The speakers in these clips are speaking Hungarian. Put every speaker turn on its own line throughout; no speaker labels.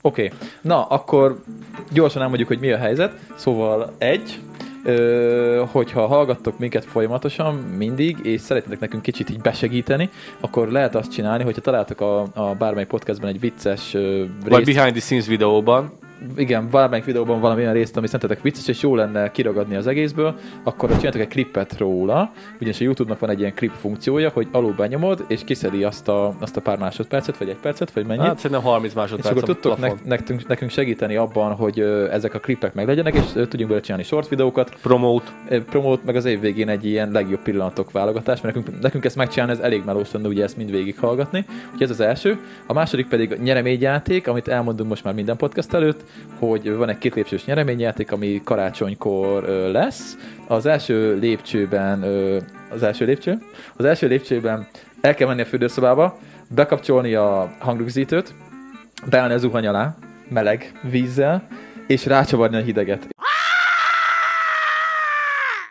Oké, okay. na akkor gyorsan elmondjuk, hogy mi a helyzet. Szóval egy, ö, hogyha hallgattok minket folyamatosan, mindig, és szeretnétek nekünk kicsit így besegíteni, akkor lehet azt csinálni, hogyha találtok a, a bármely podcastben egy vicces ö,
Vagy
részt,
behind the scenes videóban.
igen, valamelyik videóban valamilyen részt, ami szerintetek vicces, és jó lenne kiragadni az egészből, akkor csináltok egy klippet róla, ugyanis a YouTube-nak van egy ilyen klip funkciója, hogy alul benyomod, és kiszedi azt a, azt a pár másodpercet, vagy egy percet, vagy mennyit.
Hát szerintem 30
És
másodperc
akkor
a
tudtok
plafon.
nek- nektünk, nekünk segíteni abban, hogy ö, ezek a klipek meglegyenek, és ö, tudjunk belőle csinálni short videókat,
Promote.
ö, promót, meg az év végén egy ilyen legjobb pillanatok válogatás, mert nekünk, nekünk ezt megcsinálni, ez elég melós lenne ugye ezt mind végig hallgatni. Úgyhogy ez az első. A második pedig a nyereményjáték, amit elmondunk most már minden podcast előtt, hogy van egy két lépcsős nyereményjáték, ami karácsonykor ö, lesz. Az első lépcsőben, ö, az első lépcső? Az első lépcsőben el kell menni a fürdőszobába, bekapcsolni a hangrögzítőt, beállni a zuhany alá, meleg vízzel, és rácsavarni a hideget.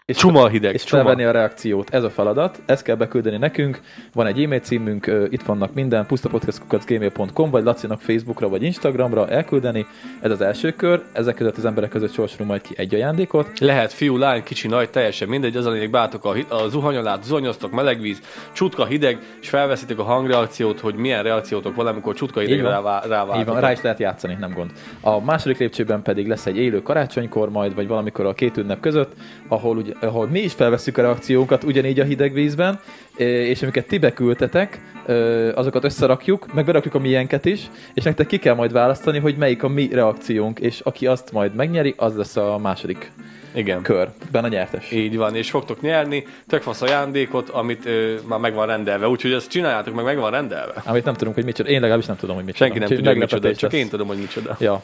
És
Csuma a hideg,
és
csuma.
felvenni a reakciót. Ez a feladat, ezt kell beküldeni nekünk. Van egy e-mail címünk, ö, itt vannak minden, pusztapodcast.gmail.com, vagy Lacinak Facebookra, vagy Instagramra elküldeni. Ez az első kör, ezek között az emberek között sorsolunk majd ki egy ajándékot.
Lehet fiú, lány, kicsi, nagy, teljesen mindegy, az a lényeg, bátok a, hi- a zuhanyalát, zuhanyoztok, meleg víz, csutka, hideg, és felveszitek a hangreakciót, hogy milyen reakciótok van, amikor csutka
Így
hidegre
van.
rává,
Így van,
ráváltatok.
rá is lehet játszani, nem gond. A második lépcsőben pedig lesz egy élő karácsonykor majd, vagy valamikor a két ünnep között, ahol, ugye, ahol mi is felveszünk a reakciónkat ugyanígy a hideg vízben, ö, és amiket ti beküldtetek, ö, azokat összerakjuk, meg berakjuk a miénket is, és nektek ki kell majd választani, hogy melyik a mi reakciónk, és aki azt majd megnyeri, az lesz a második
Igen.
körben a nyertes.
Így van, és fogtok nyerni tök fasz ajándékot, amit ö, már meg van rendelve, úgyhogy ezt csináljátok, meg meg van rendelve.
Amit nem tudunk, hogy micsoda. Én legalábbis nem tudom, hogy micsoda.
Senki nem
Úgyhogy
tudja, hogy micsoda,
meglepetés
csak
lesz.
én tudom, hogy micsoda.
Ja.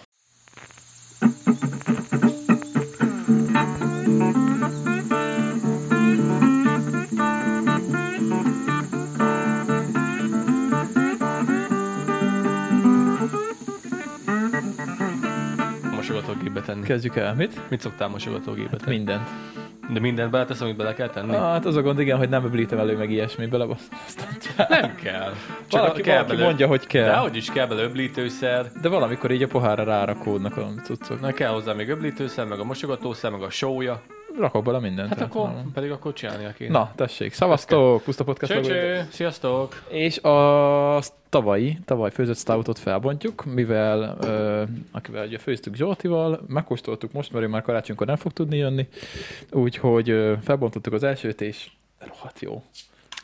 Mosogatógépbe tenni.
Kezdjük el. Mit? Hát
Mit szoktál mosogatógépbe tenni?
Mindent.
De mindent beletesz, amit bele kell tenni?
Hát az a gond, igen, hogy nem öblítem elő meg ilyesmi, belebasz. Aztán csak
Nem kell. Csak
valaki,
kell
valaki
belőle-
mondja, hogy kell.
De
De,
hogy is kell bele öblítőszer,
de valamikor így a pohárra rárakódnak valami cuccok.
Na kell hozzá még öblítőszer, meg a mosogatószer, meg a sója.
Rakok bele mindent.
Hát
nem
akkor
tudom.
pedig akkor csinálni kéne.
Na, tessék, szavaztok, puszta podcast
Cső,
logója.
cső, sziasztok!
És a tavalyi, tavaly főzött stoutot felbontjuk, mivel ö, akivel ugye főztük Zsoltival, megkóstoltuk most, mert ő már karácsonykor nem fog tudni jönni, úgyhogy ö, felbontottuk az elsőt, és rohadt jó.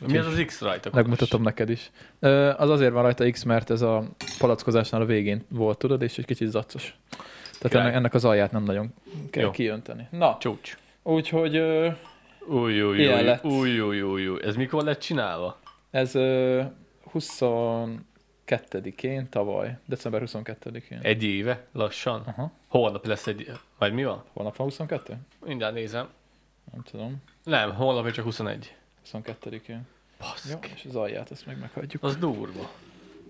Mi az az X rajta? Kolos?
Megmutatom neked is. Ö, Az azért van rajta X, mert ez a palackozásnál a végén volt, tudod, és egy kicsit zaccos. Tehát
Király.
ennek, ennek az alját nem nagyon kell
Jó.
Jó. kiönteni. Na,
Csúcs.
úgyhogy ö,
Új, új,
Ilyen
új,
lett.
új, új, új, új. Ez mikor lett csinálva?
ez ö, 22-én tavaly, december 22-én.
Egy éve lassan.
Aha.
Holnap lesz egy... Vagy mi van?
Holnap van 22?
Mindjárt nézem.
Nem tudom.
Nem, holnap még csak 21.
22-én. Jó,
Baszki.
és az alját ezt meg meghagyjuk.
Az durva.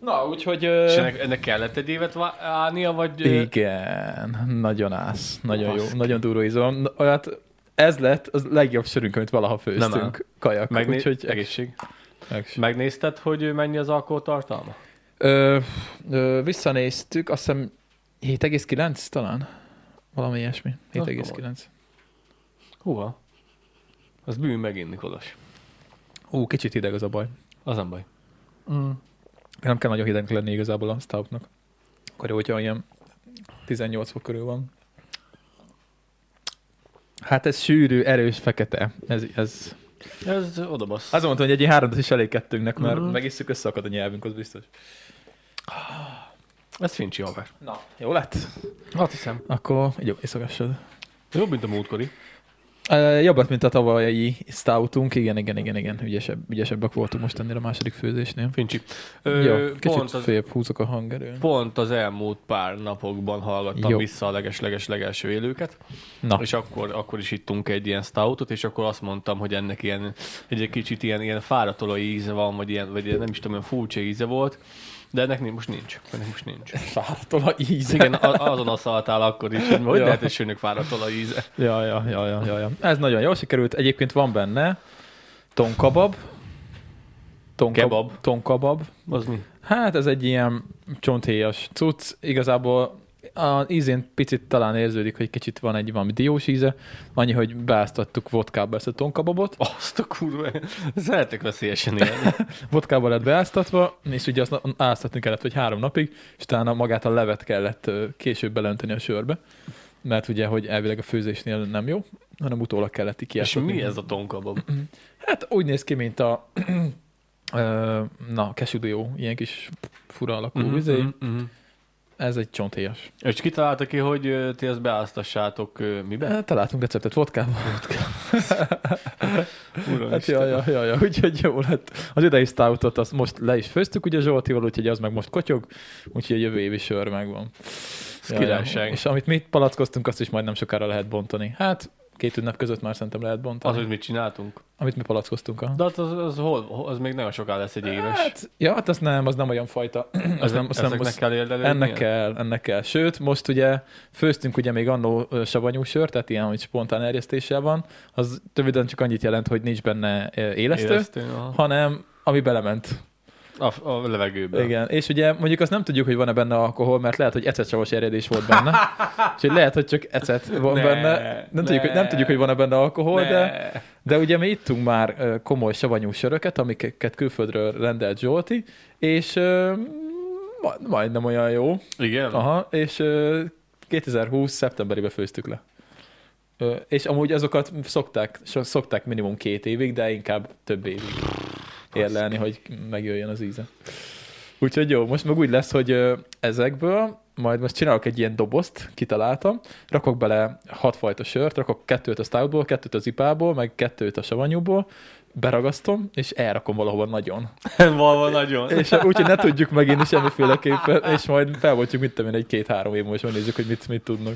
Na, úgyhogy...
És
Ö,
ennek, ennek kellett egy évet vá- állnia, vagy... ö,
igen, nagyon ász, nagyon jó,
Baszki.
nagyon durva izom. Na, Hát ez lett az legjobb sörünk, amit valaha
áll.
főztünk. Kajak.
Megné-
úgyhogy
egészség.
Meg-
Megnézted, hogy ö, mennyi az alkoholtartalma?
Ö, ö, visszanéztük, azt hiszem 7,9 talán? Valami ilyesmi.
Na,
7,9.
Húha. Az bűn megint, Nikolas.
Ú, kicsit hideg az a baj.
Az nem baj.
Mm. Nem kell nagyon hideg lenni igazából a stoutnak. Akkor jó, hogyha ilyen 18 fok körül van. Hát ez sűrű, erős, fekete. Ez, ez...
Ez oda bassz.
Azt mondtam, hogy egy ilyen háromat is elég kettőnknek, mert
Mhm.
mm-hmm. megisszük, összeakad a nyelvünk, az biztos.
Ez fincsi haver.
Na, jó lett?
Azt hiszem.
Akkor jó, iszogassad.
Jobb, mint a múltkori.
Ö, Jobb lett, mint a tavalyi stoutunk. Igen, igen, igen, igen. Ügyesebb, ügyesebbek voltunk most ennél a második főzésnél.
Fincsi.
Ö, Jó,
pont,
kicsit
az,
féljebb húzok a hangerőn.
pont az elmúlt pár napokban hallgattam
Jó.
vissza a leges-leges-legelső élőket,
Na,
és akkor, akkor is ittunk egy ilyen stoutot, és akkor azt mondtam, hogy ennek ilyen, egy, egy kicsit ilyen, ilyen fáratolói íze van, vagy ilyen, vagy ilyen, nem is tudom, ilyen furcsa íze volt, de ennek ni- most nincs. Ennek most nincs.
fáradtól a íz.
Igen, a- azon asszaltál akkor is, hogy hogy
Ja.
lehet, hogy sőnök fáratolói íze.
Ja, ja, ja, ja, ja, ja. Ez nagyon jól sikerült. Egyébként van benne tonkabab. Tonkab-
Kebab.
Tonkabab.
Az mi?
Hát ez egy ilyen csonthéjas cucc, igazából a ízén picit talán érződik, hogy kicsit van egy valami diós íze, annyi, hogy beáztattuk vodkába ezt a tonkababot,
Azt a kurva, szeretek veszélyesen élni.
vodkába lett beáztatva, és ugye azt na- áztatni kellett, hogy három napig, és utána magát a levet kellett ö, később belönteni a sörbe, mert ugye, hogy elvileg a főzésnél nem jó, hanem utólag kellett
És
kiáztatni.
mi ez a tonkabab?
Hát úgy néz ki, mint a ö, na, kesudió, ilyen kis fura alakú mm-hmm. izé.
mhm.
Ez egy csonthéjas.
És kitalálta ki, hogy ö, ti ezt beáztassátok ö, mibe?
Ö, hát Találtunk receptet vodkával.
Uram,
Hát jaj, jaj, jaj, jaj, úgyhogy jó lett. Az idei stoutot azt most le is főztük ugye Zsoltival, úgyhogy az meg most kotyog, úgyhogy a jövő évi sör megvan.
Ez királyság.
És amit mi itt palackoztunk, azt is majdnem sokára lehet bontani. Hát két ünnep között már szerintem lehet bontani. Az,
Az, hogy mit csináltunk.
amit mi palackoztunk. aha.
De hát az, az, az, hol, az még nagyon soká lesz egy éves.
Hát, ja, hát az nem, az nem olyan fajta. Az nem, az nem,
Ezeknek
az,
kell érdelődni?
ennek kell, ennek kell. Sőt, most ugye főztünk ugye még annó ö, savanyú sör, tehát ilyen, hogy spontán erjesztéssel van, az röviden csak annyit jelent, hogy nincs benne ö, élesztő, élesztő.
Élesztő, aha.
hanem ami belement.
A, a levegőbe.
Igen, és ugye mondjuk azt nem tudjuk, hogy van-e benne alkohol, mert lehet, hogy ecetsavas erjedés volt benne. és hogy lehet, hogy csak ecet van
Ne,
ne, benne. Nem, ne. tudjuk, hogy, nem
ne.
tudjuk, hogy van-e benne alkohol, de,
Ne.
de ugye mi ittunk már ö, komoly savanyú söröket, amiket külföldről rendelt Zsolti, és ö, ma- majdnem olyan jó.
Igen?
Aha, és ö, 2020. szeptemberibe főztük le. Ö, És amúgy azokat szokták, so- szokták minimum két évig, de inkább több évig érlelni, hogy megjöjjön az íze. Úgyhogy jó, most meg úgy lesz, hogy ö, ezekből majd most csinálok egy ilyen dobozt, kitaláltam, rakok bele hat fajta sört, rakok kettőt a stoutból, kettőt az ipából, meg kettőt a savanyúból, beragasztom, és elrakom valahova nagyon.
Valva nagyon.
És úgyhogy ne tudjuk meginni semmiféleképpen, és majd felvoltjuk, mit tudom én, egy-két-három év múlva, és megnézzük, hogy mit, mit tudnak.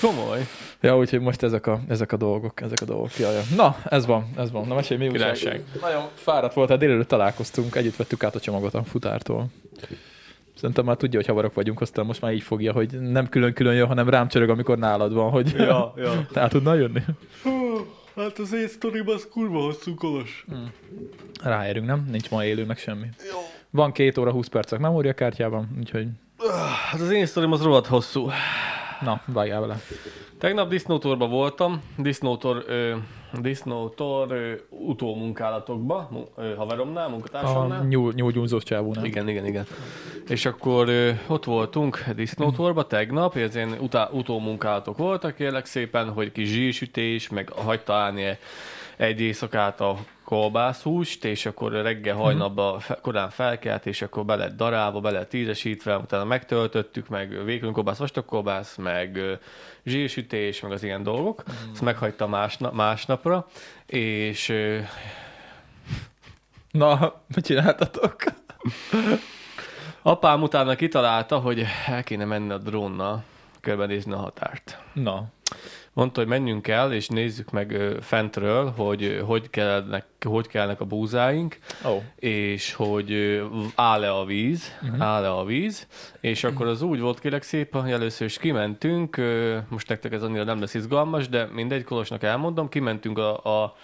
Komoly.
Ja, úgyhogy most ezek a, ezek a dolgok, ezek a dolgok. Ja, ja. Na, ez van, ez van. Na, mesélj, mi újság?
Királyság.
Nagyon fáradt voltál, délelőtt találkoztunk, együtt vettük át a csomagot a futártól. Szerintem már tudja, hogy havarok vagyunk, aztán most már így fogja, hogy nem külön-külön jön, hanem rám csörög, amikor nálad van, hogy
Ja, ja.
el tudnál jönni.
Hú, hát az én sztoriban az kurva hosszú kolos.
Ráérünk, nem? Nincs ma élő, meg semmi. Jó. Van két óra, 20 percek memóriakártyában, úgyhogy
Hát az én sztorim az rohadt hosszú.
na, vágjál vele.
Tegnap disznótorba voltam, disznótor, ö, disznótor ö, utómunkálatokba, mu- ö, haveromnál,
A
munkatársamnál.
nyúl, nyúlgyúnzós csávónál.
Igen, igen, igen. És akkor ö, ott voltunk disznótorba tegnap, és ilyen utá, utómunkálatok voltak, kérlek szépen, hogy kis zsírsütés, meg hagyta állni egy éjszakát a kolbászhúst, és akkor reggel hajnalba fe, korán felkelt, és akkor be lett darálva, be lett ízesítve, utána megtöltöttük, meg vékony kolbász, vastag kolbász, meg ö, zsírsütés, meg az ilyen dolgok. Ezt meghagyta másna, másnapra, és ö,
Na, mit csináltatok?
Apám utána kitalálta, hogy el kéne menni a drónnal, körbenézni a határt.
Na,
Mondta, hogy menjünk el, és nézzük meg ö, fentről, hogy ö, hogy kellnek, hogy kellnek a búzáink,
ó, oh.
és hogy ö, áll-e a víz, uh-huh. áll-e a víz, és akkor az úgy volt kérlek szépen, hogy először is kimentünk, ö, most nektek ez annyira nem lesz izgalmas, de mindegy, Kolosnak elmondom, kimentünk a, a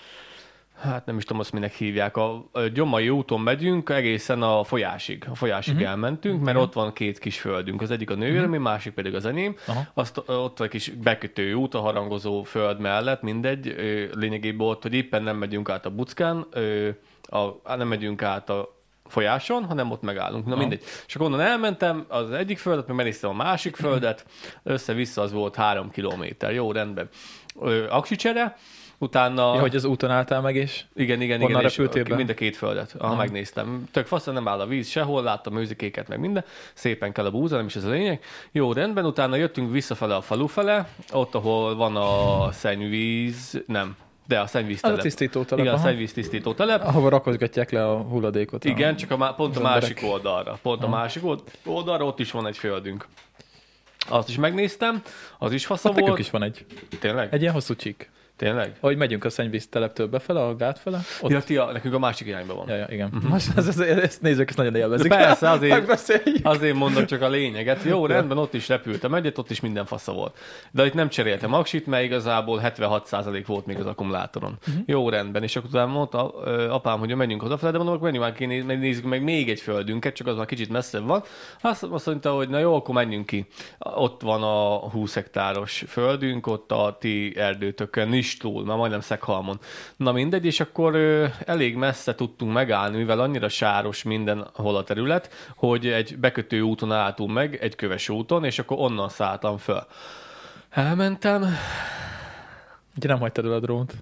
hát nem is tudom azt minek hívják, a, a Gyomai úton megyünk egészen a folyásig, a folyásig uh-huh. elmentünk, mert ott van két kis földünk, az egyik a nővérem, uh-huh. másik pedig az enyém,
Aha.
azt ott a kis bekötő út, a harangozó föld mellett, mindegy, ö, lényegében ott, hogy éppen nem megyünk át a buckán, ö, a, á, nem megyünk át a folyáson, hanem ott megállunk. Na mindegy. És akkor onnan elmentem az egyik földet, meg menésztem a másik
Mhm.
földet, össze-vissza az volt három kilométer. Jó, rendben. Ö, aksicsere, utána...
ja, hogy az úton álltál meg, és
Igen, igen,
Honnan
igen, és
repültél be?
mind a két földet, ha megnéztem. Tök faszra nem áll a víz sehol, láttam őzikéket, meg minden, szépen kell a búza, nem is ez a lényeg. Jó, rendben, utána jöttünk visszafele a falu fele, ott, ahol van a szennyvíz, nem, de a
az a
szennyvíztelep.
tisztító telep,
igen, a
aha.
szennyvíz tisztító telep.
ahova rakozgatják le a hulladékot.
Igen, csak a, má- pont a
emberek.
másik oldalra. Pont a másik old- oldalra, ott is van egy földünk. Azt is megnéztem, az is fasza
Hát Nekünk
volt.
is van egy,
Tényleg?
egy ilyen hosszú csík.
Tényleg?
Ahogy megyünk a szennyvíz teleptől befele, a gát fele, ott...
Ja, ti a, nekünk a másik irányba van.
Ja, ja, igen. Most ez, ez, ezt nézők ezt nagyon
De
élvezik. Hát
persze, azért-
Megbeszéljük.
Azért mondom csak a lényeget. Jó, rendben, ott is repültem egyet, ott is minden fasza volt. De itt nem cseréltem aksit, mert igazából 76% volt még az akkumulátoron. Uh-huh. Jó, rendben. És akkor utána mondta ö, apám, hogy menjünk odafele, de mondom, akkor menjünk már ki, né- meg nézzük meg még egy földünket, csak az már kicsit messzebb van. Azt, azt mondta, hogy na jó, akkor menjünk ki. Ott van a 20 hektáros földünk, ott a ti erdőtökön is túl, már majdnem Szeghalmon. Na mindegy, és akkor ö, elég messze tudtunk megállni, mivel annyira sáros mindenhol a terület, hogy egy bekötő úton álltunk meg, egy köves úton, és akkor onnan szálltam föl. Elmentem,
Ugye nem hagytad el a drónt.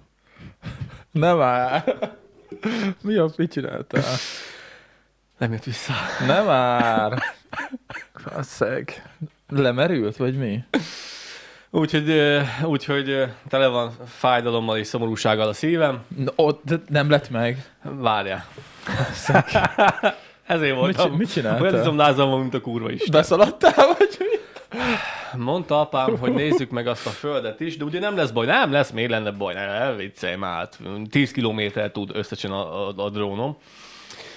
Nem már. Mi a mit csináltál?
nem jött vissza.
Nem már. Kasszeg. Lemerült, vagy mi?
Úgyhogy, ö, úgyhogy ö, tele van fájdalommal és szomorúsággal a szívem.
Na, ott de nem lett meg.
Várjál. Ezért
Mit,
voltam.
csi- mit
Olyan
csináltál?
izomlázom van, mint a kurva is.
Beszaladtál, vagy mi?
Mondta apám, hogy nézzük meg azt a földet is, de ugye nem lesz baj, nem lesz, miért lenne baj, ne viccelj már, hát 10 kilométer tud összesen a, a, a drónom.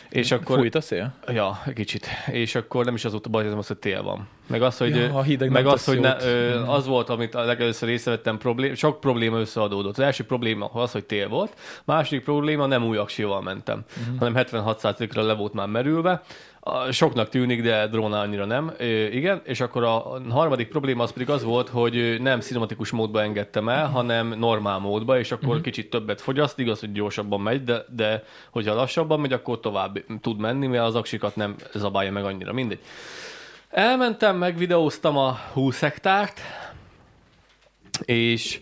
És akkor...
Fújt a szél?
Ja, kicsit. És akkor nem is az volt a baj, hanem az, hogy tél van. Meg az, hogy,
Ja, a hideg
meg
nem
az,
tesz
hogy ne,
jót.
ö, az volt, amit a legelőször észrevettem, problém, sok probléma összeadódott. Az első probléma az, hogy tél volt, második probléma nem új aksival mentem, uh-huh. hanem 76%-ra le volt már merülve. A- Soknak tűnik, de dróna annyira nem. Ö, igen, és akkor a harmadik probléma az pedig az volt, hogy ö, nem cinematikus módba engedtem el, hanem normál módba, és akkor kicsit többet fogyaszt, igaz, hogy gyorsabban megy, de, de hogyha lassabban megy, akkor tovább tud menni, mert az aksikat nem zabálja meg annyira, mindegy. Elmentem, megvideóztam a 20 hektárt, és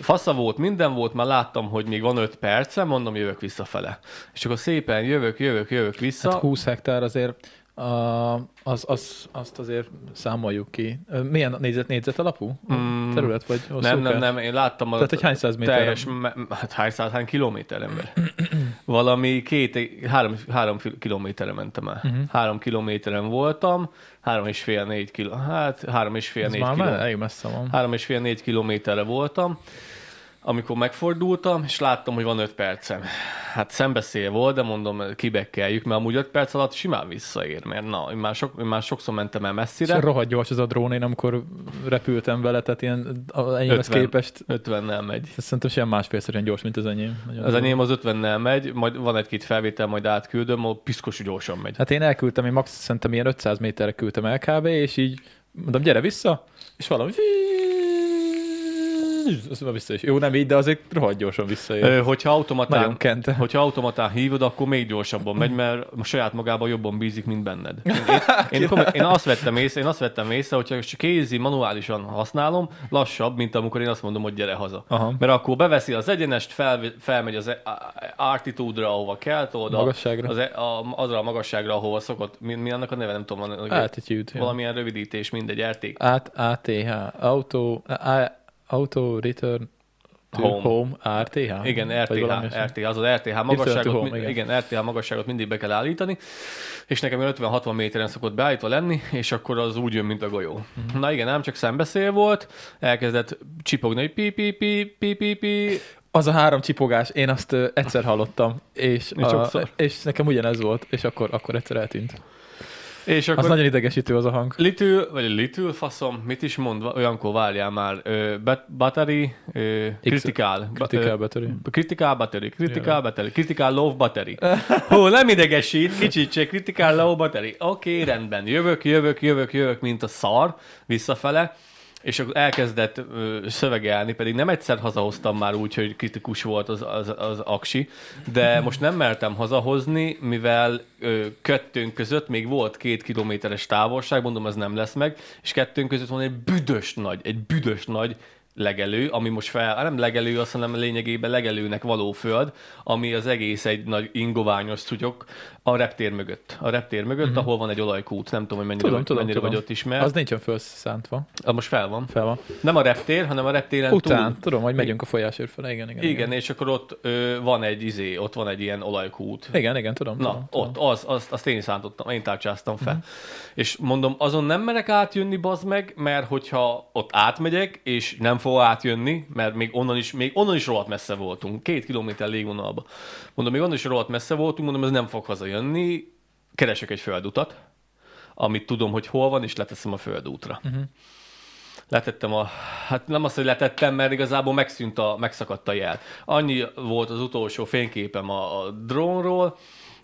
fasza volt, minden volt, már láttam, hogy még van 5 percem, mondom, jövök visszafele. És akkor szépen jövök, jövök, jövök vissza.
Hát 20 hektár azért a, az, az, azt azért számoljuk ki. Ö, Milyen négyzet, négyzet alapú mm. terület vagy hosszú
nem,
kell?
nem, nem, én láttam a
Tehát, hogy hány száz méterre?
teljes, me- hát hány száz, hány kilométer ember. Valami két, három, három fil- kilométerre mentem el.
Mhm.
Uh-huh. Három kilométeren voltam, három és fél, négy kilo, hát három és fél,
Ez
négy Hát
már
kilo.
már elég messze van.
Három és fél, négy kilométerre voltam, amikor megfordultam, és láttam, hogy van öt percem. Hát szembeszél volt, de mondom, kibekkeljük, mert amúgy öt perc alatt simán visszaér, mert na, én már, sok, én már sokszor mentem el
És
messzire.
rohadt gyors ez a drón, én amikor repültem vele, tehát ilyen a- enyémhez
50.
képest
50-nel megy.
Ez szerintem sem másfélszer olyan gyors, mint az enyém. Nagyon
Az
durva.
enyém az 50-nel megy, majd van egy-két felvétel, majd átküldöm, a piszkos gyorsan megy.
Hát én elküldtem, én max szerintem ilyen 500 méterre küldtem el kb. és így mondom, gyere vissza, és valami azt mondom, vissza is. Jó, nem így, de azért rohadt gyorsan visszaér.
Ö, Hogyha automatán,
Nagyon kente.
hogyha automatán hívod, akkor még gyorsabban megy, mert saját magában jobban bízik, mint benned. Én, én, én, komoly- én azt vettem észre, én azt vettem észre, hogyha csak kézi, manuálisan használom, lassabb, mint amikor én azt mondom, hogy gyere haza.
Aha.
Mert akkor beveszi az egyenest, fel, felmegy az e- a- altitude-ra, ahova kell, tudod, a-
Magasságra.
Az, e- a, azra a magasságra, ahova szokott, mi, mi annak a neve, nem tudom, van,
Altitude. ja.
valamilyen rövidítés, mindegy, RTK.
Át, ATH, auto, a, auto return to
Home.
home, home RTH.
Igen,
Vagy valami
RTH,
ilyesmi.
RTH, az az RTH magasságot,
home,
mi- igen.
igen.
RTH magasságot mindig be kell állítani, és nekem ilyen 50-60 méteren szokott beállítva lenni, és akkor az úgy jön, mint a golyó.
Mhm.
Na igen, ám csak szembeszél volt, elkezdett csipogni, hogy pi pi pi pi pi pi
Az a három csipogás, én azt ö, egyszer hallottam, és,
És sokszor.
a, és nekem ugyanez volt, és akkor, akkor egyszer eltűnt. Akkor...
és
Az
akkor
nagyon idegesítő az a hang.
Litül, vagy litül faszom, mit is mond, olyankor várjál már, ö, bat- battery, ö, kritikál, ba- ö,
Kritikál betörő.
Hmm. Critical battery, critical battery, critical low battery. Hú, nem idegesít, kicsit se, critical low battery. Oké, okay, rendben, jövök, jövök, jövök, jövök, mint a szar, visszafele, és akkor elkezdett ö, szövegelni, pedig nem egyszer hazahoztam már úgy, hogy kritikus volt az, az, az aksi, de most nem mertem hazahozni, mivel ö, kettőnk között még volt két kilométeres távolság, mondom, ez nem lesz meg, és kettőnk között van egy büdös nagy, egy büdös nagy legelő, ami most fel, ah, nem legelő, azt hanem lényegében legelőnek való föld, ami az egész egy nagy ingoványos szutyok a reptér mögött. A reptér mögött, mm-hmm. ahol van egy olajkút, nem tudom, hogy mennyire,
Mhm. Tudom,
vagy,
tudom,
mennyire
tudom.
vagy ott ismer.
Az
Az...
nincsen felszántva,
Most fel van.
fel van.
Nem a reptér, hanem a reptéren túl.
Után, tudom, hogy megyünk a folyásért fel, igen, igen.
Igen, és akkor ott ö, van egy izé, ott van egy ilyen olajkút.
Igen, igen, tudom.
Na,
tudom,
ott, az, azt, azt én szántottam, én tárcsáztam fel. Uh-huh. És mondom, azon nem merek átjönni, bazd meg, mert hogyha ott átmegyek, és nem fog átjönni, mert még onnan is, még onnan is rohadt messze voltunk, két kilométer légvonalba. Mondom, még onnan is rohadt messze voltunk, mondom, ez nem fog hazajönni, keresek egy földutat, amit tudom, hogy hol van, és leteszem a földútra. Uh-huh. Letettem a, hát nem azt, hogy letettem, mert igazából megszűnt a, megszakadt a jel. Annyi volt az utolsó fényképem a, a drónról,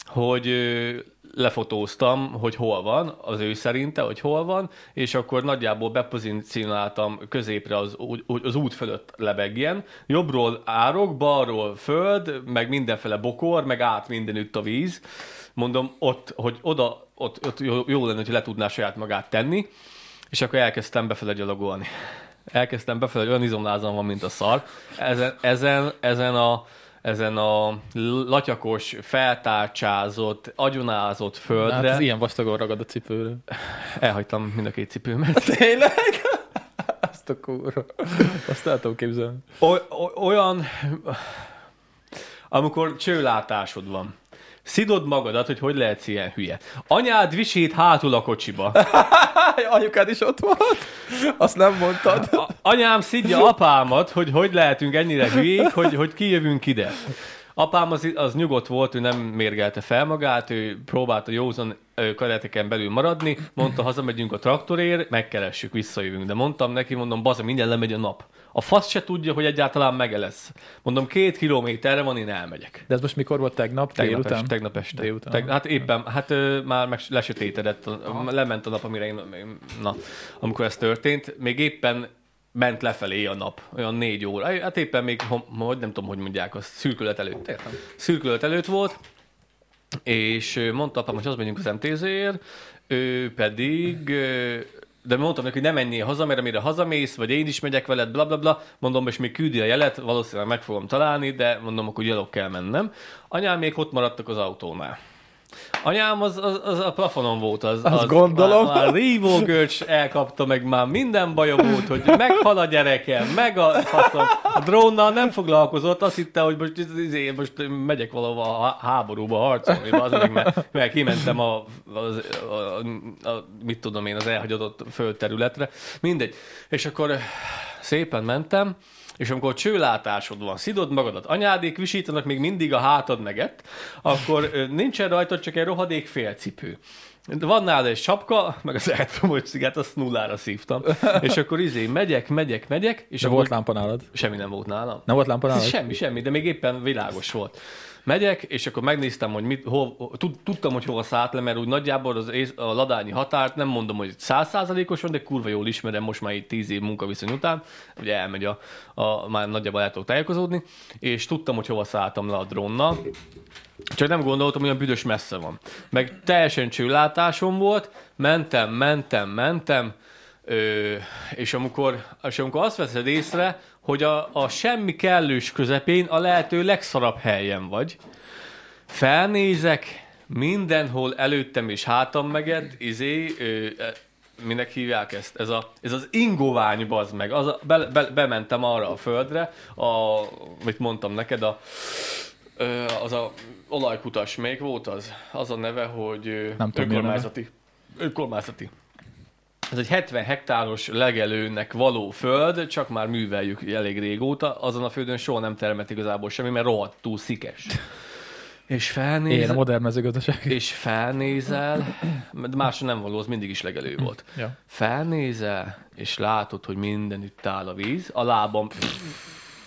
hogy ö, lefotóztam, hogy hol van, az ő szerinte, hogy hol van, és akkor nagyjából bepozícionáltam középre az, ú- ú- az út fölött lebegjen, jobbról árok, balról föld, meg mindenfele bokor, meg át mindenütt a víz. Mondom, ott, hogy oda, ott, ott jó, jó lenne, hogy le tudná saját magát tenni, és akkor elkezdtem befele gyalogolni. Elkezdtem befele, olyan izomlázam van, mint a szar. Ezen, ezen, ezen a ezen a latyakos, feltárcsázott, agyonázott
Hát
földre.
ez ilyen vastagon ragad a cipőről.
Elhagytam mind a két cipőmet.
Tényleg? Azt a kúra. Azt el tudom képzelni.
O- o- olyan, amikor csőlátásod van. Szidod magadat, hogy hogy lehetsz ilyen hülye. Anyád visít hátul a kocsiba.
Háj, anyukád is ott volt? Azt nem mondtad.
A- anyám szidja apámat, hogy hogy lehetünk ennyire hülyék, hogy, hogy kijövünk ide. Apám az, az nyugodt volt, ő nem mérgelte fel magát, ő próbálta józan ö, kereteken belül maradni, mondta, hazamegyünk a traktorért, megkeressük, visszajövünk. De mondtam neki, mondom, baza, mindjárt lemegy a nap. A fasz se tudja, hogy egyáltalán mege lesz. Mondom, két kilométerre van, én elmegyek.
De ez most mikor volt tegnap?
Tegnap
délután?
este, tegnap este.
Délután.
Teg, hát éppen, hát ö, már meg lesötétedett, a, lement a nap, amire én, én- na, amikor ez történt, még éppen ment lefelé a nap, olyan négy óra. Hát éppen még, hom- hogy nem tudom, hogy mondják, az szürkület előtt. Értem. Szürkület előtt volt, és ö, mondta apám, hogy az megyünk az MTZ-ért, ő pedig, ö, de mondtam neki, hogy nem menjél haza, mert amire hazamész, vagy én is megyek veled, bla bla bla, mondom, és még küldi a jelet, valószínűleg meg fogom találni, de mondom, akkor gyalog kell mennem. Anyám még ott maradtak az autónál. Anyám az, az, az a plafonon volt. Az,
Azt gondolom.
Már, már rívógörcs elkapta, meg már minden baja volt, hogy meghal a gyerekem, meg a faszom. A drónnal nem foglalkozott, azt hitte, hogy most, izé, most megyek valahova a háborúba harcolni, az meg, mert, mert kimentem a, az, a, a, a, mit tudom én, az elhagyadott földterületre. Mindegy. És akkor szépen mentem, és amikor csőlátásod van, szidod magadat, anyádék visítanak még mindig a hátad meget, akkor ö, nincsen rajtad csak egy rohadék félcipő. De Van nála egy sapka, meg az elektromos cigát, azt nullára szívtam. És akkor izé, megyek, megyek, megyek, és
De
akkor
volt lámpa nálad?
semmi nem volt nálam.
Nem volt lámpa nálad?
Semmi, semmi, de még éppen világos volt. Megyek, és akkor megnéztem, hogy mit, hol, tud- tudtam, hogy hova szállt le, mert úgy nagyjából az ész, a ladányi határt nem mondom, hogy százszázalékosan, de kurva jól ismerem most már itt tíz év munkaviszony után, ugye elmegy a, a már nagyjából el tudok tájékozódni, és tudtam, hogy hova szálltam le a drónnal, csak nem gondoltam, hogy olyan büdös messze van. Meg teljesen csőlátásom volt, mentem, mentem, mentem, ö, és, amikor, és amikor azt veszed észre, hogy a, a semmi kellős közepén a lehető legszarabb helyen vagy, felnézek, mindenhol előttem és hátam meget, izé, ö, e, minek hívják ezt? Ez, a, ez az ingovány, bazd meg. Az a, be, be, bementem arra a földre, a, mit mondtam neked, a, ö, az a olajkutas, még volt az? Az a neve, hogy ö,
Nem tudom, mi a
önkormányzati. Önkormányzati. Ez egy 70 hektáros legelőnek való föld, csak már műveljük elég régóta. Azon a földön soha nem termet igazából semmi, mert rohadt túl szikes. És
Én a
felnézel,
modern mezőgazdaság.
és felnézel, mert másra nem való, az mindig is legelő volt.
Ja.
Felnézel, és látod, hogy mindenütt áll a víz, a lábam,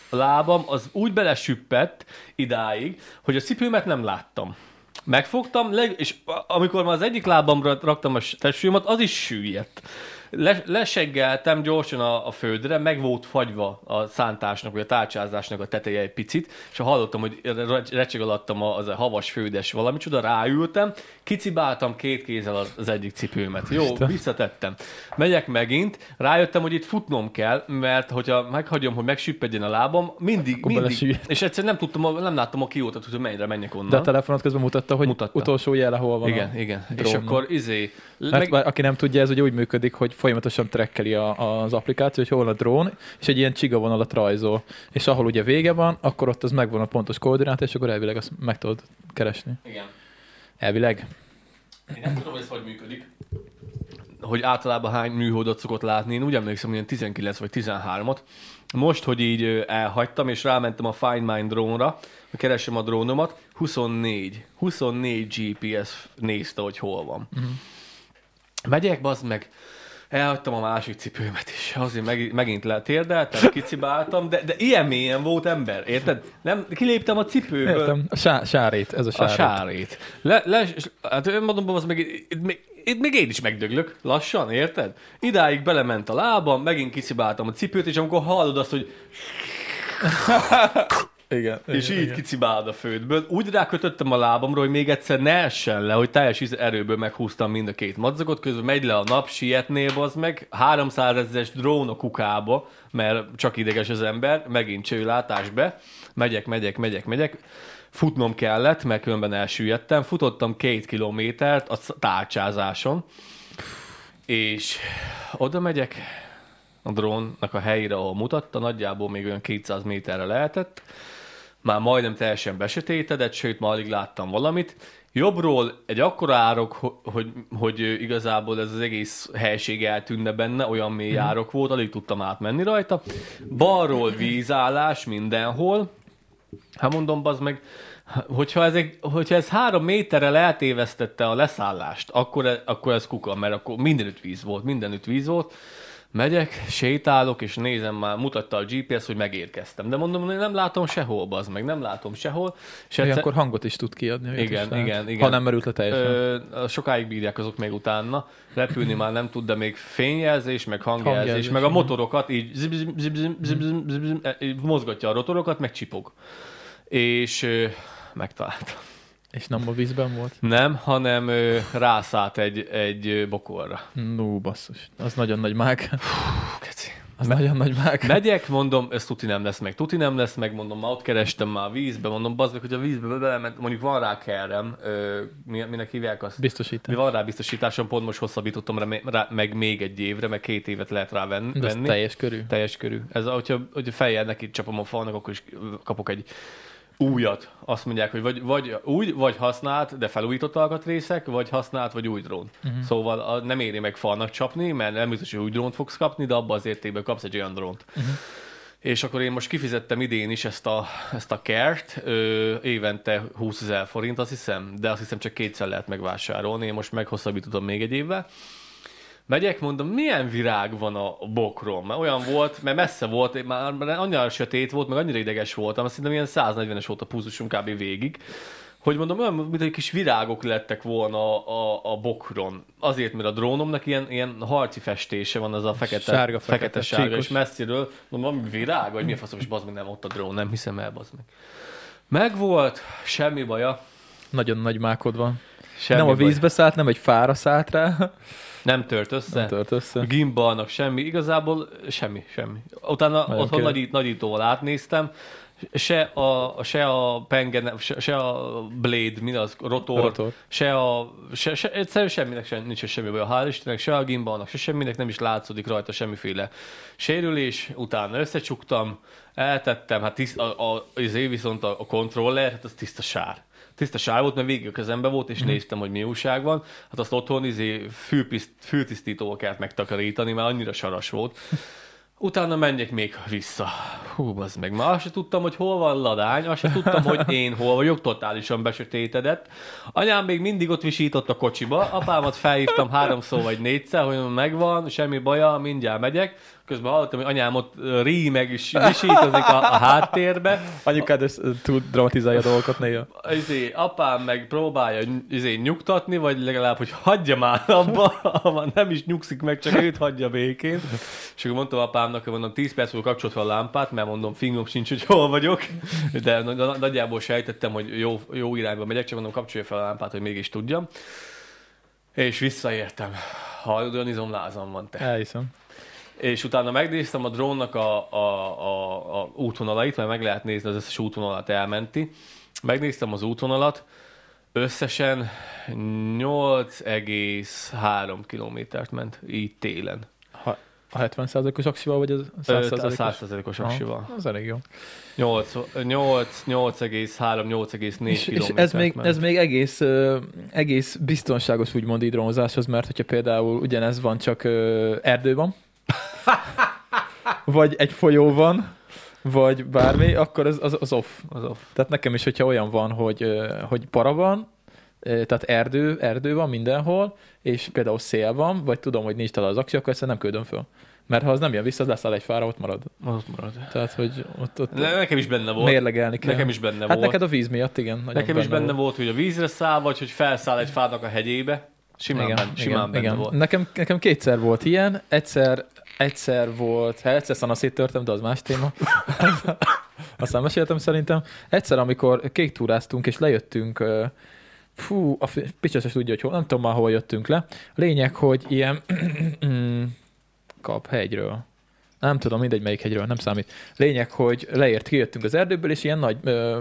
a lábam az úgy belesüppett idáig, hogy a cipőmet nem láttam. Megfogtam, leg, és a- amikor már az egyik lábamra raktam a s- testőmet, az is süllyedt. Le, leseggeltem gyorsan a, a földre, meg volt fagyva a szántásnak, vagy a tárcsázásnak a teteje egy picit, és hallottam, hogy re- recseg alattam a- az a havas fődes valami csoda, ráültem, kicibáltam két kézzel az, az egyik cipőmet. Jó, visszatettem. Megyek megint, rájöttem, hogy itt futnom kell, mert hogyha meghagyom, hogy megsüppedjen a lábam, mindig, mindig.
belesüllyed.
És egyszerűen nem tudtam, a- nem láttam a kiótat, hogy mennyire menjek onnan.
De a telefonod közben mutatta, hogy
Mutatta.
utolsó jele hol van.
Igen,
a
igen. És
drónnak.
akkor izé...
Mert
Meg,
meg... aki nem tudja, ez ugye úgy működik, hogy folyamatosan trekkeli a, az applikáció, hogy hol a drón, és egy ilyen csigavonalat rajzol. És ahol ugye vége van, akkor ott az megvan a pontos koordinát, és akkor elvileg azt meg tudod keresni.
igen.
Elvileg.
Én nem tudom, hogy ez hogy működik. hogy általában hány műholdat szokott látni, én úgy emlékszem, hogy ilyen 19 vagy 13-at. Most, hogy így ö, elhagytam, és rámentem a Find My drónra, keresem a drónomat, 24. 24 GPS nézte, hogy hol van. Uh-huh. Megyek, bazd meg, elhagytam a másik cipőmet is. Azért meg, megint letérdeltem, kicibáltam, de, de ilyen mélyen volt ember, érted? Nem, kiléptem a cipőből.
Értem, a sá- sárét, ez a
A
sárét.
sárét. Le, le, s- hát önmagam az meg, itt még, itt még én is megdöglök, lassan, érted? Idáig belement a lábam, megint kicibáltam a cipőt, és amikor hallod azt, hogy
Igen.
és így kicibálod a földből, úgy rákötöttem a lábamra, hogy még egyszer ne essen le, hogy teljes íz- erőből meghúztam mind a két madzagot, közben megy le a nap, sietnél az meg, 300 ezeres drón a kukába, mert csak ideges az ember, megint csőlátás be, megyek, megyek, megyek, megyek, futnom kellett, mert különben elsüllyedtem, futottam két kilométert a c- tárcsázáson, és oda megyek, a drónnak a helyére, ahol mutatta, nagyjából még olyan 200 méterre lehetett, már majdnem teljesen besötétedett, sőt, már alig láttam valamit. Jobbról egy akkora árok, ho- hogy, hogy ö, igazából ez az egész helység eltűnne benne, olyan mély árok volt, alig tudtam átmenni rajta. Balról vízállás mindenhol. Hát mondom, bazd meg, hogyha ez, egy, hogyha ez három méterrel eltévesztette a leszállást, akkor, e- akkor ez kuka, mert akkor mindenütt víz volt, mindenütt víz volt. Megyek, sétálok, és nézem már, mutatta a GPS, hogy megérkeztem. De mondom, hogy nem látom sehol, bazd meg, nem látom sehol. És egyszer-
Ilyenkor hangot is tud kiadni. olyat is
Igen,
lehet.
igen, igen.
Ha nem merült le teljesen.
Ö, sokáig bírják azok még utána. Repülni már nem tud, de még fényjelzés, meg hangjelzés,
Hangjelzés,
hangjelzés meg a
igen.
motorokat így zib, zib, zib, zib, zib, zib, zib, zib, eh, így mozgatja a rotorokat, meg csipog. És ö, megtaláltam.
És nem a vízben volt.
Nem, hanem ö, rászállt egy, egy ö, bokorra.
No, basszus. Az nagyon nagy mák.
Hú, Keci.
Az nagyon nagy mák.
Megyek, mondom, ez tuti nem lesz meg, tuti nem lesz meg, mondom, már ott kerestem már vízbe, mondom, bazd meg, hogy a vízbe belement, mondjuk van rá kerem, ö, mi- minek hívják azt? Mi
Biztosítani.
van rá biztosításom, pont most hosszabbítottam rá, rá, meg még egy évre, meg két évet lehet rá ven,
De ez
venni.
teljes körű.
teljes körű. Ez, a- hogyha, hogyha fejjel neki csapom a falnak, akkor is kapok egy újat. Azt mondják, hogy vagy, vagy új, vagy használt, de felújított alkatrészek, vagy használt, vagy új drón. Uh-huh. Szóval a, nem éri meg falnak csapni, mert nem biztos, hogy új drónt fogsz kapni, de abban az értékben kapsz egy olyan drónt. És akkor én most kifizettem idén is ezt a, ezt a kert, ö, évente 20 ezer forint, azt hiszem, de azt hiszem csak kétszer lehet megvásárolni, én most meghosszabbítottam még egy évvel. Megyek, mondom, milyen virág van a bokron? Mert olyan volt, mert messze volt, én már már annyira sötét volt, meg annyira ideges voltam, azt hiszem ilyen 140-es volt a pulzusom kb. végig, hogy mondom, olyan, mint egy kis virágok lettek volna a, a, a bokron. Azért, mert a drónomnak ilyen, ilyen harci festése van, az a fekete,
Sárga, fekete,
fekete sárga, és
csíkos.
messziről, mondom, valami virág, vagy mi a faszom, és bazd meg, nem ott a drón, nem hiszem el, bazd meg. Megvolt, semmi baja.
Nagyon nagy mákod van.
Semmi
nem a
baja.
vízbe szállt, nem egy fára szállt rá.
Nem tört össze.
Nem tört össze.
A gimbalnak semmi, igazából semmi, semmi. Utána
Nagyon
otthon
kérlek.
nagy, nagyítóval átnéztem, se a, se a penge, ne- se, se a blade, mi az, rotor,
Rotor.
rotor. se a, se, se, egyszerűen semminek sem, nincs semmi baj, hál' Istennek, se a gimbalnak, se semminek nem is látszódik rajta semmiféle sérülés, utána összecsuktam, eltettem, hát tiszt, a, a, az év viszont a, a controller, hát az tiszta sár. Tiszta sár volt, mert végig a kezembe volt, és néztem, hogy mi újság van. Hát azt otthon izé, fülpiszt, fültisztítóval kellett megtakarítani, mert annyira saras volt. Utána menjek még vissza. Hú, az meg. Már azt se tudtam, hogy hol van ladány, azt se tudtam, hogy én hol vagyok, totálisan besötétedett. Anyám még mindig ott visított a kocsiba, apámat felhívtam háromszor vagy négyszer, hogy megvan, semmi baja, mindjárt megyek. Közben hallottam, hogy anyám ott ö, rí meg is visítozik a, a háttérbe.
Anyukád ezt, ö, túl dramatizálja a dolgokat néha.
Izé, apám meg próbálja izé, nyugtatni, vagy legalább, hogy hagyja már abba, ha nem is nyugszik meg, csak őt hagyja békén. És akkor mondtam apámnak, hogy mondom, 10 perc múlva kapcsolt fel a lámpát, mert mondom, fingom sincs, hogy hol vagyok, de na- na- nagyjából sejtettem, hogy jó, jó irányba megyek, csak mondom, kapcsolja fel a lámpát, hogy mégis tudjam. És visszaértem. Hallod, olyan izomlázam van te.
Elhiszem.
És utána megnéztem a drónnak a, a, a, a útvonalait, mert meg lehet nézni, az összes útvonalat elmenti. Megnéztem az útvonalat, összesen 8,3 kilométert ment így télen.
Ha, A 70%-os aksival, vagy az 100%-os?
100%-os
Aha.
aksival.
Az elég jó.
8, 8, 8,3-8,4
És, és
kilométert
ez, még,
ment.
ez még egész, ö, egész biztonságos úgymond így drónozáshoz, mert hogyha például ugyanez van, csak ö, erdő van, vagy egy folyó van, vagy bármi, akkor az, az, az off.
Az off.
Tehát nekem is, hogyha olyan van, hogy, ö, hogy para van, ö, tehát erdő, erdő van mindenhol, és például szél van, vagy tudom, hogy nincs tele az aksi, akkor egyszerűen nem küldöm föl. Mert ha az nem jön vissza, az leszáll egy fára, ott marad.
Az ott marad.
Tehát, hogy ott, ott
Ne, nekem is benne volt.
mérlegelni kell.
Nekem is benne
hát
volt.
neked a víz miatt, igen. nagyon
nekem is benne
volt.
volt. hogy a vízre száll, vagy hogy felszáll egy fának a hegyébe. Simán, igen, benne, simán igen, benne igen. volt.
Nekem, nekem kétszer volt ilyen, egyszer, egyszer volt, hát egyszer szanaszét törtem, de az más téma. Aztán meséltem szerintem. Egyszer, amikor kék túráztunk, és lejöttünk, ö, fú, a fi- picsa se tudja, hogy hol, nem tudom már, hol jöttünk le. Lényeg, hogy ilyen kap hegyről. Nem tudom, mindegy melyik hegyről, nem számít. Lényeg, hogy leért, kijöttünk az erdőből, és ilyen nagy ö,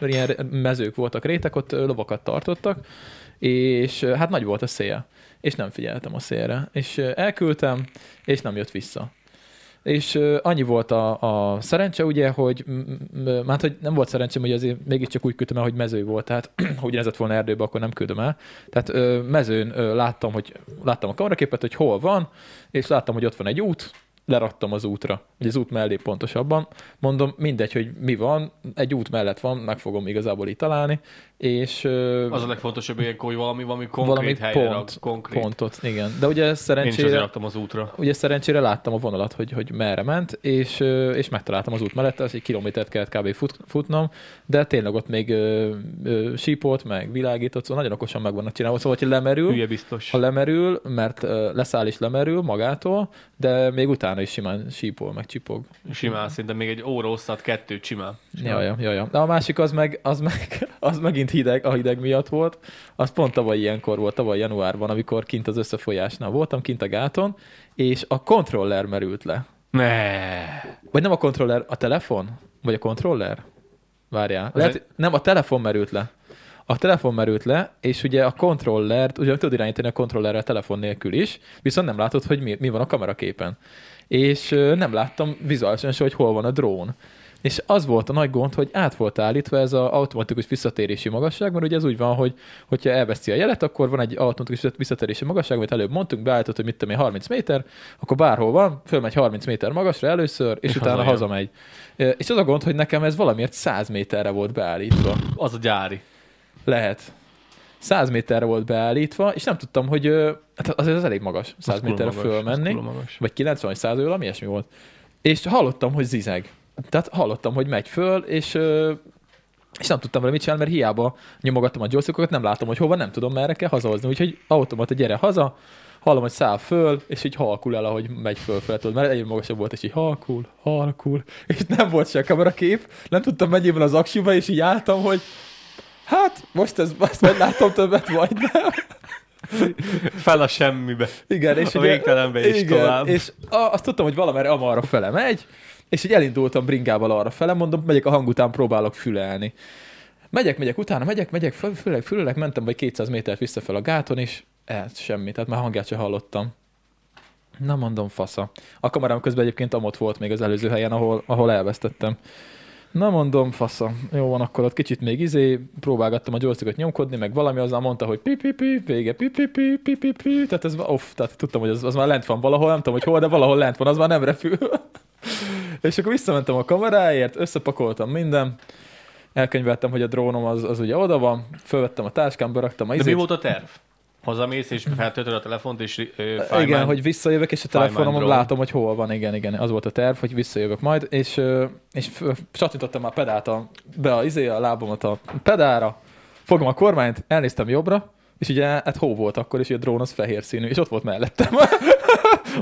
ilyen mezők voltak, rétek, ott ö, lovakat tartottak, és ö, hát nagy volt a szél, és nem figyeltem a szélre. És ö, elküldtem, és nem jött vissza. És ö, annyi volt a, a szerencse, ugye, hogy m- m- m- hát, hogy nem volt szerencsém, hogy azért mégiscsak úgy küldtem el, hogy mező volt, tehát ha ugyanez lett volna erdőbe, akkor nem küldöm el. Tehát ö, mezőn ö, láttam, hogy láttam a kameraképet, hogy hol van, és láttam, hogy ott van egy út, leraktam az útra, vagy az út mellé pontosabban. Mondom, mindegy, hogy mi van, egy út mellett van, meg fogom igazából itt találni, és ö,
Az a legfontosabb ilyenkor, hogy valami, valami konkrét
Valami
valami helyre
pont,
rak, konkrét. Pont.
pontot, igen. De ugye
Én is azért
szerencsére,
raktam az útra.
ugye szerencsére láttam a vonalat, hogy, hogy merre ment, és, ö, és megtaláltam az út mellett, az egy kilométert kellett kb. Fut, futnom, de tényleg ott még ö, ö, sípolt, meg világított, szóval nagyon okosan meg vannak csinálva, szóval, hogy lemerül,
Hülye biztos.
ha lemerül, mert ö, leszáll és lemerül magától, de még utána is simán sípol, meg csipog.
Simán, szinte még egy óra hosszat, kettőt simán.
Ja, ja, ja, ja. De a másik az meg, az meg, az megint hideg, a hideg miatt volt. Az pont tavaly ilyenkor volt, tavaly januárban, amikor kint az összefolyásnál voltam, kint a gáton, és a kontroller merült le.
Ne.
Vagy nem a kontroller, a telefon? Vagy a kontroller? Várjál.
Az
Lehet,
egy-
Nem, a telefon merült le. A telefon merült le, és ugye a kontrollert, ugye tudod irányítani a kontrollerre a telefon nélkül is, viszont nem látod, hogy mi, mi van a kameraképen. És ö, nem láttam vizuálisan se, hogy hol van a drón. És az volt a nagy gond, hogy át volt állítva ez az automatikus visszatérési magasság, mert ugye ez úgy van, hogy hogyha elveszi a jelet, akkor van egy automatikus visszatérési magasság, amit előbb mondtunk, beállított, hogy mit tudom én, 30 méter, akkor bárhol van, fölmegy 30 méter magasra először, és, és
És
utána
hazajön.
hazamegy. Ö, És az a gond, hogy nekem ez valamiért 100 méterre volt beállítva.
Az a gyári.
Lehet. 100 méterre volt beállítva, és nem tudtam, hogy ö, hát azért az elég magas, 100
Az
méterre
kurva magas, az
fölmenni,
kurva magas.
vagy 90 vagy 100 valami ilyesmi volt. És hallottam, hogy zizeg. Tehát hallottam, hogy megy föl, és, ö, és nem tudtam vele mit csinálni, mert hiába nyomogattam a joystickokat, nem látom, hogy hova, nem tudom merre kell hazahozni. Úgyhogy automata gyere haza, hallom, hogy száll föl, és így halkul el, ahogy megy föl, fel, tudod, mert egyre magasabb volt, és így halkul, halkul, és nem volt se a kamerakép, nem tudtam mennyi van az aksiba, és így álltam, hogy hát most ez, ezt vagy látom többet, vagy nem.
Fel a semmibe.
Igen, és
A
ugye-
végtelenbe is tovább.
És a, azt tudtam, hogy valamerre amarra fele megy, és így elindultam bringával arra fele, mondom, megyek a hang után, próbálok fülelni. Megyek, megyek utána, megyek, megyek, föl, fülelek, fülelek, mentem vagy 200 métert visszafel a gáton, és hát semmi, tehát már hangját se hallottam. Na mondom, fasza. A kamerám közben egyébként amott volt még az előző helyen, ahol, ahol elvesztettem. Na mondom, fasza. Jó van, akkor ott kicsit még izé, próbálgattam a joystickot nyomkodni, meg valami azzal mondta, hogy pi pi pi, vége pi pi pi pi pi pi, tehát ez off, tehát tudtam, hogy az, az már lent van valahol, nem tudom, hogy hol, de valahol lent van, az már nem repül. És akkor visszamentem a kameráért, összepakoltam minden, elkönyveltem, hogy a drónom az, az ugye oda van, fölvettem a táskám, beraktam a
De mi
izét.
volt a terv? Hazamész és feltöltöd a telefont és ö,
Ö, Igen,
Feynman-
hogy visszajövök, és a
Feynman
telefonomon
drone.
látom, hogy hol van, igen, igen, az volt a terv, hogy visszajövök majd, és, ö, és f- csatítottam már pedált a, be a, izé, a lábamat a pedára, fogom a kormányt, elnéztem jobbra, és ugye hát hó volt akkor, és ugye a drón az fehér színű, és ott volt mellettem.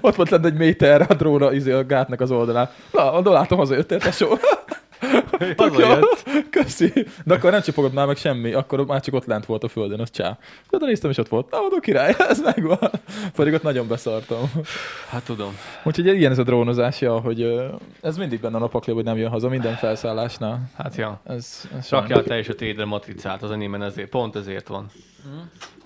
ott volt lent egy méterre a dróna izé, a gátnak az oldalán. Na, mondom, látom, hazajöttél, tesó. Tök jó.
Hazajött.
Köszi. De akkor nem csipogott már meg semmi, akkor már csak ott lent volt a földön, az csá. Oda néztem, és ott volt. Na, mondom, király, ez megvan. Pedig ott nagyon beszartam.
Hát tudom.
Úgyhogy ilyen ez a drónozás, ja, hogy ö, ez mindig benne a napakléb, hogy nem jön haza minden felszállásnál.
Hát ja.
Ez, ez
Rakjál
sajnos.
te is a tédre matricát, az enyémben ezért, pont ezért van.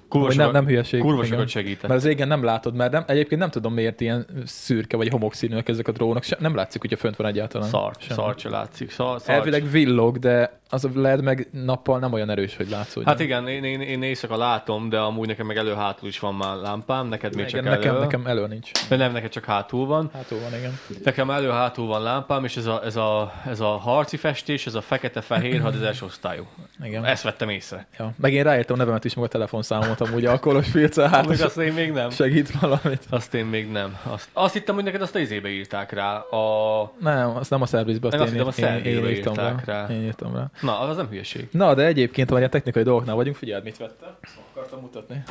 Kurva
Hogy nem,
sokat-
nem hülyeség.
Kurva
igen.
sokat segített.
Mert az égen nem látod, mert nem, egyébként nem tudom miért ilyen szürke vagy homokszínűek ezek a drónok. Se, nem látszik, hogyha fönt van egyáltalán.
Szar,
Semmi.
szar se látszik. Szar, szar
Elvileg villog, de az a LED meg nappal nem olyan erős, hogy látszódjon.
Hát igen, én, én, én éjszaka látom, de amúgy nekem meg elő-hátul is van már lámpám, neked még
igen,
csak
nekem,
elő.
nekem elő nincs.
De nem, neked csak hátul van.
Hátul van, igen.
Nekem elő-hátul van lámpám, és ez a, ez a, ez a harci festés, ez a fekete-fehér hadezes osztályú.
igen.
Ezt vettem észre.
Ja. Meg én ráírtam a nevemet is, meg a telefonszámot amúgy a kolos filccel,
Hát
hát
még azt én még nem.
segít valamit.
Azt én még nem. Azt, azt hittem, hogy neked azt a izébe írták rá. A...
Nem, azt nem a szervizbe, azt,
Én azt
én,
hittem, a
én, én,
szervizbe
írtam rá.
írták rá.
Én írtam rá.
Na, az nem hülyeség.
Na, de egyébként, ha már ilyen technikai dolgoknál vagyunk, figyeld, mit vettem. Akartam mutatni.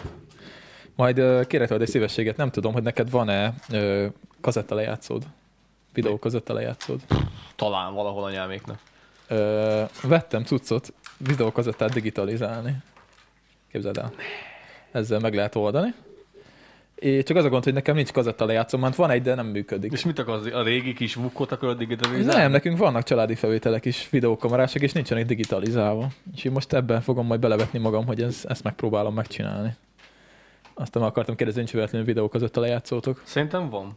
Majd ö, kérek tőled egy szívességet, nem tudom, hogy neked van-e ö, kazettalejátszód, videó kazettalejátszód.
Talán valahol anyáméknak.
Ö, vettem cuccot videókazettát digitalizálni. Képzeld el. Ezzel meg lehet oldani. É, csak az a gond, hogy nekem nincs kazettalejátszó, mert van egy, de nem működik.
És mit akarsz, a régi kis vukkot akarod digitalizálni?
Nem, nekünk vannak családi felvételek is, videókamerások, és nincsenek digitalizálva. És én most ebben fogom majd belevetni magam, hogy ez, ezt megpróbálom megcsinálni. Aztán már akartam kérdezni, nincs véletlenül videó között a lejátszótok.
Szerintem van.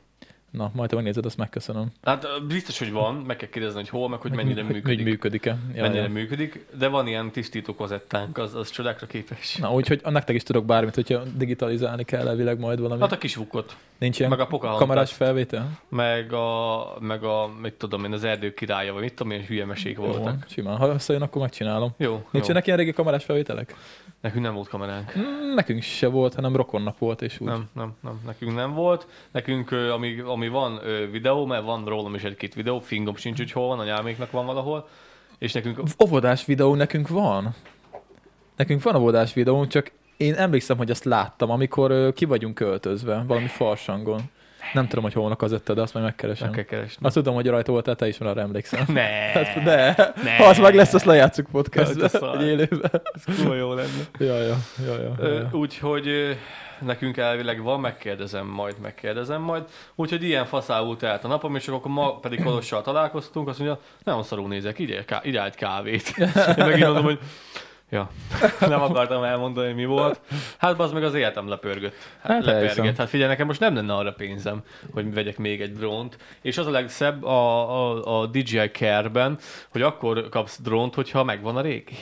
Na, majd ha megnézed, azt megköszönöm.
Hát ö, biztos, hogy van, meg kell kérdezni, hogy hol, meg hogy mennyire
Hogy
működik.
működik-e. Ja,
mennyire
ja.
működik, de van ilyen tisztító kazettánk, az, az csodákra képes.
Na, úgyhogy nektek is tudok bármit, hogyha digitalizálni kell elvileg majd valami.
Hát a kis vukot,
Nincs ilyen
meg a Pocahontas.
kamerás felvétel?
meg a, meg a, mit tudom én, az erdő királya, vagy mit tudom én, hülye mesék
Jó
voltak.
van, simán. Ha összejön, akkor megcsinálom.
Jó, jó.
Nincsenek ilyen régi kamerás felvételek?
Nekünk nem volt kameránk.
Mm, Nekünk se volt, hanem rokonnap volt, és úgy.
Nem, nem, nem, nekünk nem volt. Nekünk, ö, ami, ami van ö, videó, mert van rólam is egy-két videó, fingom sincs, hogy hol van, anyáméknak van valahol, és nekünk
Óvodás videó nekünk van. Nekünk van óvodás videónk, csak én emlékszem, hogy azt láttam, amikor ö, ki vagyunk költözve, valami farsangon. Nem tudom, hogy hol van a kazetta, de azt majd megkeresem.
meg kell
Okay.
keresni.
Azt tudom, hogy rajta voltál, te is már arra emlékszel.
Ne!
Hát, de,
Ne.
ha az meg lesz, azt lejátszuk
Jaj, de
podcastbe,
szar.
egy élőben.
Ez kurva jó lenne.
Ja, ja, ja, ja, ja,
Ö,
ja.
Úgyhogy ö, nekünk elvileg van, megkérdezem majd, megkérdezem majd. Úgyhogy ilyen faszául telt a napom, és akkor ma pedig Kolossal találkoztunk, azt mondja, nem szarul nézek, így, egy ká- így állt kávét. Én megint mondom, hogy ja, nem akartam elmondani, mi volt. Hát az meg az életem lepörgött.
Hát
Hát,
elhiszem.
lepergett. Hát figyelj, nekem most nem lenne arra pénzem, hogy vegyek még egy drónt. És az a legszebb a, a, a DJI Care-ben, hogy akkor kapsz drónt, hogyha megvan a régi.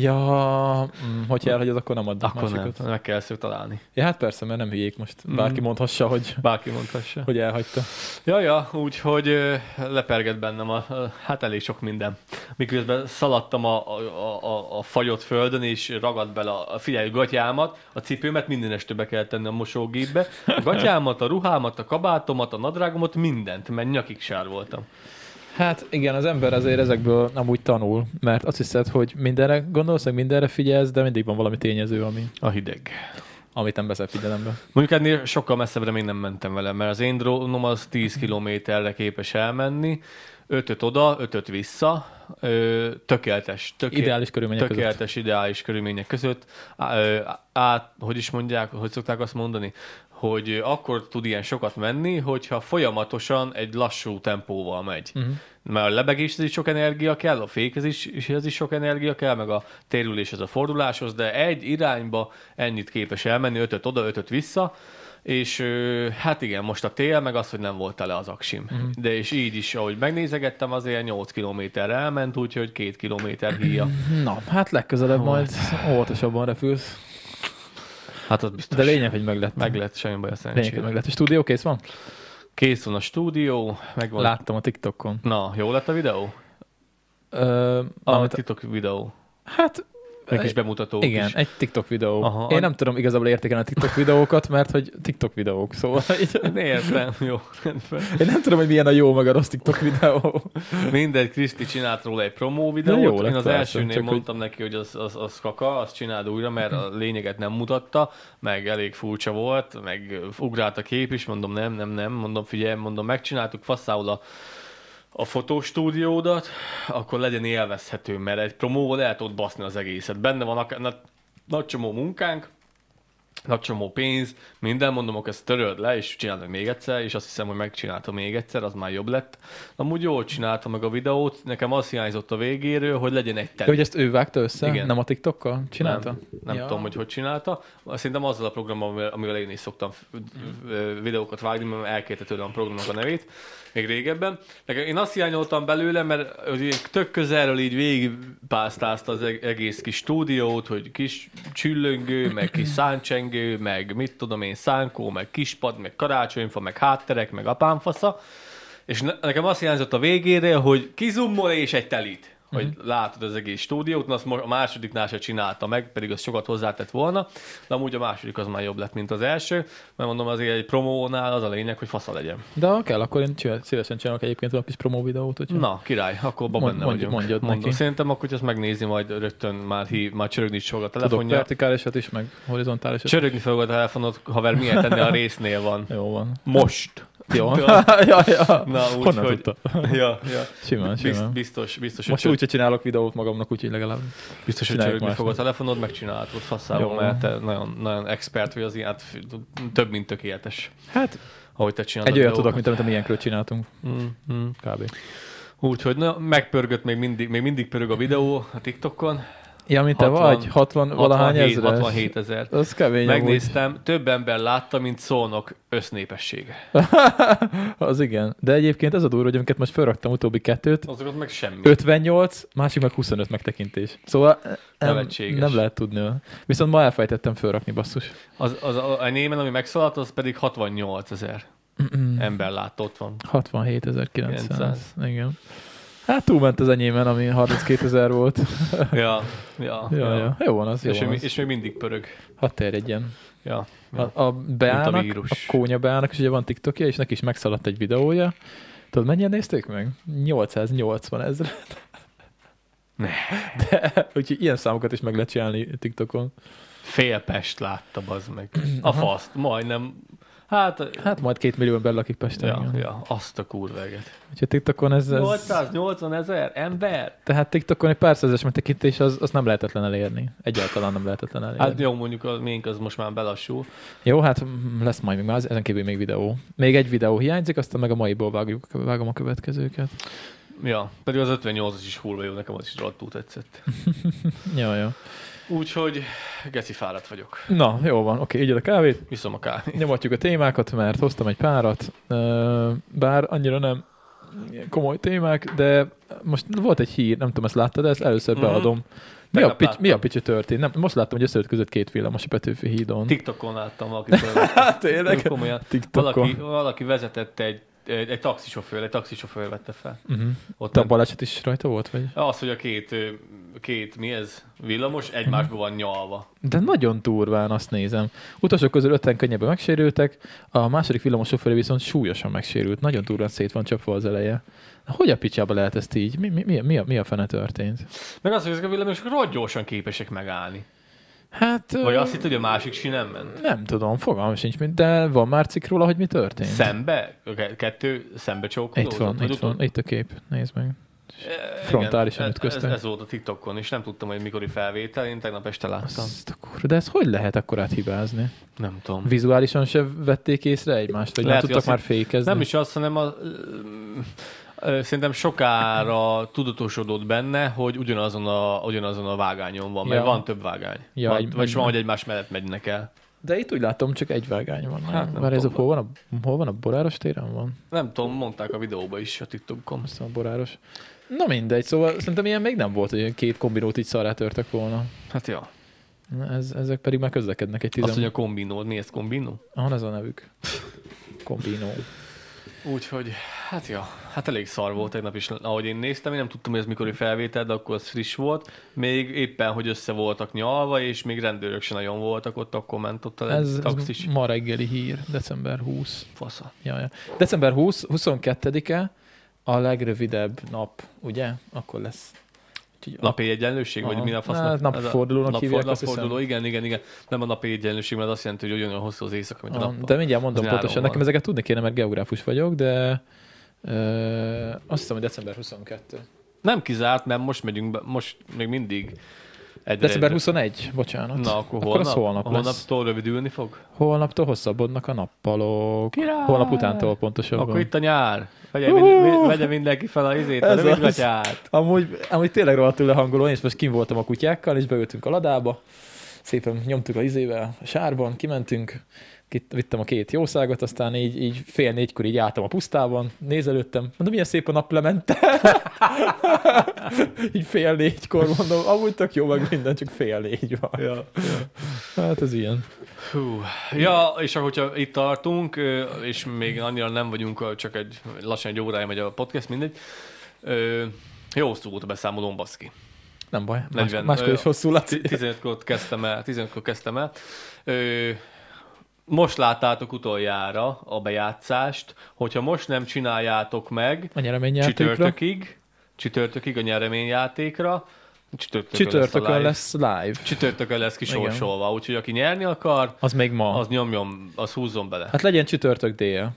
Ja, mm, hogyha elhagyod, akkor nem Mm. adnak
Akkor nem,
másikat.
meg kell ezt találni.
Ja, hát persze, mert nem hülyék most. Bárki mondhassa, hogy,
Bárki mondhassa.
hogy elhagyta.
Ja, ja, úgyhogy ö, lepergett bennem a, a, hát elég sok minden. Miközben szaladtam a, a, a- a, a fagyott földön, és ragadt bele a, a figyelj, gatyámat, a cipőmet minden este be kell tenni a mosógépbe, a gatyámat, a ruhámat, a kabátomat, a nadrágomat, mindent, mert nyakig sár voltam.
Hát igen, az ember azért ezekből nem úgy tanul, mert azt hiszed, hogy mindenre gondolsz, meg mindenre figyelsz, de mindig van valami tényező, ami,
A hideg.
amit nem veszel figyelembe.
Mondjuk ennél sokkal messzebbre még nem mentem vele, mert az én drónom az 10 kilométerre képes elmenni, ötöt oda, ötöt vissza, ö, tökéletes, tökéletes.
Ideális körülmények között.
tökéletes, ideális körülmények között. Á, ö, Át, hogy is mondják, hogy szokták azt mondani, hogy ö, akkor tud ilyen sokat menni, hogyha folyamatosan egy lassú tempóval megy.
Mhm.
Uh-huh. Mert a lebegéshez is sok energia kell, a fékezéshez is sok energia kell, meg a térüléshez, a forduláshoz, de egy irányba ennyit képes elmenni, ötöt oda, ötöt vissza, és ö, hát igen, most a tél, meg az, hogy nem volt tele az aksim.
Mhm.
Uh-huh. De és így is, ahogy megnézegettem, azért 8 kilométerre elment, úgyhogy 2 kilométer híja.
Na, hát legközelebb majd óvatosabban repülsz.
Hát az biztos.
De lényeg, hogy meg lett.
Meg lett, semmi baj a
Lényeg, hogy meg
szerencsére.
lett. A stúdió kész van?
Kész van a stúdió, meg van.
Láttam a TikTokon.
Na, jó lett a videó?
Ö,
Ah, a
amit,
titok videó.
hát
Egy kis bemutató
igen,
is.
egy TikTok videó.
Aha,
Én
a-
nem tudom igazából értékelni a TikTok videókat, mert hogy TikTok videók, szóval így,
Értem, jó. rendben.
én nem tudom, hogy milyen a jó meg a rossz TikTok videó.
Mindegy, Kriszti csinált róla egy promó videót.
Na jó
Én
lett,
az
persze,
elsőnél
csak hogy-
mondtam neki, hogy az, az, az kaka, azt csináld újra, mert a lényeget nem mutatta, meg elég furcsa volt, meg ugrált a kép is, mondom nem, nem, nem, mondom figyelj, mondom megcsináltuk faszául a a fotostúdiódat, akkor legyen élvezhető, mert egy promóval el tudod baszni az egészet. Benne van akár, na, nagy csomó munkánk, napcsomó pénz, minden, mondom, akkor ezt töröld le, és csináld még egyszer, és azt hiszem, hogy megcsináltam még egyszer, az már jobb lett. Amúgy jól csináltam meg a videót, nekem az hiányzott a végéről, hogy legyen egy
De
tett.
hogy ezt ő vágta össze?
Igen.
Nem a TikTokkal csinálta?
Nem, nem
ja.
tudom, hogy hogy csinálta. Szerintem azzal a programmal, amivel- amivel én is szoktam f- ö, videókat vágni, mert elkérte tőlem a programnak a nevét, még régebben. Nekem én azt hiányoltam belőle, mert az ilyen tök közelről így végigpásztázta az eg- egész kis stúdiót, hogy kis csüllöngő, meg kis száncsengő, meg mit tudom én, szánkó, meg kispad, meg karácsonyfa, meg hátterek, meg apámfasza. És ne, nekem azt hiányzott a végére, hogy kizummol és egy telít. Hogy
Mhm.
mm-hmm. látod az egész stúdiót, na azt mo- a másodiknál se csinálta meg, pedig az sokat hozzátett volna, de amúgy a második az már jobb lett, mint az első, mert mondom azért egy promónál az a lényeg, hogy fasza legyen.
De ha kell, akkor én csinál- szívesen csinálok egyébként olyan kis promó videót, hogyha...
Na, király, akkor abban
Mond-
benne
mondj-
vagyunk.
mondjad
Mondom,
neki.
Szerintem akkor, hogy ezt megnézi, majd rögtön már, hív, már csörögni is fog a
Tudok
telefonja.
vertikálisat is, meg horizontálisat.
Csörögni fog a telefonot, haver, milyen tenni a résznél van.
Jó van.
Most.
Jó.
Ja.
ja, ja.
Na, úgy,
Honnan
hogy...
tudta?
Ja, ja.
Simán,
Biz-
simán.
Biztos, biztos,
Most
hogy
úgy, hogy csinálok videót magamnak, úgyhogy legalább.
Biztos, hogy
Csináljuk
csörögni
másnak.
fog a telefonod, megcsinálhatod faszából,
Jó.
mert te nagyon, nagyon expert vagy az ilyen, hát f- több, mint tökéletes,
Hát,
ahogy te csinálod.
egy olyat tudok, mint amit ilyenkről csináltunk.
Mm, mm.
Kb.
Úgyhogy na, megpörgött még mindig, még mindig pörög a videó a TikTokon.
Ja, mint te
60
vagy? 60 valahány
67
ezres?
67 ezer.
Az kemény amúgy.
Megnéztem, több ember látta, mint szónok össznépessége.
Az igen. De egyébként ez a durva, hogy amiket most felraktam utóbbi kettőt,
Azokat meg semmi.
58, másik meg 25 megtekintés. Szóval eh, nem,
Nevetséges.
nem lehet tudni. Viszont ma elfejtettem fölrakni, basszus.
Az, az, a, a némen, ami megszólalt, az pedig 68 ezer ember látta, ott van.
67900. Igen. Hát túlment az enyémen, ami 32 ezer volt.
Ja, ja,
Ja, ja. Jó van az, jó
És,
van Hát az.
még- és még mindig pörög.
Hadd terjedjen.
Ja, ja.
A, a beállnak,
Mint
a,
a vírus.
kónya beállnak, és ugye van TikTokja, és neki is megszaladt egy videója. Tudod, mennyien nézték meg? 880 ezer.
Ne.
De, úgyhogy ilyen számokat is meg lehet csinálni TikTokon.
Fél Pest látta, az meg. A faszt, majdnem. Hát,
Hát majd két millió ember lakik Pesten.
ja,
Ja, ja.
ja, azt a kurveget.
Úgyhogy TikTokon ez, ez
880 ezer ember?
tehát TikTokon egy pár százes megtekintés, az, az nem lehetetlen elérni. Egyáltalán nem lehetetlen elérni.
Hát jó, mondjuk a miénk az most már belassul.
Jó, hát mm, lesz majd még más, ezen kívül még videó. Még egy videó hiányzik, aztán meg a maiból vágjuk, vágom a következőket.
Ja, pedig az 58-as is kurva jó, nekem az is rohadtul tetszett.
Jó, jó.
Úgyhogy geci fáradt vagyok.
Na, jó van, oké, így a kávét.
Viszom a kávét.
Nyomatjuk a témákat, mert hoztam egy párat, ö, bár annyira nem komoly témák, de most volt egy hír, nem tudom, ezt láttad, de ezt először
Mhm.
beadom. Mi a,
Tegnap
pics,
láttam.
mi a picsi történt? Nem, most láttam, hogy összeütközött két villamos a Petőfi hídon.
TikTokon láttam valakit. Hát
tényleg?
Komolyan.
TikTokon.
Valaki, valaki vezetett egy, egy, egy taxisofőr, egy taxisofőr vette fel.
Uh-huh.
Ott
Te a
ment-
baleset is rajta volt, vagy?
Az, hogy a két, ö, két mi ez, villamos egymásba van nyalva.
De nagyon durván azt nézem. Utasok közül öten könnyebben megsérültek, a második villamos sofőre viszont súlyosan megsérült. Nagyon durván szét van csapva az eleje. Hogy a picsába lehet ezt így? Mi, mi, mi, a- mi, a, mi a fene történt?
Meg az, hogy ezek a villamosok rohadt gyorsan képesek megállni.
Hát... ö,
Vagy azt hitt, hogy a másik sí nem ment.
Nem tudom, fogalmam sincs, mint, de van már cikk róla, hogy mi történt.
Szembe? Ke- Kettő szembe csókolózott?
Itt van,
vagy
itt van,
utott?
itt a kép, nézd meg.
E,
frontálisan
igen, ez,
ütköztek.
ez, volt a TikTokon, és nem tudtam, hogy mikori felvétel, én tegnap este láttam.
Azt a kurva, de ez hogy lehet akkor áthibázni?
Nem tudom.
Vizuálisan se vették észre egymást, vagy
Hm. Lehet,
nem
hogy
tudtak már
azt
fékezni?
Nem is azt, hanem a, ö, ö, szerintem sokára tudatosodott benne, hogy ugyanazon a, ugyanazon a vágányon van, mert
Ja.
van több vágány.
Ja,
Ja, van,
egy-
vagy van, hogy egymás mellett megynek el.
De itt úgy látom, csak egy vágány van.
Hát
Hát,
nem
Már ez a,
tudom.
hol van a, hol van a boráros téren van?
Nem tudom, mondták a videóba is a TikTokon.
Azt hiszem a boráros. Na mindegy, szóval szerintem ilyen még nem volt, hogy ilyen két kombinót így szarrá törtek volna.
Hát ja.
Ez, ezek pedig már közlekednek egy
Azt,
tizen...
hogy a kombinó, mi ez kombinó?
Ahon ez a nevük. Kombinó.
Úgyhogy, hát ja, hát elég szar volt tegnap is, ahogy én néztem, én nem tudtam, hogy ez mikori felvétel, de akkor az friss volt. Még éppen, hogy össze voltak nyalva, és még rendőrök se nagyon voltak ott, akkor ment ott a
Ez, ez
taxis.
ma reggeli hír, december 20.
Fasza.
Ja, ja. December 20, 22-e a legrövidebb nap, ugye? Akkor lesz. Úgyhogy a,
Napi egyenlőség, vagy
Aha.
mi a
Hát
fasznak?
napfordulónak
napfor-
hívják, azt
Napforduló, igen, igen, igen. Nem a napi egyenlőség, mert azt jelenti, hogy olyan hosszú az éjszaka, mint a
a,
nappal.
de mindjárt mondom
Az
pontosan,
nyáron
nekem
van.
ezeket tudni kéne, mert geográfus vagyok, de ö, azt hiszem, hogy december 22.
Nem kizárt, mert most megyünk be, most még mindig Egyre,
December
egyre.
21, bocsánat.
Na, akkor,
akkor az
holnap,
holnap lesz.
holnaptól rövidülni fog?
Holnaptól hosszabbodnak a nappalok.
Király!
Holnap utántól pontosabban.
Akkor itt a nyár. Vegye,
Juhú!
mind, vegye mindenki fel a izét, a
Ez az.
rövidgatyát.
Amúgy, amúgy tényleg rohadtul lehangoló, én is most kim voltam a kutyákkal, és beültünk a ladába, szépen nyomtuk a izével, a sárban, kimentünk, kit, vittem a két jószágot, aztán így, így fél négykor így álltam a pusztában, nézelődtem, mondom, milyen szép a naplemente. így fél négykor mondom, amúgy tök jó meg minden, csak fél négy van.
Ja.
Hát ez ilyen.
Hú. Ja, és akkor, hogyha itt tartunk, ö, és még annyira nem vagyunk, csak egy lassan egy órája megy a podcast, mindegy. Ö, Jó hosszú volt a beszámolón, baszki.
Nem baj, más,
40,
máskor
ö,
is hosszú Laci.
15-kor kezdtem el. 15-kor kezdtem el. Ö, most láttátok utoljára a bejátszást, hogyha most nem csináljátok meg,
A nyereményjátékra.
csütörtökig, csütörtökig a nyereményjátékra, csütörtökön,
Csütörtökön
lesz.
lesz live.
a live. Csütörtökön lesz kisorsolva, úgyhogy aki nyerni akar,
Az még ma.
az nyomjon, az húzzon bele.
Hát legyen csütörtök dél.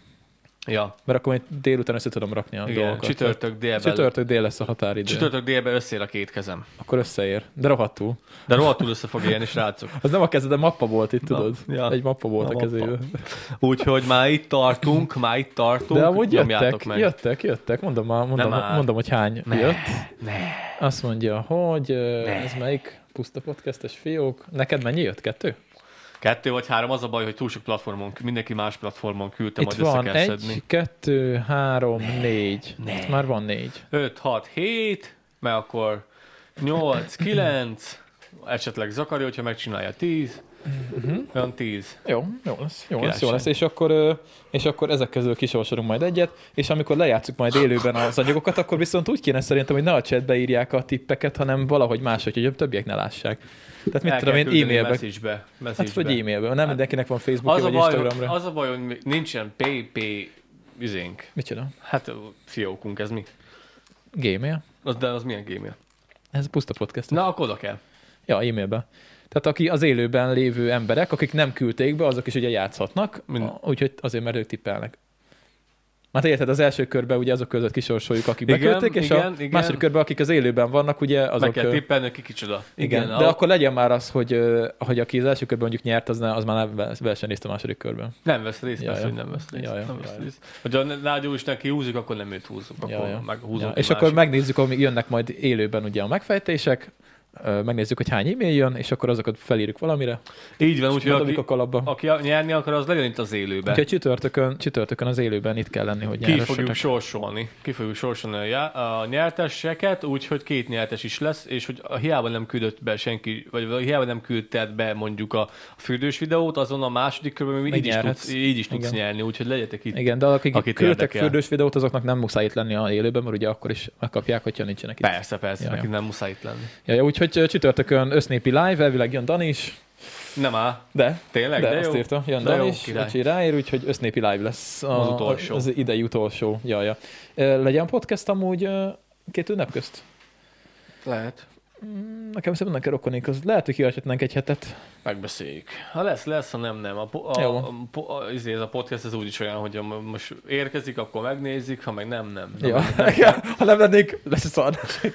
Ja,
Mert akkor én délután össze tudom rakni a
igen,
dolgokat.
csütörtök délben. Csütörtök.
Csütörtök dél lesz a határidő. Csütört...
Csütörtök délben összér a két kezem.
Akkor összeér. De rohadtul.
De rohadtul össze fog élni, srácok.
Az nem a kezed, de mappa volt itt, tudod?
ja.
Egy mappa volt
A
a,
mappa.
kezében.
Úgyhogy már itt tartunk, már itt tartunk.
De amúgy
nyomjátok
jöttek, jöttek, jöttek. Mondom, már, mondom,
Nem áll.
mondom hogy hány ne. jött.
Ne.
Azt mondja, hogy ne. ez melyik puszta podcastes fiók. Neked mennyi jött? Kettő?
Kettő vagy három, az a baj, hogy túl sok platformon, mindenki más platformon küldte,
itt
majd össze
van
kell
egy,
szedni.
kettő, három, négy.
Ne.
Itt már van négy.
5, 6, 7, mert akkor 8, 9, esetleg Zakari, hogyha megcsinálja 10,
Mhm.
olyan 10.
Jó, jó lesz, jó lesz, jó
Királyság.
lesz. És akkor, ö, és akkor ezek közül kisorsolunk majd egyet, és amikor lejátszuk majd élőben az anyagokat, akkor viszont úgy kéne szerintem, hogy ne a chatbe írják a tippeket, hanem valahogy máshogy, hogy a többiek ne lássák. Tehát mit
El
tudom
kell
én,
küldeni
e-mailbe.
Message-be.
Hát
message-be.
vagy e-mailbe. Nem mindenkinek van
az,
Facebookja
a
vagy
baj, hogy,
Instagramra.
az a baj, hogy mi- nincsen PP izénk.
Mit csinál?
Hát ö, fiókunk, ez mi?
Gmail?
Az, de az milyen gmail?
Ez puszta podcast.
Na, akkor oda kell.
Ja, e-mailbe. Tehát aki az élőben lévő emberek, akik nem küldték be, azok is ugye játszhatnak,
Mind-
a- úgyhogy azért, mert ők tippelnek. Már érted, az első körben ugye azok között kisorsoljuk, akik
Igen,
beküldték, és a
igen, igen.
második körben, akik az élőben vannak, ugye
Azok
azok...
Meg kell
ö,
tippelni, hogy ki kicsoda.
igen, de
a-
akkor legyen már az, hogy, ö, hogy aki az első körben mondjuk nyert, az, ne, az már ne versenyészt a második körben.
Nem vesz részt,
Ja,
persze,
ja.
hogy nem vesz részt.
Ja, ja,
nem
ja,
vesz
ja.
részt. Hogyha a Nágyó is neki húzik, akkor nem őt húzzuk, akkor
Ja, ja.
meg
Ja,
húzunk
és akkor megnézzük, amíg jönnek majd élőben ugye a megfejtések, ö, megnézzük, hogy hány e-mail jön, és akkor azokat felírjuk valamire,
Így van,
és
úgyhogy
bedobjuk a
aki,
kalapba.
aki nyerni akar, az legyen itt az élőben.
Úgyhogy csütörtökön, csütörtökön az élőben itt kell lenni, hogy
Ki
nyárosodnak.
fogjuk sorsolni. Ki fogjuk sorsolni a, já- a nyerteseket, úgyhogy két nyertes is lesz, és hogy a hiába nem küldött be senki, vagy a hiába nem küldted be mondjuk a fürdős videót, azon a második körben még így is,
Megnyerhetsz.
tudsz, így is tudsz
Igen.
nyerni, úgyhogy legyetek itt.
Igen, de akik
Akit
Akit küldtek
érdekel.
fürdős videót, azoknak nem muszáj itt lenni a élőben, mert ugye akkor is megkapják, hogyha nincsenek itt.
Persze, persze,
Ja,
ja,
ja.
neki nem muszáj itt lenni.
Ja, ja, úgyhogy ö, csütörtökön össznépi live, elvileg jön Dan is,
Nem áll.
de,
Tényleg,
de,
de, jó.
azt írta, jön
De
Dan
jó,
is,
király.
úgyhogy ráér, úgyhogy össznépi live lesz a,
Az utolsó.
az idei utolsó. Ja, ja. Ö, Legyen podcast amúgy ö, két ünnep közt?
Lehet.
Mm, Nekem szerintem kell rokonik, az lehet, hogy kihagyhatnánk egy hetet.
Megbeszéljük. Ha lesz, lesz, ha nem, nem. A, po- a,
Jó.
a, po- a, izé, ez a podcast ez úgyis olyan, hogy ha mo- most érkezik, akkor megnézik, ha meg nem, nem. nem.
Ja. ha nem lennénk, lesz szar.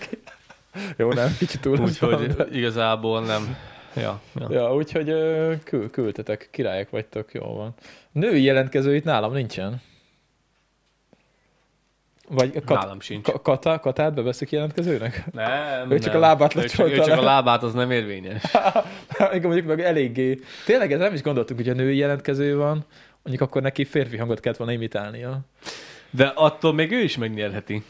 Jó, nem, kicsit túl.
Úgyhogy igazából nem. Ja, ja.
Ja, úgyhogy ö, kü- küldtetek, királyok vagytok, jól van. Női jelentkező itt nálam nincsen. Vagy kat-
Nálam sincs.
ka- kata, katát beveszük jelentkezőnek?
Nem,
Ő csak
nem.
a lábát
ő csak, ő
locsolta
csak a
le.
lábát, az nem érvényes.
Igen, Hát, mondjuk meg eléggé. Tényleg ez nem is gondoltuk, hogy a női jelentkező van, mondjuk akkor neki férfi hangot kellett volna imitálnia.
De attól még ő is megnyerheti.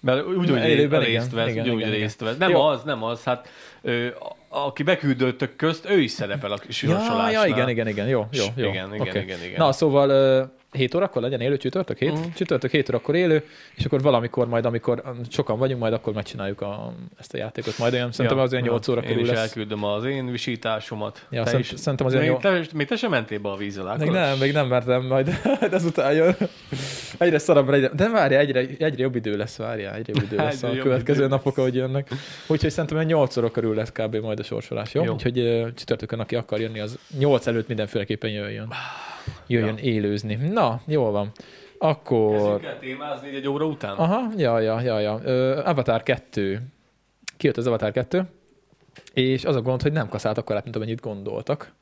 Mert úgy,
Na,
hogy
élőben
részt
igen,
vesz,
igen,
úgy, hogy
igen, igen.
részt vesz. Nem
Jó.
az, nem az. Hát ő, a- aki beküldöttök közt, ő is szerepel a
Ja,
sorsolásnál.
ja, igen, igen, igen, jó, jó,
S-
jó.
igen, igen,
Oké.
igen, igen.
Na, szóval ö, 7 órakor legyen élő csütörtök, 7?
Mhm.
Csütörtök 7 órakor élő, és akkor valamikor majd, amikor mm, sokan vagyunk, majd akkor megcsináljuk a, ezt a játékot. Majd olyan, szerintem az olyan 8 óra
én
körül
is
lesz.
elküldöm az én visításomat.
Ja,
Te
szerint-
is.
szerintem az olyan
még,
jó-
te, még te sem mentél be a víz alá.
Még
Kolos?
nem, még nem mertem, majd ezután jön. Egyre szarabbra, egyre, de várja, egyre, egyre jobb idő lesz, várja, egyre jobb idő lesz
Egyre
a
jobb
következő
idő.
napok, ahogy jönnek. Úgyhogy szerintem olyan 8 óra körül lesz kb. majd a sorsolás, jó?
Jó.
jó. Úgyhogy ö, csütörtökön, aki akar jönni, az 8 előtt mindenféleképpen jöjjön. Jöjjön ja. élőzni. Na, jól van.
Kezdjünk
Akkor...
el témázni így egy óra
Ah.
után.
Aha, ja, ja, ja, ja. Ö, Avatar 2. Kijött az Avatar 2. És az a gond, hogy nem kaszáltak korát, mint amennyit gondoltak.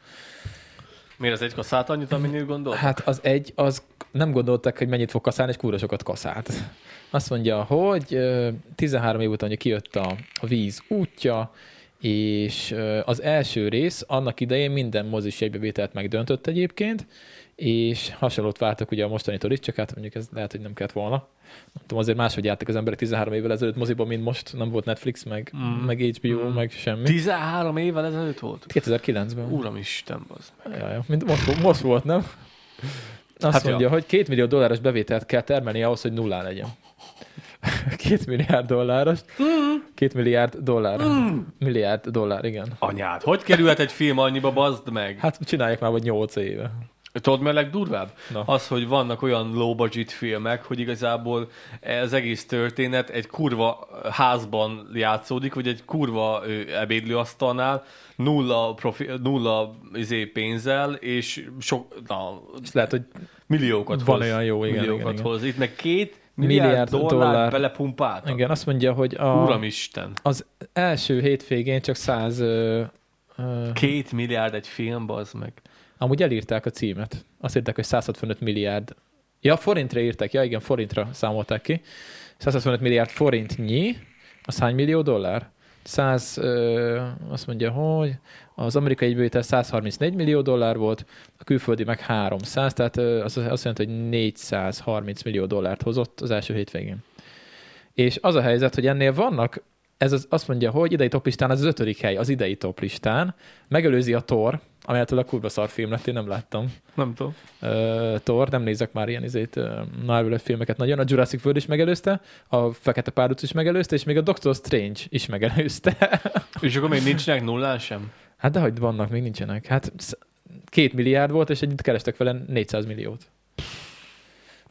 Miért az egy kasszát annyit, amennyit gondol?
Hát az egy, az nem gondoltak, hogy mennyit fog kaszálni, és kúra sokat kaszált. Azt mondja, hogy ö, 13 év után ugye kijött a a víz útja, és ö, az első rész annak idején minden mozis jegybevételt megdöntött egyébként, és hasonlót vártak ugye a mostanitól is, csak hát mondjuk ez lehet, hogy nem kellett volna. Nem tudom, azért máshogy jártak az emberek 13 évvel ezelőtt moziban, mint most, nem volt Netflix, meg, mm. meg HBO, mm. meg semmi.
13 évvel ezelőtt volt?
2009-ben.
Uramisten, az.
Jaj, jaj. Mint most, vo- most volt, nem? Azt
Hát
hát
ja.
mondja, hogy két millió dolláros bevételt kell termelni ahhoz, hogy nullá legyen. Két milliárd dolláros. Két milliárd dollár. Milliárd dollár, igen.
Anyád, hogy kerülhet egy film annyiba, bazd meg?
Hát csinálják már vagy nyolc éve.
Tudod, mi a legdurvább?
Na.
Az, hogy vannak olyan low budget filmek, hogy igazából az egész történet egy kurva házban játszódik, vagy egy kurva ö, ebédlőasztalnál, nulla, profi, nulla izé pénzzel, és sok, na,
És lehet, hogy
milliókat
Van
hoz.
olyan jó, igen,
milliókat
igen, igen.
hoz. Itt meg két milliárd,
Milliárd
milliárd dollár, dollár
dollár.
belepumpáltak. Igen.
igen, azt mondja, hogy a,
Uramisten,
az első hétvégén csak száz... Ö, ö,
két milliárd egy film, az meg.
amúgy elírták a címet. Azt írták, hogy 165 milliárd. Ja, forintra írták. Ja, igen, forintra számolták ki. 165 milliárd forintnyi. Az hány millió dollár? 100, ö, azt mondja, hogy az amerikai egybevétel 134 millió dollár volt, a külföldi meg 300, tehát ö, az azt jelenti, hogy 430 millió dollárt hozott az első hétvégén. És az a helyzet, hogy ennél vannak, ez az, azt mondja, hogy idei toplistán ez az ötödik hely, az idei toplistán, megelőzi a Thor, amelyetől a kurva szar film lett, én nem láttam
Nem tudom.
uh, Thor, nem nézek már ilyen izét, uh, marvel filmeket nagyon, a Jurassic World is megelőzte, a Fekete Párduc is megelőzte, és még a Doctor Strange is megelőzte.
És akkor még nincsenek nullán sem?
hát de hogy vannak, még nincsenek. Hát sz- két milliárd volt, és együtt kerestek vele 400 milliót.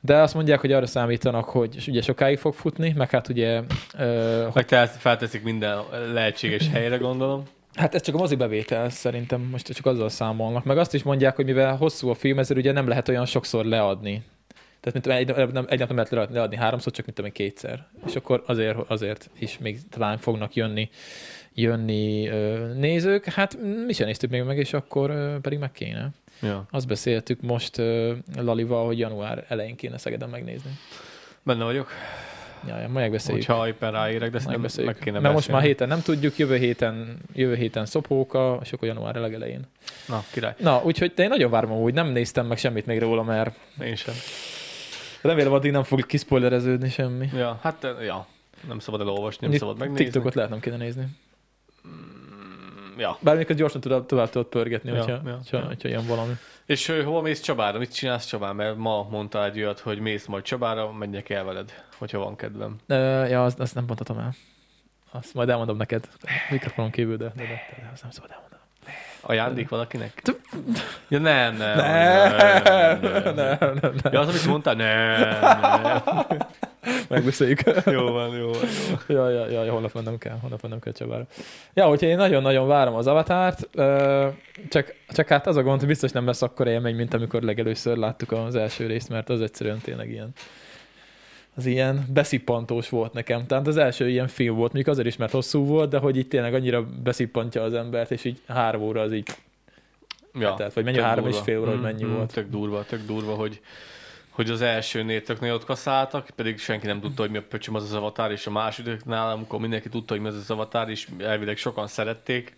De azt mondják, hogy arra számítanak, hogy ugye sokáig fog futni, meg hát ugye uh,
Meg te ezt felteszik minden lehetséges helyre, gondolom.
Hát ez csak a mozi bevétel szerintem, most csak azzal számolnak. Meg azt is mondják, hogy mivel hosszú a film, ezért ugye nem lehet olyan sokszor leadni. Tehát mint tudom, egy, nap- nem, egy nap nem lehet leadni- leadni háromszor, csak mint tudom, én, kétszer. És akkor azért, azért is még talán fognak jönni, jönni ö, nézők. Hát mm, mi sem néztük még meg, és akkor ö, pedig meg kéne.
Ja.
Azt beszéltük most ö, Lalival, hogy január elején kéne Szegeden megnézni. Jaj,
Benne vagyok,
jaj, majd megbeszéljük.
hogyha éppen ráérek, de ezt nem,
Megbeszéljük.
meg kéne
Mert most már
beszélni.
héten nem tudjuk, jövő héten, jövő héten szopóka, és akkor január legelején.
Na, király.
Na, úgyhogy de én nagyon várom amúgy, nem néztem meg semmit még róla, mert
Én sem.
remélem addig nem fog kiszpoilereződni semmi.
Ja, hát, eh, ja. Nem szabad elolvasni, nem
Mondjuk
szabad megnézni. Mm,
TikTokot lehet nem kéne nézni.
Ja.
Bármikor gyorsan tudod, tovább tudod pörgetni,
Ja,
ja, hogyha,
ja,
ja, hogyha,
ja.
ja. hogyha jön valami.
És ö, hova mész Csabára? Mit csinálsz Csabán? Mert ma mondtál egy olyat, hogy mész majd Csabára, menjek el veled, hogyha van kedvem.
Uh, ja, azt, azt nem mondhatom el. Azt majd elmondom neked mikrofonon kívül, de, de, de, de azt nem szabad elmondanom.
Ajándék valakinek? Ja, nem, nem. nem, nem, nem.
Ne, ne, ne.
Ja, az, amit mondtál? Nem, nem.
Megbeszéljük.
Jó van, jó van. jó van.
Ja, ja, ja, ja, holnap mennem kell, holnap mennem kell Csabára. Ja, úgyhogy én nagyon-nagyon várom az avatárt, ö, csak, csak hát az a gond, hogy biztos nem lesz akkora élmény, mint amikor legelőször láttuk az első részt, mert az egyszerűen tényleg ilyen az ilyen beszippantós volt nekem. Tehát az első ilyen film volt, mondjuk azért is, mert hosszú volt, de hogy itt tényleg annyira beszippantja az embert, és így három óra az így,
Ja.
Hát tehát vagy mennyi
Tök
három és
durva. Mm,
fél óra, hogy mennyi volt.
Tök durva, tök durva, hogy, hogy az elsőnél tök nagyon ott kaszáltak, pedig senki nem tudta, hogy mi a pöcsöm az az avatár, és a másodiknál, amikor mindenki tudta, hogy mi az az avatár, és elvileg sokan szerették.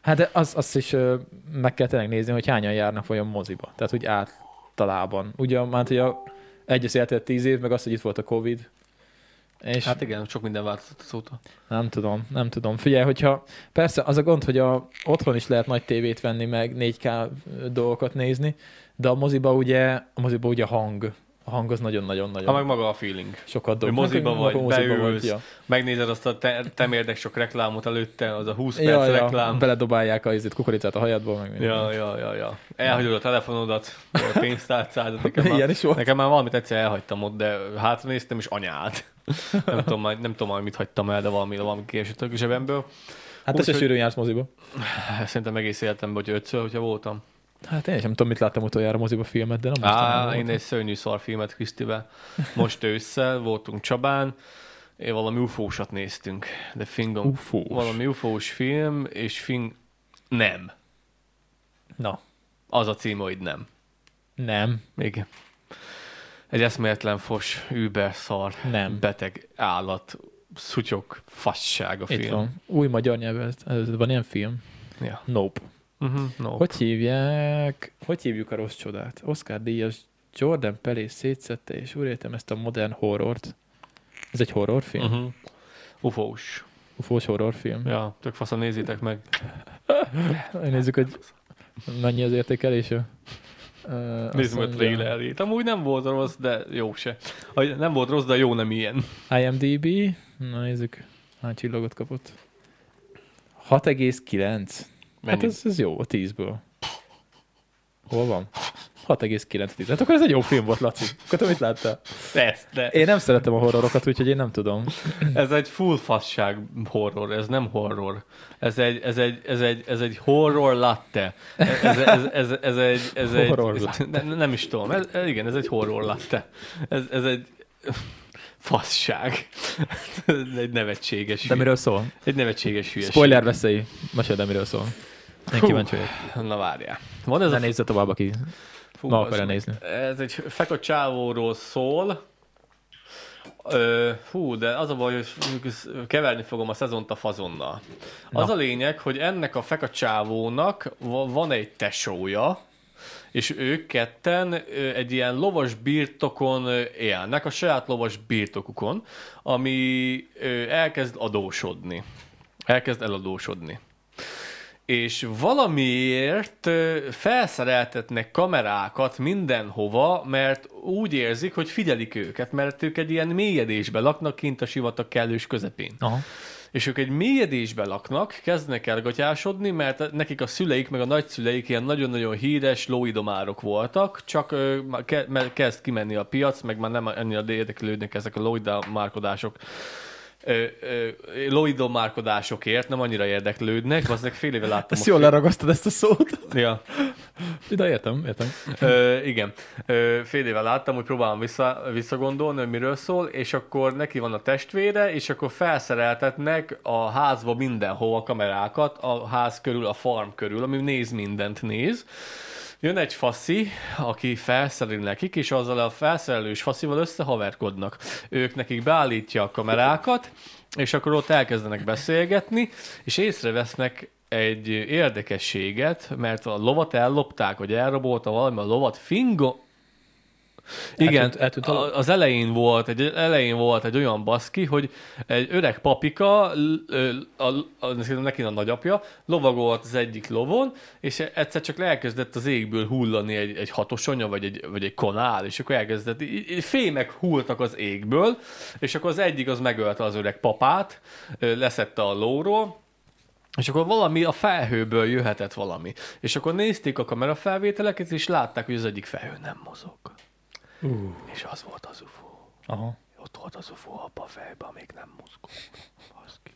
Hát de az, azt is ö, meg kell tényleg nézni, hogy hányan járnak olyan moziba. Tehát, hogy általában. Ugye, már hogy a egyrészt eltelt tíz év, meg az, hogy itt volt a Covid. És
Hát
hát,
igen, sok minden változott azóta.
nem tudom, nem tudom. Figyelj, hogyha persze az a gond, hogy a, otthon is lehet nagy tévét venni, meg 4K dolgokat nézni, de a moziba ugye, a moziba ugye hang. A hang az
Ha
nagyon-nagyon-nagyon
meg maga a feeling.
sokat
Hogy
dolgozik.
moziba vagy, beülsz,
ja.
megnézed azt a te, temérdek sok reklámot előtte, az a 20 perc
Ja, ja,
reklám.
beledobálják a izét, kukoricát a hajadból, meg minden.
Ja, ja, ja, ja. Elhagyod a telefonodat, a pénztárcádat, nekem már,
Ilyen is volt.
nekem már valamit egyszer elhagytam ott, de hátra néztem, és anyát. Nem tudom, már- nem tudom, hogy mit hagytam el, de valami, valami kiesett a zsebemből.
Hát te se
Úgyhogy-
sűrűn jársz moziba.
Szerintem egész életemben, hogy ötször, hogyha voltam.
Hát én sem tudom, mit láttam utoljára moziba filmet, de nem
Á,
mostanában
én
volt.
egy szörnyű szarfilmet Krisztivel. Most ősszel voltunk Csabán, Én valami ufósat néztünk, de fingom.
Ufós.
Valami ufós film, és fing... Nem.
Na,
Az a címe, hogy nem.
nem.
Igen. Egy eszméletlen fos, über szar,
Nem.
beteg állat, szutyok, fasság a
Itt
film.
van. Új magyar nyelven, ez van ilyen film.
Ja.
Nope.
Uh-huh, no.
Hogy hívják? Hogy hívjuk a rossz csodát? Oscar Díjas Jordan Pelé szétszette, és úréltem ezt a modern horrort. Ez egy horrorfilm? Uh-huh.
Uh-huh. Ufós.
Ufós horrorfilm.
Ja, tök faszon nézzétek meg.
Nézzük, hogy mennyi az értékelése. Uh,
Nézzük meg a trailerét. Amúgy nem volt rossz, de jó se. Vagy Nem volt rossz, de jó nem
Hát
ilyen.
IMDB. Na nézzük, hány csillagot kapott. 6,9. Hát
Mennyi?
ez, ez jó, a 10-ből. Hol van? 6,9. Hát akkor ez egy jó film volt, Laci. Akkor te mit láttál?
Ez, de
Én nem szeretem a horrorokat, úgyhogy én nem tudom.
ez egy full fasság horror, ez nem horror. Ez egy, ez egy, ez egy, ez egy horror latte. Ez, ez, ez, ez, ez egy, ez egy,
Horror
ez,
latte.
ne, nem is tudom, ez, ez- igen, ez egy horror latte. Ez, ez egy fasság. Ez egy nevetséges,
De
hülye-
miről szól?
egy nevetséges hülyeség.
Spoiler veszély. Meséld, de miről szól. Én
Hú.
kíváncsi vagyok.
Na várjál. Van ez
Ne
a
nézze tovább, aki
Fú,
ma
az-
akarja nézni.
Ez egy feka csávóról szól. Ö, hú, de az a baj, hogy keverni fogom a szezont a fazonnal. Az a lényeg, hogy ennek a feka csávónak va- van egy tesója, és ők ketten ö, egy ilyen lovas birtokon ö, élnek, a saját lovas birtokukon, ami ö, elkezd adósodni. Elkezd eladósodni és valamiért ö, felszereltetnek kamerákat mindenhova, mert úgy érzik, hogy figyelik őket, mert ők egy ilyen mélyedésben laknak kint a sivatag kellős közepén.
Aha.
És ők egy mélyedésben laknak, kezdnek el gatyásodni, mert nekik a szüleik meg a nagyszüleik ilyen nagyon-nagyon híres lóidomárok voltak, csak ö, már ke- mert kezd kimenni a piac, meg már nem annyira érdeklődnek ezek a lóidomárkodások ö, ö, lóidomárkodásokért, nem annyira érdeklődnek, aznek fél éve láttam
Ezt jól leragasztod ezt a szót.
Ja,
De értem, értem.
ö, igen. Ö, fél éve láttam, hogy próbálom vissza, visszagondolni, hogy miről szól, és akkor neki van a testvére, és akkor felszereltetnek a házba mindenhova kamerákat, a ház körül, a farm körül, ami néz mindent néz. Jön egy faszi, aki felszerel nekik, és azzal a felszerelős faszival összehaverkodnak. Ők nekik beállítja a kamerákat, és akkor ott elkezdenek beszélgetni, és észrevesznek egy érdekességet, mert a lovat ellopták, vagy elrabolta valami a lovat. Fingo... Igen,
Eltűnt- eltűnt a ló?
a- az elején volt, egy, elején volt egy olyan baszki, hogy egy öreg papika, l- ö, a, a, a, szerintem neki a nagyapja, lovagolt az egyik lovon, és egyszer csak elkezdett az égből hullani egy, egy hatosonya, vagy egy, vagy egy konál, és akkor elkezdett, í- í- fémek hulltak az égből, és akkor az egyik az megölte az öreg papát, ö, leszette a lóról, és akkor valami a felhőből jöhetett valami. És akkor nézték a kamerafelvételeket, és látták, hogy az egyik felhő nem mozog.
Uh.
És az volt az UFO.
Aha.
Ott volt az UFO abban a fejben, amíg nem mozgott. Az, ki.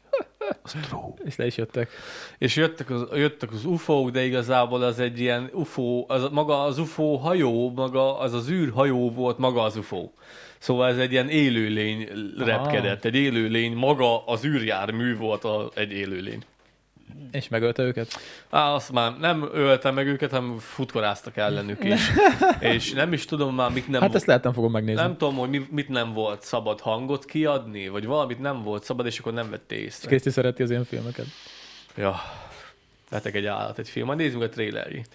az true.
És le is jöttek.
És jöttek az, jöttek az UFO-k, de igazából az egy ilyen UFO, az, maga az UFO hajó, maga az az űrhajó volt maga az UFO. Szóval ez egy ilyen élőlény repkedett, egy élőlény, maga az űrjármű volt a, egy élőlény.
És megölte őket?
Á, azt már nem öltem meg őket, hanem futkoráztak ellenük is. és nem is tudom már, mit nem
Hát ezt lehet nem fogom megnézni.
nem tudom, hogy mi, mit nem volt szabad hangot kiadni, vagy valamit nem volt szabad, és akkor nem vette észre.
Kriszti szereti az ilyen filmeket.
Ja, beteg egy állat egy film. Majd nézzük a trailerjét.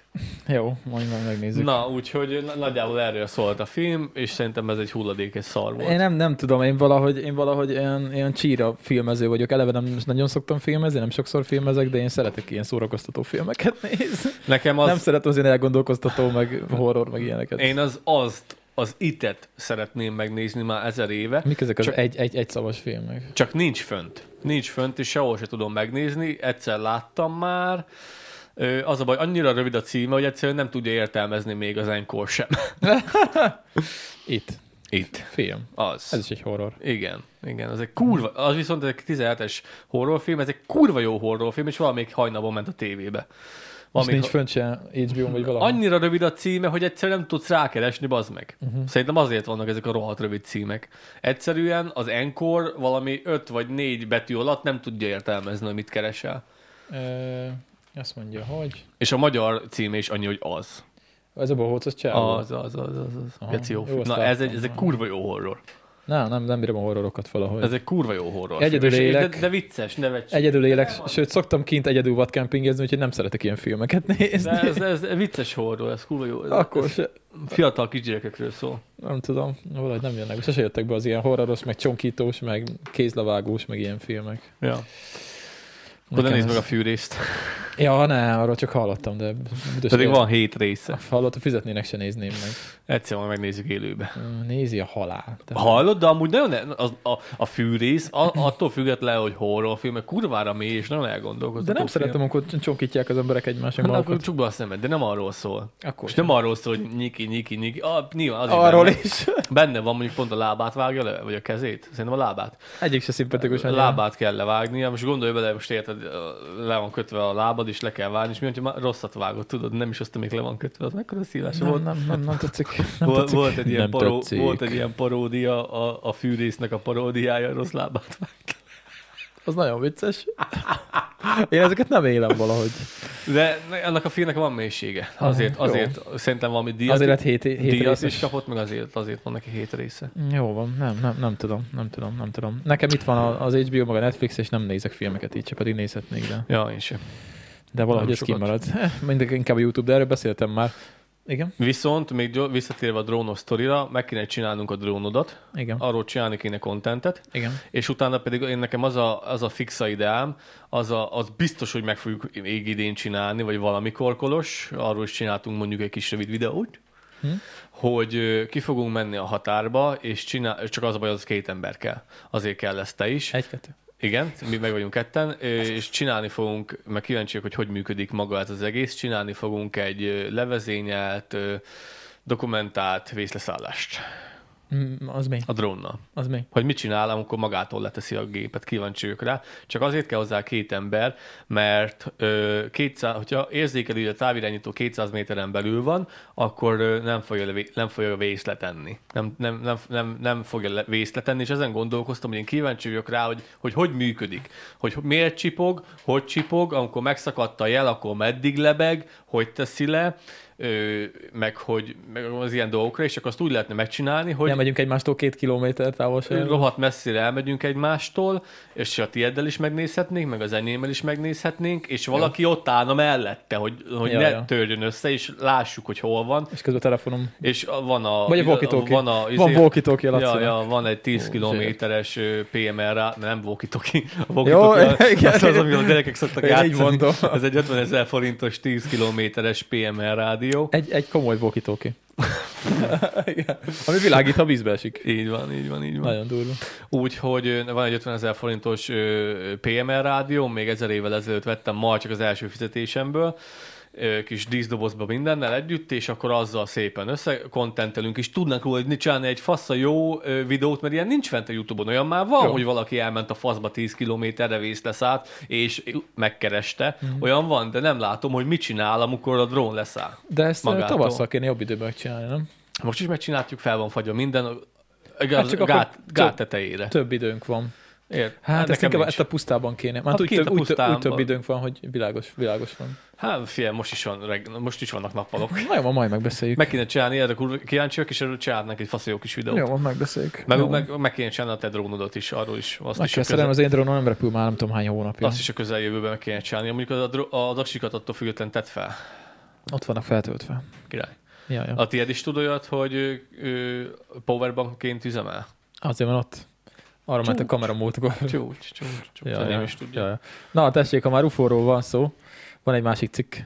Jó, majd már megnézzük.
Na, úgyhogy na- nagyjából erről szólt a film, és szerintem ez egy hulladékes szar volt.
Én nem, nem tudom, én valahogy, én valahogy ilyen, ilyen csíra filmező vagyok. Eleve nem nagyon szoktam filmezni, nem sokszor filmezek, de én szeretek ilyen szórakoztató filmeket nézni.
Nekem
Az... Nem
az,
szeretem az ilyen elgondolkoztató, meg horror, meg ilyeneket. Én...
én az azt, az itet szeretném megnézni már ezer éve,
Mik ezek az
Csak-
egy, egy, egy szavas filmek?
csak nincs fönt. Nincs fönt, és sehol se tudom megnézni. Egyszer láttam már, Ö, az a baj, annyira rövid a címe, hogy egyszerűen nem tudja értelmezni még az enkor sem.
Itt.
Itt.
Film.
Az.
Ez is egy horror.
Igen, igen, az egy kurva, az viszont egy 17-es horrorfilm, ez egy kurva jó horrorfilm, és valamelyik hajnalban ment a tévébe.
És
Amikor-
nincs fönt se HBO-n vagy valahol.
Annyira rövid a címe, hogy egyszerűen nem tudsz rákeresni, bazd meg.
Mhm.
Uh-huh. Szerintem azért vannak ezek a rohadt rövid címek. Egyszerűen az Encore valami öt vagy négy betű alatt nem tudja értelmezni, hogy mit keresel.
Ö, azt mondja, hogy...
És a magyar címe is annyi, hogy az.
Ez a bohócos csávó.
Az, az, az, az, az.
Aha.
Geci jó
Jó,
film.
azt
Na,
láttam.
ez egy, ez egy kurva jó horror.
Nem, nem, nem bírom a horrorokat valahol.
Ez egy kurva jó horror.
Egyedül
film. És- és
élek.
De, de vicces, nevetséges.
Egyedül élek, sőt, szoktam kint egyedül vadkempingezni, úgyhogy nem szeretek ilyen filmeket nézni.
De ez, ez, ez vicces horror, ez kurva jó. Ez,
Akkor
ez
se,
fiatal kisgyerekekről szól.
nem tudom, valahogy nem jönnek. Sose jöttek be az ilyen horroros, meg csonkítós, meg kézlevágós, meg ilyen filmek.
Ja. Akkor ne
Nekem
nézd meg
ez-
a fűrészt.
Ja, ne, arról csak hallottam, de... büdös
Pedig
élet.
van hét része.
Hallottam, fizetnének se nézném meg.
Egyszer majd megnézzük élőbe.
Nézi a halál. De...
Hallod, de amúgy nagyon az, a, a fűrész, a, attól függetlenül, hogy horrorfilm, mert kurvára mély, és nagyon elgondolkozható
de nem
film.
szeretem, amikor csonkítják az emberek egymásnak
Hát akkor
magukat.
csukd be a szemed, de nem arról szól.
Akkor
És
sem.
nem arról szól, hogy nyiki, nyiki, nyiki. Ah, nyilván azért
Arról
benne,
is.
benne van, mondjuk pont a lábát vágja le, vagy a kezét. Szerintem a lábát.
Egyik se szimpatikus.
A
anyám.
lábát kell levágnia. Most gondolj bele, most érted, le van kötve a lábad, és le kell vágni, és mi, hogyha már rosszat vágod, tudod, nem is azt, amik le van kötve, az mekkora szívás
Nem,
volt.
nem, nem, nem tetszik. Nem
Volt,
tetszik.
volt, egy ilyen
Nem
paró,
tetszik.
volt egy ilyen paródia, a, a fűrésznek a paródiája, a rossz lábát
Az nagyon vicces. Én ezeket nem élem valahogy.
De annak a filmnek van mélysége. Azért,
Jó.
azért szerintem valami díjat,
Azért lett hét, hét
díjat
részes.
is kapott, meg azért, azért van neki hét része.
Jó van, nem, nem, nem tudom, nem tudom, nem tudom. Nekem itt van a- az HBO, meg a Netflix, és nem nézek filmeket így, se pedig nézhetnék, de,
Ja, én sem.
de valahogy
Nem
ez
sokat.
kimarad. Eh, Mindig inkább a YouTube, de erről beszéltem már. Igen,
Viszont még gyor- visszatérve a drónos sztorira, meg kéne csinálnunk a drónodat,
igen,
arról csinálni kéne kontentet,
igen.
és utána pedig én nekem az a, az a fixa ideám, az, a, az biztos, hogy meg fogjuk még idén csinálni, vagy valamikor kolos, arról is csináltunk mondjuk egy kis rövid videót,
Hm?
hogy ö, ki fogunk menni a határba, és csinál, csak az a baj, az két ember kell. Azért kell lesz te is.
Egy-kettő.
Igen, mi meg vagyunk ketten, ö, és csinálni fogunk, meg kíváncsiak, hogy hogy működik maga ez az egész, csinálni fogunk egy ö, levezényelt, ö, dokumentált vészleszállást
Mm, az mi?
a drónnal.
Az mi?
Hogy mit csinál, amikor magától leteszi a gépet, kíváncsi vagyok rá. Csak azért kell hozzá két ember, mert ö, 200, hogyha érzékelő, hogy a távirányító 200 méteren belül van, akkor ö, nem fogja, le- nem fogja vészletenni. Nem, nem, nem, nem, nem fogja le- vészletenni, és ezen gondolkoztam, hogy én kíváncsi vagyok rá, hogy hogy, hogy működik. Hogy miért csipog, hogy csipog, amikor megszakadt a jel, akkor meddig lebeg, hogy teszi le, ö, meg hogy meg az ilyen dolgokra, és csak azt úgy lehetne megcsinálni, hogy
Nem megyünk egymástól két kilométer távolságra.
rohadt messzire elmegyünk egymástól, és a tieddel is megnézhetnénk, meg az enyémmel is megnézhetnénk, és valaki ott állna mellette, hogy, hogy
Ja,
ne
ja.
törjön össze, és lássuk, hogy hol van.
És közben a telefonom.
És a- van a...
Vagy a walkie-talkie.
Van, a, izé-
Van walkie-talkie,
ja,
Laci.
ja, van egy 10
Ó,
kilométeres ö, PMR, rá- nem walkie-talkie, a
Jó,
walkie-talkie
igen.
az, az, amivel a gyerekek szoktak
Én így
játszani.
mondom.
Ez egy 50 ezer forintos 10 kilométeres PMR rádió.
Egy, egy komoly walkie Igen. Ami világít, ha vízbe esik.
Így van, így van, így van.
Nagyon durva.
Úgyhogy ö, van egy 50 ezer forintos ö, PMR rádió, még ezer évvel ezelőtt vettem ma csak az első fizetésemből, ö, kis díszdobozba mindennel együtt, és akkor azzal szépen összekontentelünk, és tudnánk róla hogy csinálni egy fassa jó ö, videót, mert ilyen nincs fent a Youtube-on, olyan már van,
Jó.
hogy valaki elment a faszba 10 kilométerre vész leszállt, és megkereste,
Mhm.
olyan van, de nem látom, hogy mit csinál, amikor a drón leszáll.
De ezt ö,
Magától.
tavasszal kéne jobb időben megcsinálni, nem?
Most is megcsináljuk, fel van fagyva minden,
Hát
hát
csak
csak
akkor
gát, gát
több-
tetejére.
Több időnk van.
Ért?
Hát ezt,
nekem
inkább,
nincs.
ezt a pusztában kéne. Hát
Hát
úgy,
kint
több,
a
úgy, több, úgy több
pusztában.
időnk van, hogy világos, világos van.
Hát fél, most is, van, reg, most is vannak nappalok.
Na jó, van, majd megbeszéljük.
Meg kéne csinálni, erre kurva kíváncsi vagyok, és erről csinálnak egy fasz jó kis videót.
Jó, van, megbeszéljük.
Meg,
jó.
meg, meg, kéne csinálni a te drónodat is, arról is. Azt,
meg
is,
kell
a
szerelem,
közel,
az én drónom nem repül már nem tudom hány hónapja.
azt is a közeljövőben meg kéne csinálni. Mondjuk az, a dró- az aksikat attól független tett fel,
Ott vannak feltöltve.
király.
Ja, ja.
A tiéd is tud olyat, hogy ö, ö, powerbankként üzemel?
Azért van ott. Arra ment a kamera múltkor.
Csúcs, csúcs, csúcs.
Ja,
Ja, nem
ja,
is tudja.
ja, ja. Na, tessék, ha már ufo van szó, van egy másik cikk.
Én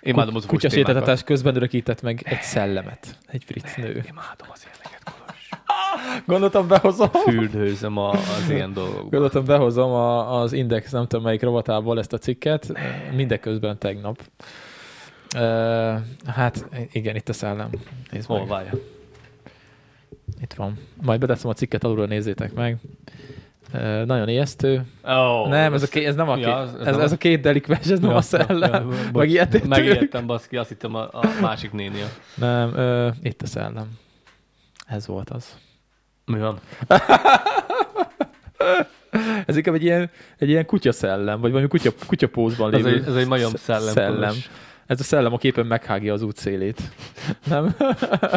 imádom az
Kutya sétáltatás közben örökített meg egy szellemet. Egy fric nő.
Imádom az ilyeneket, Kolos.
Gondoltam behozom.
Fürdőzöm a, az ilyen dolgokba.
Gondoltam behozom a, az Index nem tudom melyik rovatából ezt a cikket, mindeközben tegnap. Uh, hát igen, itt a szellem. Nézd
Hol
meg.
várja?
Itt van. Majd beteszem a cikket, alulról nézzétek meg. Ö, Nagyon ijesztő.
Oh,
nem, ez, a ké- ez nem a
ja,
két,
az- az
ez,
nem
ez a két delikvens, ez nem a szellem. Megijedtél tőlük?
Megijedtem, baszki, azt hittem a, a másik néni. a-
Nem, ö, itt a szellem. Ez volt az.
Mi van?
Ez inkább egy ilyen, egy ilyen kutyaszellem, vagy valami kutya, kutyapózban
Ez
lévő
egy, ez egy majom
sz-
szellem.
szellem.
tudod.
Ez a szellem a képen meghágja az út szélét. Nem?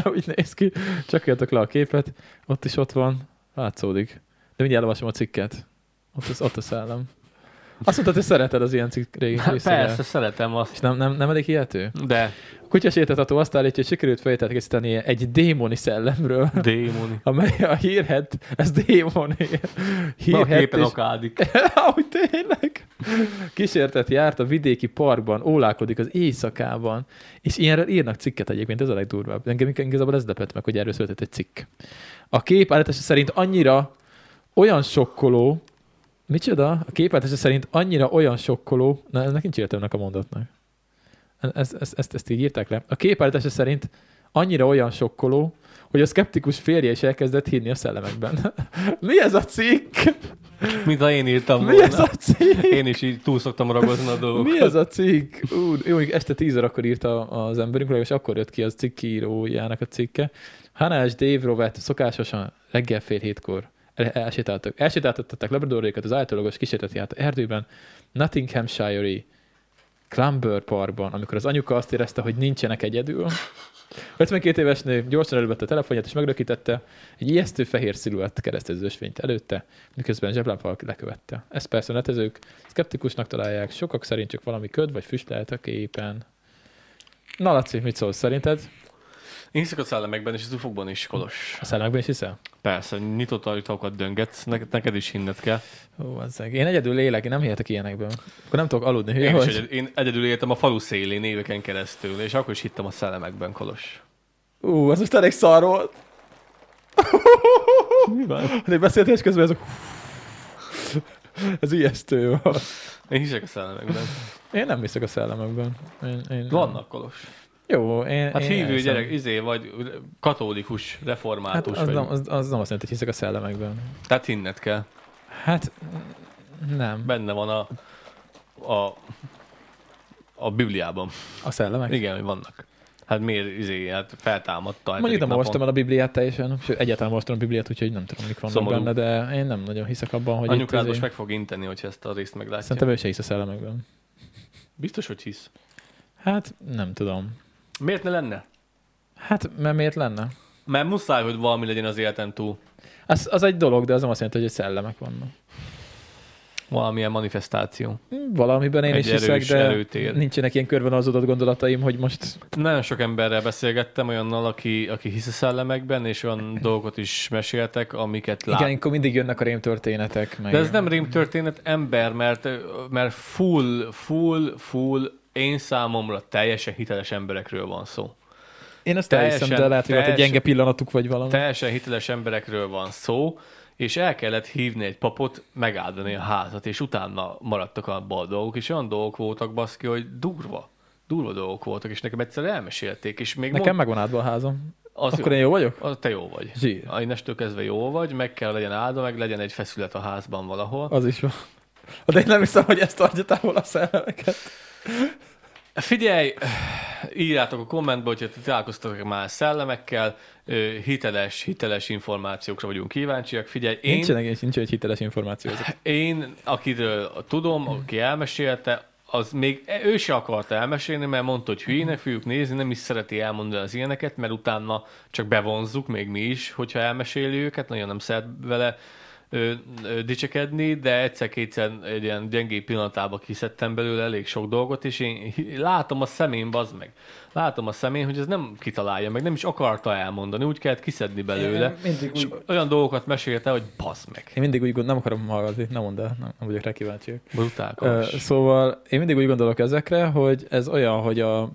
Úgy néz ki. Csak jöttök le a képet. Ott is ott van. Látszódik. De mindjárt elolvasom a cikket. Ott, az, ott a szellem. Azt mondtad, hogy szereted az ilyen cikk régi
Hát
részével.
Persze, szeretem
És
azt.
nem, nem, nem elég hihető?
De
A kutyasétatató azt állítja, hogy sikerült feltételt készíteni egy démoni szellemről,
démoni.
amely a hírhet, ez démoni.
A
Hírhet
képen
és
okádik.
Ahogy tényleg. Kísértet járt a vidéki parkban, ólákodik az éjszakában, és ilyenről írnak cikket egyébként, ez a legdurvább. Engem ig- igazából ez lepett meg, hogy erről született egy cikk. A kép állítása szerint annyira olyan sokkoló, micsoda? A kép állítása szerint annyira olyan sokkoló, na ennek nincs értelmnek a mondatnak. Ezt, ezt, ezt, ezt így írták le. A kép állítása szerint annyira olyan sokkoló, hogy a szkeptikus férje is elkezdett hinni a szellemekben. Mi ez a cikk?
Mint ha én írtam
Mi ez
volna.
a cikk?
Én is így túl szoktam ragozni a dolgokat.
Mi ez a cikk? Úr, jó, még este 10 órakor írta az emberünk, legalábbis akkor jött ki az cikkírójának a cikke. Hanás Dave Robert szokásosan reggel fél hétkor el- elsétáltak. Elsétáltatták labradorékat az általagos kísérleti át erdőben, Nottinghamshire-i Clumber Parkban, amikor az anyuka azt érezte, hogy nincsenek egyedül. 52 éves nő gyorsan elővette a telefonját és megrökítette egy ijesztő fehér sziluett keresztező ösvényt előtte, miközben zseblámpal lekövette. Ezt persze netezők szkeptikusnak találják, sokak szerint csak valami köd vagy füst lehet a képen. Na Laci, mit szólsz szerinted?
Én hiszek a szellemekben és az ufokban is, Kolos.
A szellemekben is hiszel?
Persze, nyitott ajtókat döngetsz, neked, neked is hinned kell.
Ó, az Én egyedül lélek, én nem hihetek ilyenekben. Akkor nem tudok aludni, hülye
Én, is
vagy.
egyedül, én egyedül éltem a falu szélén éveken keresztül, és akkor is hittem a szellemekben, Kolos.
Ú, az most elég szar volt.
Mi van?
De beszéltés közben ez a... Ez ijesztő volt.
Én hiszek a szellemekben.
Én nem hiszek a szellemekben. Én, én
Vannak, Kolos.
Jó, én...
Hát
én
hívő
elhiszem.
gyerek, izé vagy katolikus,
Hát
református
az
vagy.
nem, az, az nem azt jelenti, hogy hiszek a szellemekben.
Tehát hinned kell.
Hát nem.
Benne van a, a, a Bibliában.
A szellemek?
Igen, hogy vannak. Hát miért izé, hát feltámadta.
Mondjuk
a hetedik
nem
napon.
olvastam el a Bibliát teljesen, sőt, egyáltalán olvastam a Bibliát, úgyhogy nem tudom, mik vannak
Szomorú.
benne, de én nem nagyon hiszek abban, hogy itt
Anyukád most
izé-
meg fog inteni, hogyha ezt a részt meglátja.
Szerintem ő se hisz a szellemekben.
Biztos, hogy hisz.
Hát nem tudom.
Miért ne lenne?
Hát, mert miért lenne?
Mert muszáj, hogy valami legyen az életen túl.
Az, az egy dolog, de az nem azt jelenti, hogy egy szellemek vannak.
Valamilyen manifestáció.
Hm, Valamiben én
Egy
is hiszek,
erős
de
erőtér.
nincsenek ilyen körben az gondolataim, hogy most
Nagyon sok emberrel beszélgettem, olyannal, aki, aki hisz a szellemekben, és olyan dolgot is meséltek, amiket lát.
Igen, akkor mindig jönnek a rémtörténetek. Meg...
De ez nem rém történet ember, mert, mert full, full, full én számomra teljesen hiteles emberekről van szó.
Én azt
teljesen-
elhiszem, de lehet, hogy volt egy
teljesen-
gyenge pillanatuk vagy valami.
Teljesen hiteles emberekről van szó, és el kellett hívni egy papot, megáldani a házat, és utána maradtak abba a dolgok, és olyan dolgok voltak, baszki, hogy durva. Durva dolgok voltak, és nekem egyszer elmesélték, és még
Nekem megvan átba a házam.
az,
Akkor én jó vagyok?
az, te jó vagy.
Zsír.
A innestől kezdve jó vagy, meg kell legyen álda, meg legyen egy feszület a házban valahol.
Az is van. De én nem hiszem, hogy ezt tartja távol a szellemeket.
Figyelj, írjátok a kommentbe, hogyha ti találkoztatok már szellemekkel, ö, hiteles, hiteles információkra vagyunk kíváncsiak. Figyelj,
Én... Hát
én,
Nincsenek, nincs egy hiteles információ. ezek.
én, akiről tudom, aki elmesélte, az még ő se akarta elmesélni, mert mondta, hogy hülyének fogjuk nézni, nem is szereti elmondani az ilyeneket, mert utána csak bevonzzuk, még mi is, hogyha elmeséli őket, nagyon nem szeret vele ö, ö, dicsekedni, de egyszer-kétszer egy ilyen gyengébb pillanatába kiszedtem belőle elég sok dolgot, és én hi- látom a szemén, bazd meg, látom a szemén, hogy ez nem kitalálja, meg nem is akarta elmondani, úgy kellett kiszedni belőle,
mindig
és olyan dolgokat mesélte, hogy bazd meg,
Én mindig úgy gondolom, nem akarom hallgatni, nem mondd el, nem, nem vagyok rá kíváncsi.
brutál
Ö,
kamis.
Szóval én mindig úgy gondolok ezekre, hogy ez olyan, hogy a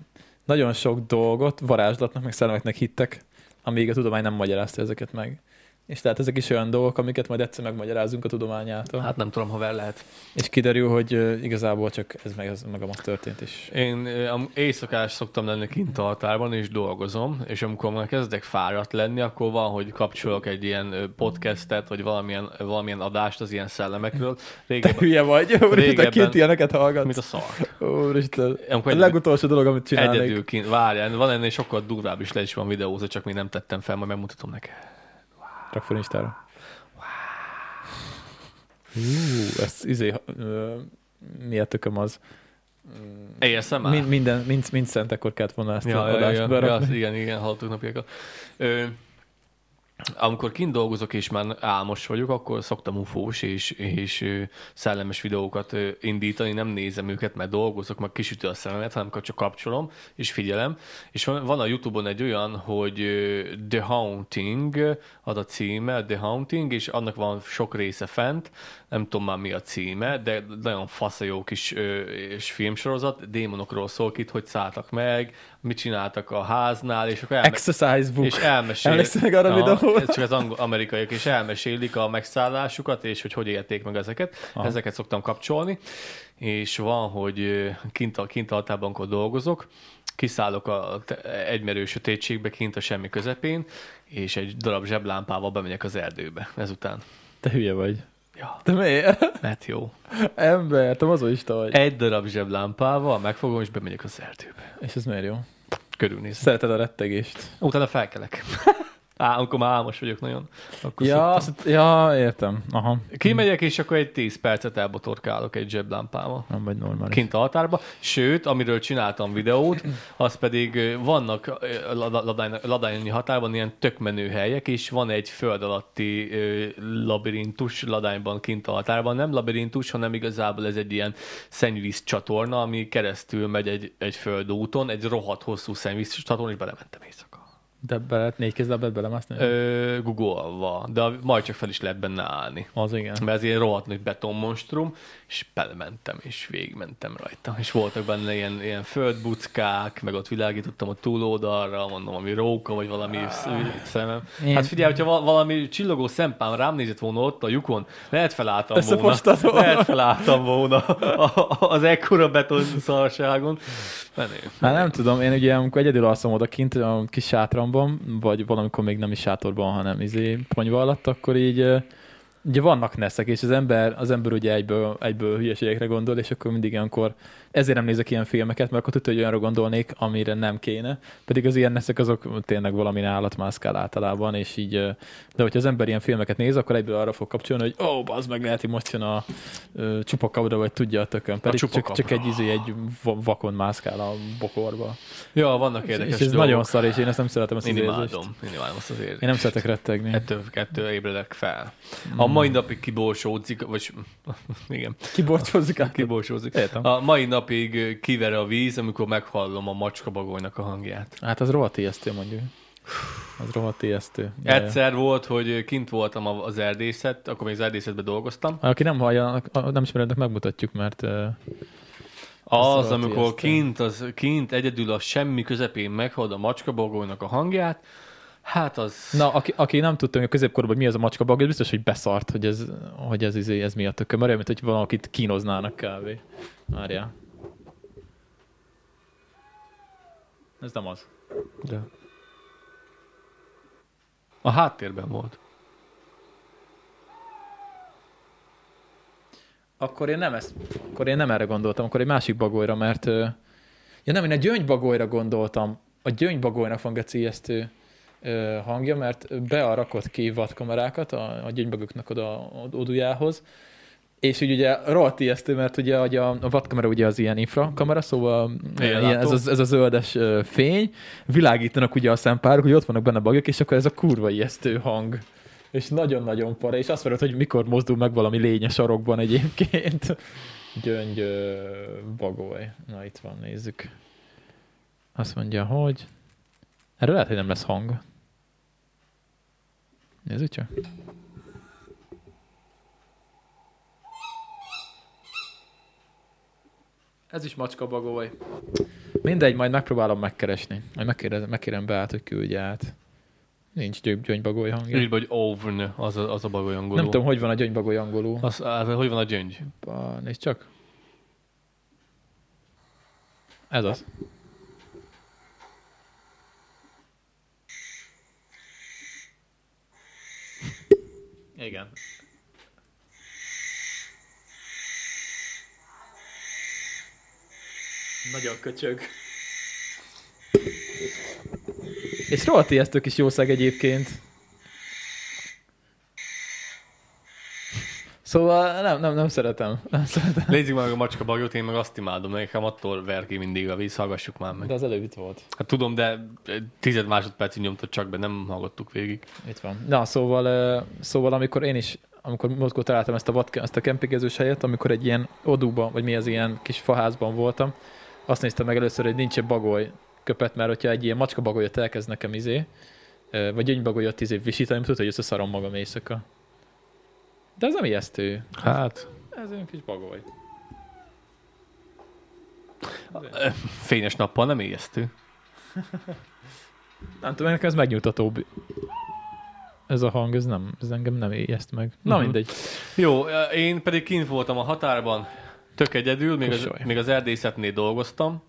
nagyon sok dolgot varázslatnak, meg szellemeknek hittek, amíg a tudomány nem magyarázta ezeket meg. És tehát ezek is olyan dolgok, amiket majd egyszer megmagyarázunk a tudományától. Hát.
Hát nem tudom, ha vel lehet.
És kiderül, hogy ö, igazából csak ez meg, ez meg az történt is.
Én ö, am- éjszakás szoktam lenni kint a határban, és dolgozom, és amikor már kezdek fáradt lenni, akkor van, hogy kapcsolok egy ilyen ö, podcastet, vagy valamilyen, valamilyen adást az ilyen szellemekről.
Te
Régebben,
hülye vagy, úristen,
Régebben-
kint ilyeneket hallgatsz.
mint a szar.
Úristen, a
Amikor egy-
legutolsó dolog, amit csinálnék.
Egyedül kint, várján, van ennél sokkal durvább is, le is van videózva, csak még nem tettem fel, majd megmutatom neked.
Rak fel Instára. Hú, ez izé, ö, mi a tököm az?
ASMR?
Mind, minden, mind, mind szentekor kellett volna ezt ja,
Ja,
az
ja,
adást
ja, ja,
berakni.
az, igen, igen, hallottuk napjákat. Ö, amikor kint dolgozok és már álmos vagyok, akkor szoktam ufós és, és ö, szellemes videókat ö, indítani, nem nézem őket, mert dolgozok, meg kisütő a szememet, hanem csak kapcsolom és figyelem. És van, van a Youtube-on egy olyan, hogy ö, The Haunting, az a címe, The Haunting, és annak van sok része fent, nem tudom már mi a címe, de nagyon fasz a jó kis ö, és filmsorozat, démonokról szól itt, hogy szálltak meg, mit csináltak a háznál, és akkor elme-
Exercise book.
és elmesél...
Emlékszel meg arra a
Aha,
videóra?
ez Csak az angol, amerikaiak, és elmesélik a megszállásukat, és hogy hogy élték meg ezeket. Aha. Ezeket szoktam kapcsolni. És van, hogy ö, kint a, kint a határbankon dolgozok, kiszállok a te- egymerő sötétségbe, kint a semmi közepén, és egy darab zseblámpával bemegyek az erdőbe ezután.
Te hülye vagy.
Ja,
Te miért?
mert jó.
Ember, te mazoista vagy.
Egy darab zseblámpával megfogom, és bemegyek az erdőbe.
És ez miért jó?
Körülnézem.
Szereted a rettegést.
Utána felkelek. Á, amikor már álmos vagyok nagyon. Akkor
Ja, azt, ja, értem. Aha.
Kimegyek, és akkor egy 10 percet elbotorkálok egy zseblámpával.
Nem vagy normális.
Kint a határba. Sőt, amiről csináltam videót, az pedig ö, vannak ö, Lada- Ladány- ladányi határban ilyen tökmenő helyek, és van egy föld alatti ö, labirintus ladányban kint a határban. Nem labirintus, hanem igazából ez egy ilyen szennyvíz csatorna, ami keresztül megy egy, egy földúton, egy rohadt hosszú szennyvíz csatorna, és belementem éjszaka.
De bele, négy kézzel be belemászni?
Ö, Googolva, de majd csak fel is lehet benne állni
Az igen.
mert ez ilyen rohadt nagy betonmonstrum, és belementem, és végigmentem rajta. És voltak benne ilyen, ilyen földbuckák, meg ott világítottam a túloldalra, mondom, ami róka, vagy valami sz- szemem.
Ilyen-
Hát figyelj, hogyha va- valami csillogó szempám rám nézett volna ott a lyukon, lehet felálltam volna.
Összefostad volna.
Lehet felálltam volna a- a- az ekkora beton szarságon. Menő.
Hát nem tudom, én ugye amikor egyedül alszom odakint a kis sátramban, vagy valamikor még nem is sátorban, hanem izé ponyva alatt, akkor így ö, ugye vannak neszek, és az ember, az ember ugye egyből, egyből hülyeségekre gondol, és akkor mindig ilyenkor ezért nem nézek ilyen filmeket, mert akkor tudja, hogy olyanra gondolnék, amire nem kéne. Pedig az ilyen neszek azok tényleg valami állatmászkál általában, és így, ö, de hogyha az ember ilyen filmeket néz, akkor egyből arra fog kapcsolni, hogy ó, oh, az meg lehet, hogy most jön a ö, csupakabra, vagy tudja a tökön. Pedig csak,
csupakabra.
csak egy izé, egy va- vakon mászkál a bokorba.
Ja, vannak
És,
érdekes
és ez
dolgok.
nagyon szar, és én ezt nem szeretem ezt
Én
az érzést.
imádom, én imádom azt az érzést.
Én nem szeretek rettegni.
Ettől, ettől ébredek fel.
Mm.
A mai napig kiborsódzik, vagy igen,
Kiborcsózik át.
kiborsózik.
Értem.
A mai napig ö, kiver a víz, amikor meghallom a macska bagolynak a hangját.
Hát az rohadt ijesztő mondjuk. Az rohadt ijesztő. De-
Egyszer volt, hogy kint voltam a- az erdészet, akkor még az erdészetben dolgoztam.
Aki nem hallja, a- a- nem ismerőnek megmutatjuk, mert ö,
Az,
rohadt
amikor
ijesztő.
kint, az, kint egyedül a semmi közepén meghallod a macska bagolynak a hangját, hát az...
na, aki, aki nem tudta még a középkorban, hogy mi az a macska bag, az biztos, hogy beszart, hogy ez, hogy ez, izé, ez mi a tököm. Mert olyan, mint hogy valakit kínoznának kávé. Várjál. Ez nem az.
De. A háttérben volt.
Akkor én nem ezt, akkor én nem erre gondoltam, akkor egy másik bagolyra, mert ö, ja nem, én a gyöngybagolyra gondoltam. A gyöngybagolynak van geci ijesztő ö, hangja, mert be a rakott ki vadkamerákat a, a gyöngybagolyoknak oda od- odujához, és így ugye rohadt ijesztő, mert ugye hogy a, a vadkamera ugye az ilyen infrakamera, szóval ö,
Éjjellátó.
ilyen, ez, az, ez a zöldes ö, fény, világítanak ugye a szempárok, hogy ott vannak benne bagyok, és akkor ez a kurva ijesztő hang. És nagyon-nagyon para, és azt várod, hogy mikor mozdul meg valami lény a sarokban egyébként. Gyöngy ö, bagoly. Na itt van, nézzük. Azt mondja, hogy... Erről lehet, hogy nem lesz hang. Nézzük csak. Ez is macska bagoly. Mindegy, majd megpróbálom megkeresni. Majd megkérdezem, megkérem beát, hogy küldje át. Nincs gyö- gyöngybagoly hangja.
Írd be, hogy ovn, az a, az a bagoly angolul.
Nem tudom, hogy van a gyöngybagoly angolul.
Az, az, hogy van a gyöngy?
Apa, nézd csak. Ez az.
Igen.
Nagyon köcsög. És rohadt ijesztő kis jószág egyébként. Szóval nem, nem, nem szeretem. Nem szeretem.
Nézzük meg a macska bagyot, én meg azt imádom, nekem attól ver ki mindig a víz, hallgassuk már meg.
De az előbb itt volt.
Hát tudom, de tized másodpercig nyomtad csak be, nem hallgattuk végig.
Itt van. Na, szóval, ö, szóval amikor én is, amikor múltkor találtam ezt a, vatke, ezt a kempingezős helyet, amikor egy ilyen odúban, vagy mi az ilyen kis faházban voltam, azt néztem meg először, hogy nincs bagoly köpet, mert hogyha egy ilyen macska bagolyot elkezd nekem izé, ö, vagy gyöngybagolyot izé visítani, tudod, hogy összeszarom magam éjszaka. De ez nem ijesztő.
Hát.
Ez egy kis bagoly.
Fényes nappal nem ijesztő.
Nem tudom, nekem ez megnyugtatóbb. Ez a hang, ez, nem, ez engem nem ijeszt meg. Na
Mhm.
mindegy.
Jó, én pedig kint voltam a határban, tök egyedül, még az,
Kosoly.
még az erdészetnél dolgoztam,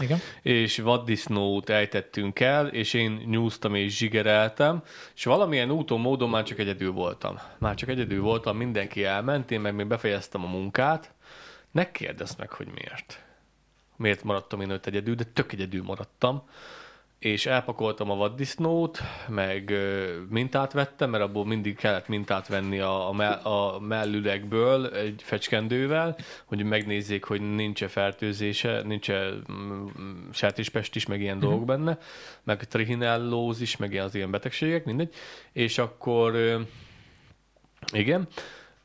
Igen.
és vaddisznót ejtettünk el, és én nyúztam és zsigereltem, és valamilyen úton, módon már csak egyedül voltam. Már csak egyedül voltam, mindenki elment, én meg még befejeztem a munkát. Ne kérdezz meg, hogy miért. Miért maradtam én ott egyedül, de tök egyedül maradtam. És elpakoltam a vaddisznót, meg ö, mintát vettem, mert abból mindig kellett mintát venni a, a, me- a mellülegből egy fecskendővel, hogy megnézzék, hogy nincs-e fertőzése, nincs-e mm, sertéspest is, meg ilyen dolgok benne, meg trihinellóz is, meg az ilyen betegségek, mindegy. És akkor ö, igen.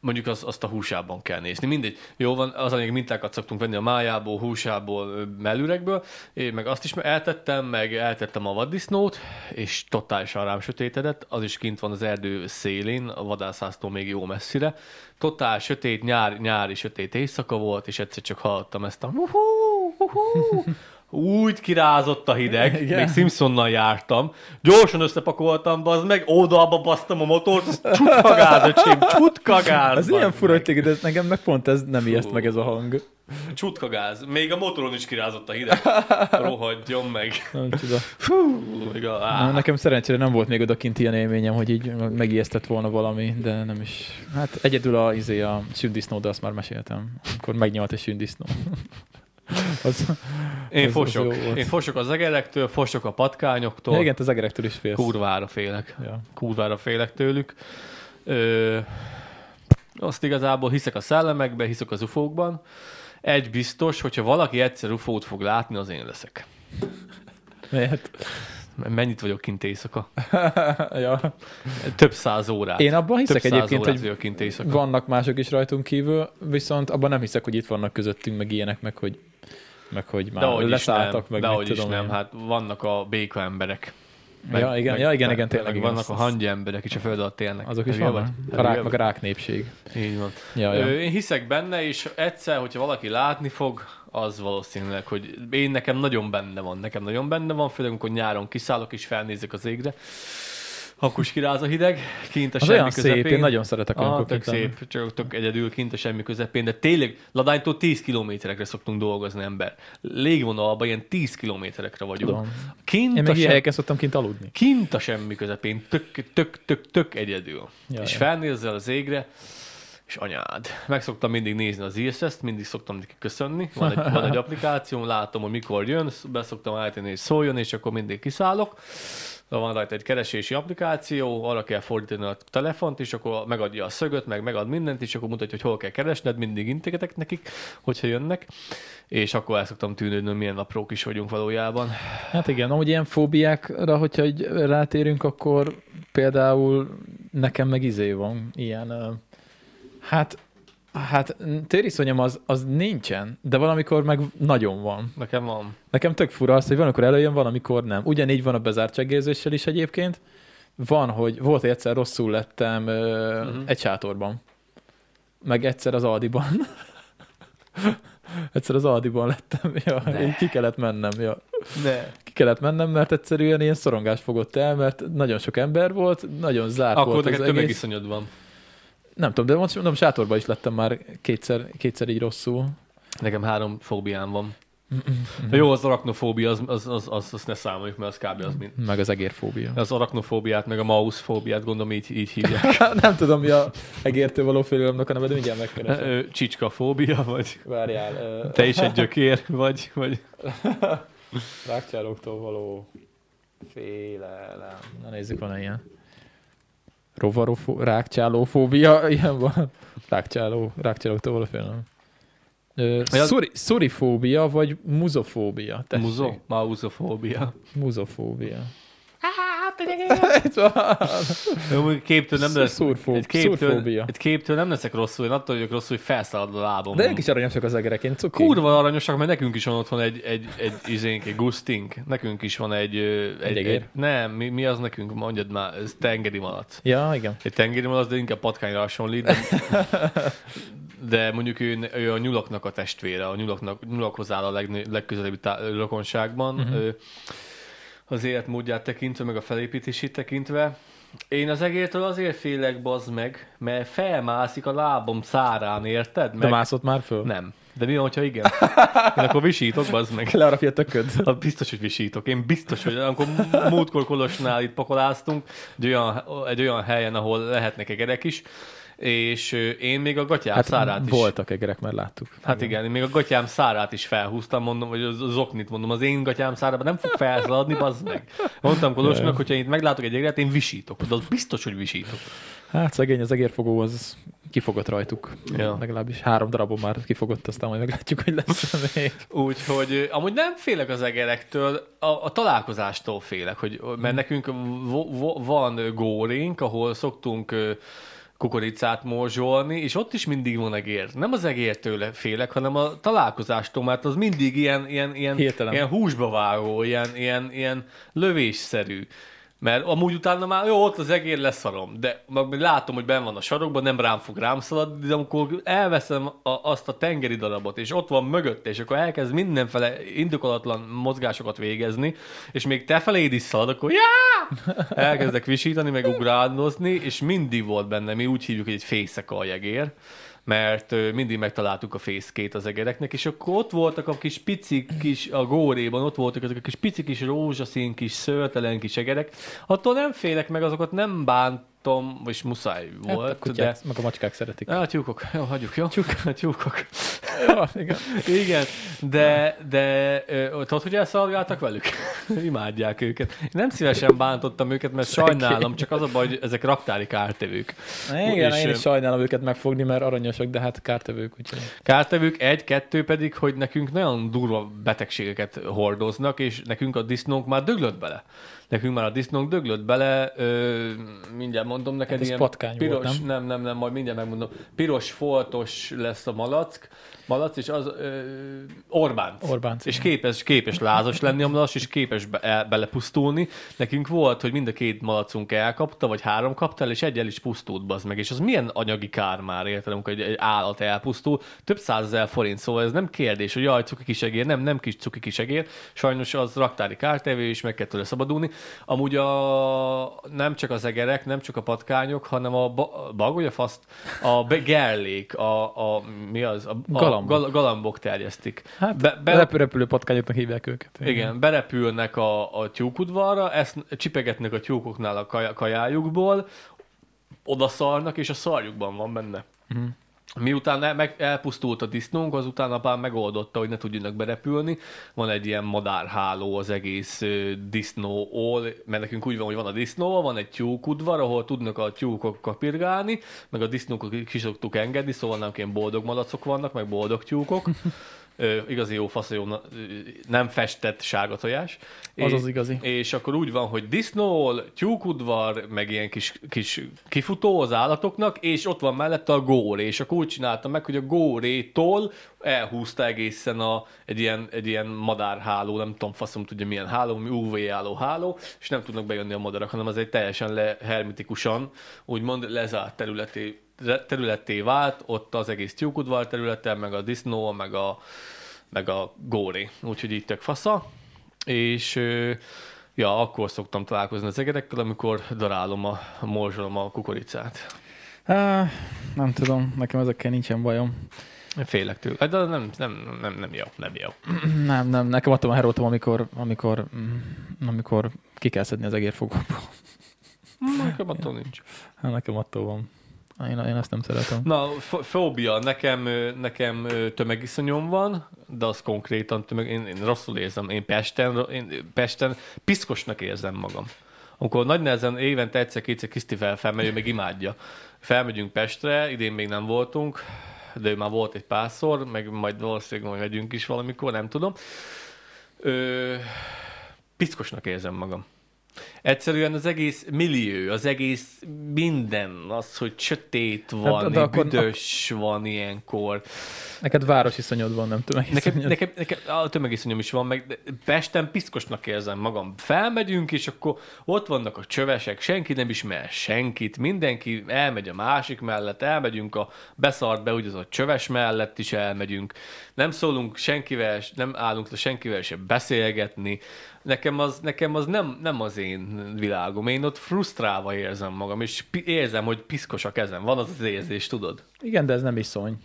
Mondjuk az, azt a húsában kell nézni. Mindegy. Jó van, az még mintákat szoktunk venni a májából, húsából, ö, mellüregből. Én meg azt is eltettem, meg eltettem a vaddisznót, és totálisan rám sötétedett. Az is kint van az erdő szélén, a vadászháztól még jó messzire. Totál sötét, nyár, nyári sötét éjszaka volt, és egyszer csak hallottam ezt a uhú, uhú. Úgy kirázott a hideg,
Igen.
még Simpsonnal jártam, gyorsan összepakoltam, bazd meg, oldalba basztam a motort, az csutka gáz, öcsém, csutka gáz.
Ez ilyen
Hát bazd
fura, hogy
meg.
téged, ez nekem meg pont ez nem ijeszt
Fú.
meg ez a hang.
Csutka gáz. Még a motoron is kirázott a hideg. Rohadjon meg.
Nem tudom.
Fú, még a,
Na,
á,
Nekem szerencsére nem volt még odakint ilyen élményem, hogy így megijesztett volna valami, de nem is. Hát egyedül a, izé, a sündisznó, de azt már meséltem. Akkor megnyalt egy sündisznó. az,
én
ez- az
fosok.
jó volt.
Én fosok az egerektől, fosok a patkányoktól.
ja, igen, te az egerektől is félsz.
Kurvára félek.
Ja.
Kurvára félek tőlük. Ö, azt igazából hiszek a szellemekbe, hiszek az ufókban. Egy biztos, hogyha valaki egyszer ufót fog látni, az én leszek.
Miért?
Mennyit vagyok kint éjszaka?
ja.
Több száz órát.
Én abban hiszek
Hát, Több száz
egyébként,
órát
hogy
vagyok kint éjszaka.
vannak mások is rajtunk kívül, viszont abban nem hiszek, hogy itt vannak közöttünk, meg ilyenek, meg hogy, meg hogy már
Dehogy is
leszálltak,
nem,
meg mit
dehogy is
tudom
nem,
én.
hát vannak a béka emberek.
Ja, igen, ja, igen, igen, tényleg,
Meg
igen,
vannak
azt-
a hangy Hát emberek is a föld alatt élnek.
Azok is
Hülye
vannak?
vagy?
A rák,
Hülye
meg a rák népség.
vagy? Így van.
Ja,
Ö,
ja.
Én hiszek benne, és egyszer, hogyha valaki látni fog, az valószínűleg, hogy én nekem nagyon benne van, nekem nagyon benne van, főleg amikor nyáron kiszállok és felnézek az égre, akkor is kiráz a hideg, kint a
Az
semmi
olyan szép, én
közepén.
nagyon szeretek
Ah,
olyankor
tök
kint lenni.
szép, csak tök egyedül kint a semmi közepén, de tényleg ladánytól 10 kilométerekre szoktunk dolgozni ember. Légvonalban ilyen 10 kilométerekre vagyunk.
Tudom. Én
Kint, a
meg ilyen
sem,
helyeken szoktam kint aludni.
kint a semmi közepén, tök, tök, tök, tök egyedül.
Jaj.
és felnézzel az égre, és anyád. Meg szoktam mindig nézni az ISS-t, mindig szoktam neki köszönni. Van egy, van egy applikációm, látom, hogy mikor jön, beszoktam állítani, hogy szóljon, és akkor mindig kiszállok. De van rajta egy keresési applikáció, arra kell fordítani a telefont, és akkor megadja a szögöt, meg megad mindent, és akkor mutatja, hogy hol kell keresned, mindig integetek nekik, hogyha jönnek. És akkor el szoktam tűnődni, hogy milyen aprók is vagyunk valójában.
Hát igen, amúgy ilyen fóbiákra, hogyha így rátérünk, akkor például nekem meg izé van, ilyen, ö, hát, hát tériszonyom az, az nincsen, de valamikor meg nagyon van.
Nekem van.
Nekem tök fura az, hogy van, amikor előjön, van, amikor nem. Ugyanígy van a bezártságérzéssel is egyébként. Van, hogy volt hogy egyszer rosszul lettem ö,
Mhm.
uh-huh. egy sátorban. Meg egyszer az Aldiban. egyszer az Aldiban lettem, ja,
Ne.
én ki kellett mennem, ja.
Ne.
Ki kellett mennem, mert egyszerűen ilyen szorongás fogott el, mert nagyon sok ember volt, nagyon zárt
Akkor
volt az
neked
egész.
tömegiszonyod van.
Nem tudom, de most mondom, sátorba is lettem már kétszer, kétszer így rosszul.
Nekem három fóbiám van. Na Jó, az arachnofóbia, az, az, az, az, azt ne számoljuk, mert az kb. az mint.
Meg az egérfóbia.
Az arachnofóbiát, meg a mauszfóbiát gondolom így, így hívják.
nem tudom, mi a egértől való félelemnek a neve, de mindjárt megkeresem.
Ö, Csicskafóbia, vagy
Várjál, ö,
te is egy gyökér, vagy, vagy
rákcsálóktól való félelem. Na nézzük, van ilyen. Rovarofó, rákcsálófóbia, ilyen van. Rákcsáló, rákcsálóktól való félelem. Ö,
Vagy az-
szuri, szurifóbia, vagy muzofóbia? Tessék.
muzó, mauzofóbia.
Muzofóbia.
Jó, mondjuk képtől nem lesz,
Szurfó-
egy, képtől,
szurfóbia.
egy képtől nem leszek rosszul, én attól vagyok rosszul, hogy felszalad a lábam.
De ők is aranyosak az egerek, én cuki.
Kurva aranyosak, mert nekünk is van otthon egy, egy, egy izénk, egy gusztink. Nekünk is van egy... ö, egy,
egér?
egy nem, mi, mi, az nekünk, mondjad már, ez tengeri malac.
Ja, igen.
Egy tengeri malac, de inkább patkányra hasonlít. De, de mondjuk ő, ő, a nyulaknak a testvére, a nyulaknak, nyulakhoz áll a legnő, legközelebbi tá- ö, rokonságban.
Mhm.
Ő, az életmódját tekintve, meg a felépítését tekintve. Én az egértől azért félek, bazd meg, mert felmászik a lábam szárán, érted?
De
Meg...
mászott már föl?
Nem. De mi van, hogyha igen? Én akkor visítok, bazd meg.
Le arra a tököd.
Ha biztos, hogy visítok. Én biztos, hogy amikor múltkor Kolosnál itt pakoláztunk, egy olyan, egy olyan helyen, ahol lehetnek egerek is, és ö, én még a gatyám hát szárát is.
voltak egerek, már láttuk.
Hát igen. én még a gatyám szárát is felhúztam, mondom, vagy az az oknit mondom, az én gatyám szárában nem fog felszaladni, bazd meg. Mondtam Kolosnak, hogyha én itt meglátok egy egeret, én visítok, de az biztos, hogy visítok.
Hát szegény, az egérfogó az kifogott rajtuk.
Ja.
Ja. Legalábbis három darabon már kifogott, aztán majd meglátjuk, hogy lesz még.
Úgyhogy ö, amúgy nem félek az egerektől, a, a találkozástól félek, hogy, mert nekünk vo, vo, van ö, górénk, ahol szoktunk ö, kukoricát morzsolni, és ott is mindig van egér. Nem az egértől félek, hanem a találkozástól, mert az mindig ilyen, ilyen, ilyen,
Hirtelen.
ilyen húsba vágó, ilyen, ilyen, ilyen lövésszerű. Mert amúgy utána már jó, ott az egér leszarom, de meg látom, hogy benn van a sarokban, nem rám fog rám szaladni, de amikor elveszem a, azt a tengeri darabot, és ott van mögött, és akkor elkezd mindenfele indokolatlan mozgásokat végezni, és még te feléd is szalad, akkor já! Elkezdek visítani, meg ugrándozni, és mindig volt benne, mi úgy hívjuk, hogy egy fészek a jegér, mert ö, mindig megtaláltuk a fészkét az egereknek, és akkor ott voltak a kis pici kis, a góréban ott voltak ezek a kis pici kis rózsaszín kis szörtelen kis egerek. Attól nem félek meg, azokat nem bántom, és muszáj volt,
Hát a kutyák, de... meg a macskák szeretik.
de... Á, tyúkok, jó, hagyjuk, jó? Tyúk. tyúkok.
Ja, igen.
Igen, de, de ö, ott hogy elszolgáltak velük? Imádják őket. Én nem szívesen bántottam őket, mert sajnálom, csak az a baj, hogy ezek raktári kártevők.
igen
És,
én
ö,
is sajnálom őket megfogni, mert aranyosak, de hát kártevők, úgyhogy.
Kártevők egy, kettő pedig, hogy nekünk nagyon durva betegségeket hordoznak, és nekünk a disznónk már döglött bele. Nekünk már a disznónk döglött bele, ö, mindjárt mondom neked,
Hát ez
ilyen
patkány volt,
piros,
nem?
nem, nem, nem, majd mindjárt megmondom, piros foltos lesz a malack, malac, és az ö, Orbánc.
Orbánc,
És
igen.
képes, képes lázas lenni a malac, és képes be, el, belepusztulni. Nekünk volt, hogy mind a két malacunk elkapta, vagy három kapta el, és egy el is pusztult, bazd meg. És az milyen anyagi kár már, érted, amikor egy, egy állat elpusztul, több százezer forint, szóval ez nem kérdés, hogy jaj, cuki kisegér, nem, nem kis cuki kisegér, sajnos az raktári kártevő, és meg kell tőle szabadulni. Amúgy a, nem csak az egerek, nem csak a patkányok, hanem a ba, bagolyafaszt, a be- gerlék, a, a, mi az? A, a
Galambok.
gal- galambok terjesztik.
Hát,
Be-
be,
be-
be... repülő patkányoknak hívják őket.
Igen, berepülnek a, a tyúkudvarra, ezt csipegetnek a tyúkoknál a kaj, kajájukból, odaszarnak, és a szarjukban van benne. Miután el, meg, elpusztult a disznónk, azután apám megoldotta, hogy ne tudjanak berepülni. Van egy ilyen madárháló az egész ö, disznóól, mert nekünk úgy van, hogy van a disznó, van egy tyúkudvar, ahol tudnak a tyúkok kapirgálni, meg a disznókat ki szoktuk engedni, szóval nem ilyen boldog malacok vannak, meg boldog tyúkok. Ö, igazi jó fasz, jó, na- ö, nem festett sárga tojás.
Az
É-
az igazi.
és akkor úgy van, hogy disznóol, tyúkudvar, meg ilyen kis, kis kifutó az állatoknak, és ott van mellette a góré, és akkor úgy csináltam meg, hogy a górétól elhúzta egészen a, egy, ilyen, egy ilyen madárháló, nem tudom, faszom tudja milyen háló, mi UV álló háló, és nem tudnak bejönni a madarak, hanem az egy teljesen le, hermetikusan, úgymond lezárt területé, területté vált, ott az egész tyúkudvar területen, meg a disznó, meg a, meg a góri. Úgyhogy így tök fasza. és ö, ja, akkor szoktam találkozni az egerekkel, amikor darálom a, morzsolom a kukoricát.
Á, nem tudom, nekem ezekkel nincsen bajom.
Félek tőle, de nem, nem, nem, nem jó, nem jó.
Nem, nem, nekem attól már herótom, amikor, amikor, mm, amikor ki kell szedni az egérfogóból.
Nekem attól nincs.
Hát nekem attól van. Én, én azt nem szeretem.
Na, f- fóbia, nekem, ö, nekem ö, tömegiszonyom van, de az konkrétan tömeg, én, én rosszul érzem, én Pesten, én Pesten piszkosnak érzem magam. Amikor nagy nehezen évente egyszer-kétszer Kiszti fel, felmegy, ő még imádja. Felmegyünk Pestre, idén még nem voltunk, de ő már volt egy párszor, meg majd valószínűleg majd megyünk is valamikor, nem tudom. Ö, piszkosnak érzem magam. Egyszerűen az egész millió, az egész minden, az, hogy sötét van, hát,
de akkor-
büdös van ilyenkor.
Neked város iszonyod van, nem tudom.
Nekem, nekem, nekem a tömegiszonyom is van, meg de Pesten piszkosnak érzem magam. Felmegyünk, és akkor ott vannak a csövesek, senki nem ismer senkit, mindenki elmegy a másik mellett, elmegyünk a beszart be, ugye az a csöves mellett is elmegyünk. Nem szólunk senkivel, nem állunk le senkivel se beszélgetni. Nekem az, nekem az nem, nem az én világom. Én ott frusztrálva érzem magam, és pi- érzem, hogy piszkos a kezem. Van az az érzés, tudod?
Igen, de ez nem iszony.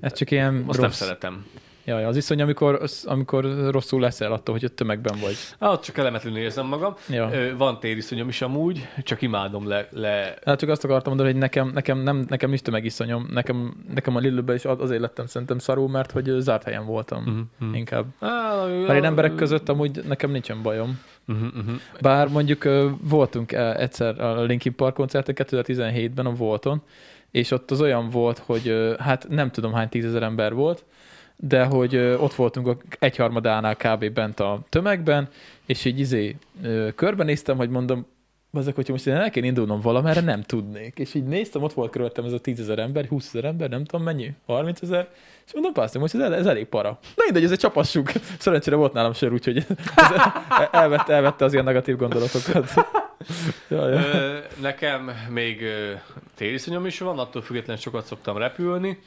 Ez csak ilyen
Azt nem
rossz.
szeretem.
Jaj, az iszony, amikor, az- amikor rosszul leszel attól, hogy a tömegben vagy.
Ah, ott csak elemetlenül érzem magam.
Ja.
Ö, Van tériszonyom is amúgy, csak imádom le, le
Hát csak azt akartam mondani, hogy nekem, nekem, nem, nekem nincs tömegiszonyom. Nekem, nekem a Lillőben is az- azért lettem szerintem szarú, mert hogy ö, zárt helyen voltam
mhm.
inkább.
Á,
Mert én emberek között amúgy nekem nincsen bajom.
Uh-huh, uh-huh.
Bár mondjuk ö, voltunk ö, egyszer a Linkin Park koncerten 2017-ben a Volton, és ott az olyan volt, hogy ö, hát nem tudom hány tízezer ember volt, de hogy ö, ott voltunk a egyharmadánál kb. bent a tömegben, és így izé ö, körbenéztem, hogy mondom, azok, hogyha most én el kell indulnom valamerre, nem tudnék. És így néztem, ott volt körülöttem ez a tízezer ember, 20 ezer ember, nem tudom mennyi, 30 ezer, és mondom, pásztor, most ez, el- ez elég para. Na mindegy, ezért csapassuk. Szerencsére volt nálam sör, úgyhogy ez elvette, elvette az ilyen negatív gondolatokat. Jaj, jaj.
Ö, nekem még ö, tériszonyom is van, attól függetlenül sokat szoktam repülni.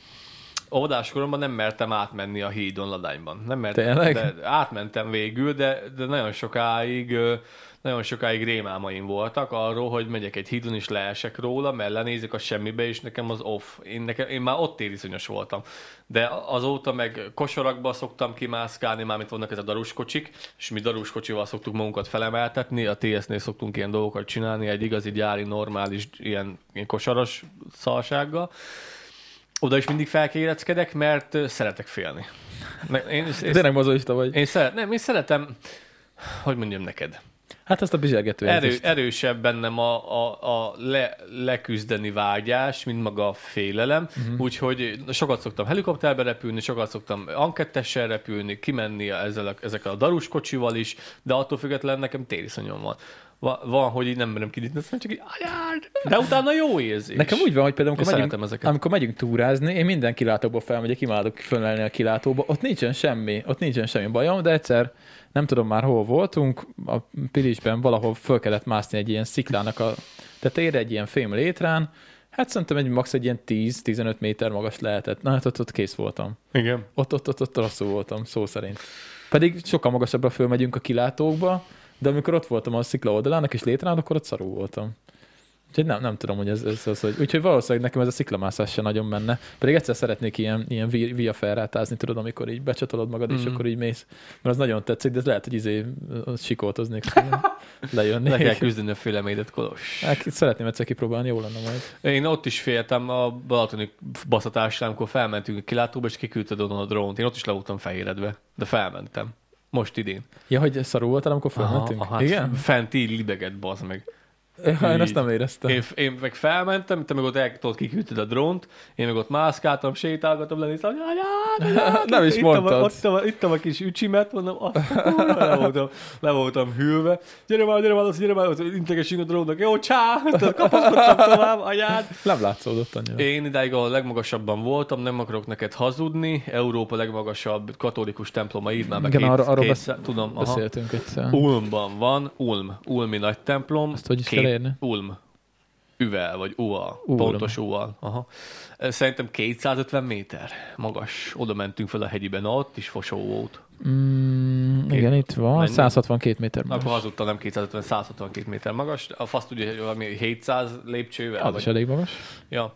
Óvodáskoromban nem mertem átmenni a hídon ladányban. Nem mertem,
Tényleg?
De átmentem végül, de, de nagyon sokáig ö, nagyon sokáig rémálmaim voltak arról, hogy megyek egy hídon és leesek róla, mert lenézek a semmibe, és nekem az off. Én, nekem, én már ott tériszonyos voltam. De azóta meg kosarakba szoktam kimászkálni, mármint vannak ez a daruskocsik, és mi daruskocsival szoktuk magunkat felemeltetni, a TS-nél szoktunk ilyen dolgokat csinálni, egy igazi gyári, normális, ilyen, ilyen kosaras szalsággal. Oda is mindig felkéreckedek, mert ö, szeretek félni. Meg Én, én, én,
Tényleg mozoista vagy.
én, szeret, nem, én szeretem, hogy mondjam neked,
Hát ezt a bizsergető
Erő,
Erő.
erősebb bennem a, a, a le, leküzdeni vágyás, mint maga a félelem,
Mhm.
uh-huh. úgyhogy sokat szoktam helikopterbe repülni, sokat szoktam ankettessel repülni, kimenni ezzel a, ezekkel a daruskocsival is, de attól függetlenül nekem tériszonyom van. Va, van, hogy így nem merem kinyitni, azt mondom, csak így, "Anyád!" de utána jó érzés.
Nekem úgy van, hogy például
Én
amikor megyünk,
szeretem ezeket.
amikor megyünk túrázni, én minden kilátóból felmegyek, imádok fölelni a kilátóba, ott nincsen semmi, ott nincsen semmi bajom, de egyszer nem tudom már hol voltunk, a Pilisben valahol föl kellett mászni egy ilyen sziklának a tetejére, egy ilyen fém létrán, hát szerintem egy max egy ilyen 10-15 méter magas lehetett. Na hát ott, ott kész voltam.
Igen.
Ott, ott, ott, ott rosszul voltam, szó szerint. Pedig sokkal magasabbra fölmegyünk a kilátókba, de amikor ott voltam a szikla oldalának és létrán, akkor ott szarú voltam. Úgyhogy nem, nem tudom, hogy ez, ez az, hogy... Úgyhogy valószínűleg nekem ez a sziklamászás se nagyon menne. Pedig egyszer szeretnék ilyen, ilyen vi- via ferrátázni, tudod, amikor így becsatolod magad, mm. és
Mhm.
akkor így mész. Mert az nagyon tetszik, de ez lehet, hogy izé ö, sikoltoznék, lejönnék.
Le kell küzdeni a félemédet, Kolos.
Hát, Szeretném egyszer kipróbálni, jó lenne majd.
Én ott is féltem a balatoni baszatásnál, amikor felmentünk a kilátóba, és kiküldted onnan a drónt. Én ott is leúgtam fehéredve, de felmentem. Most idén.
Ja, hogy szarú voltál, amikor fölmentünk?
Aha, aha,
Igen?
hát Fent így libegett, bazd meg.
Ja, én
így.
ezt nem éreztem.
Én, én, meg felmentem, te meg ott el tudod, kiküldted a drónt, én meg ott mászkáltam, sétálgatom, lenéztem, hogy anyád, anyád,
Nem is
itt- ittam a-
mondtad.
Ittam a, ittam a kis ücsimet, mondom, azt a kurva, le voltam, le voltam hűlve. Gyere már, gyere már, Laci, gyere már, ott integesünk a drónnak. Jó, csá, Tudod, kapaszkodtam tovább, anyád.
Nem látszódott annyira.
Én idáig a legmagasabban voltam, nem akarok neked hazudni. Európa legmagasabb katolikus temploma, írd már be
Igen,
két,
arra- arról
két,
besz-
tudom. aha.
Beszéltünk szóval. egyszer.
Ulmban van, Ulm, Ulmi nagy templom.
Azt hogy is kell érni?
Ulm. üvel, vagy uval,
Úrom.
pontos uval. Aha. Szerintem 250 méter magas. Oda mentünk fel a hegyiben, ott is fosó volt.
Mm, igen, itt van.
Mennyi?
162 méter magas.
Akkor hazudtam, nem 250, 162 méter magas. A fasz tudja, hogy valami 700 lépcsővel.
Az is elég magas.
Ja.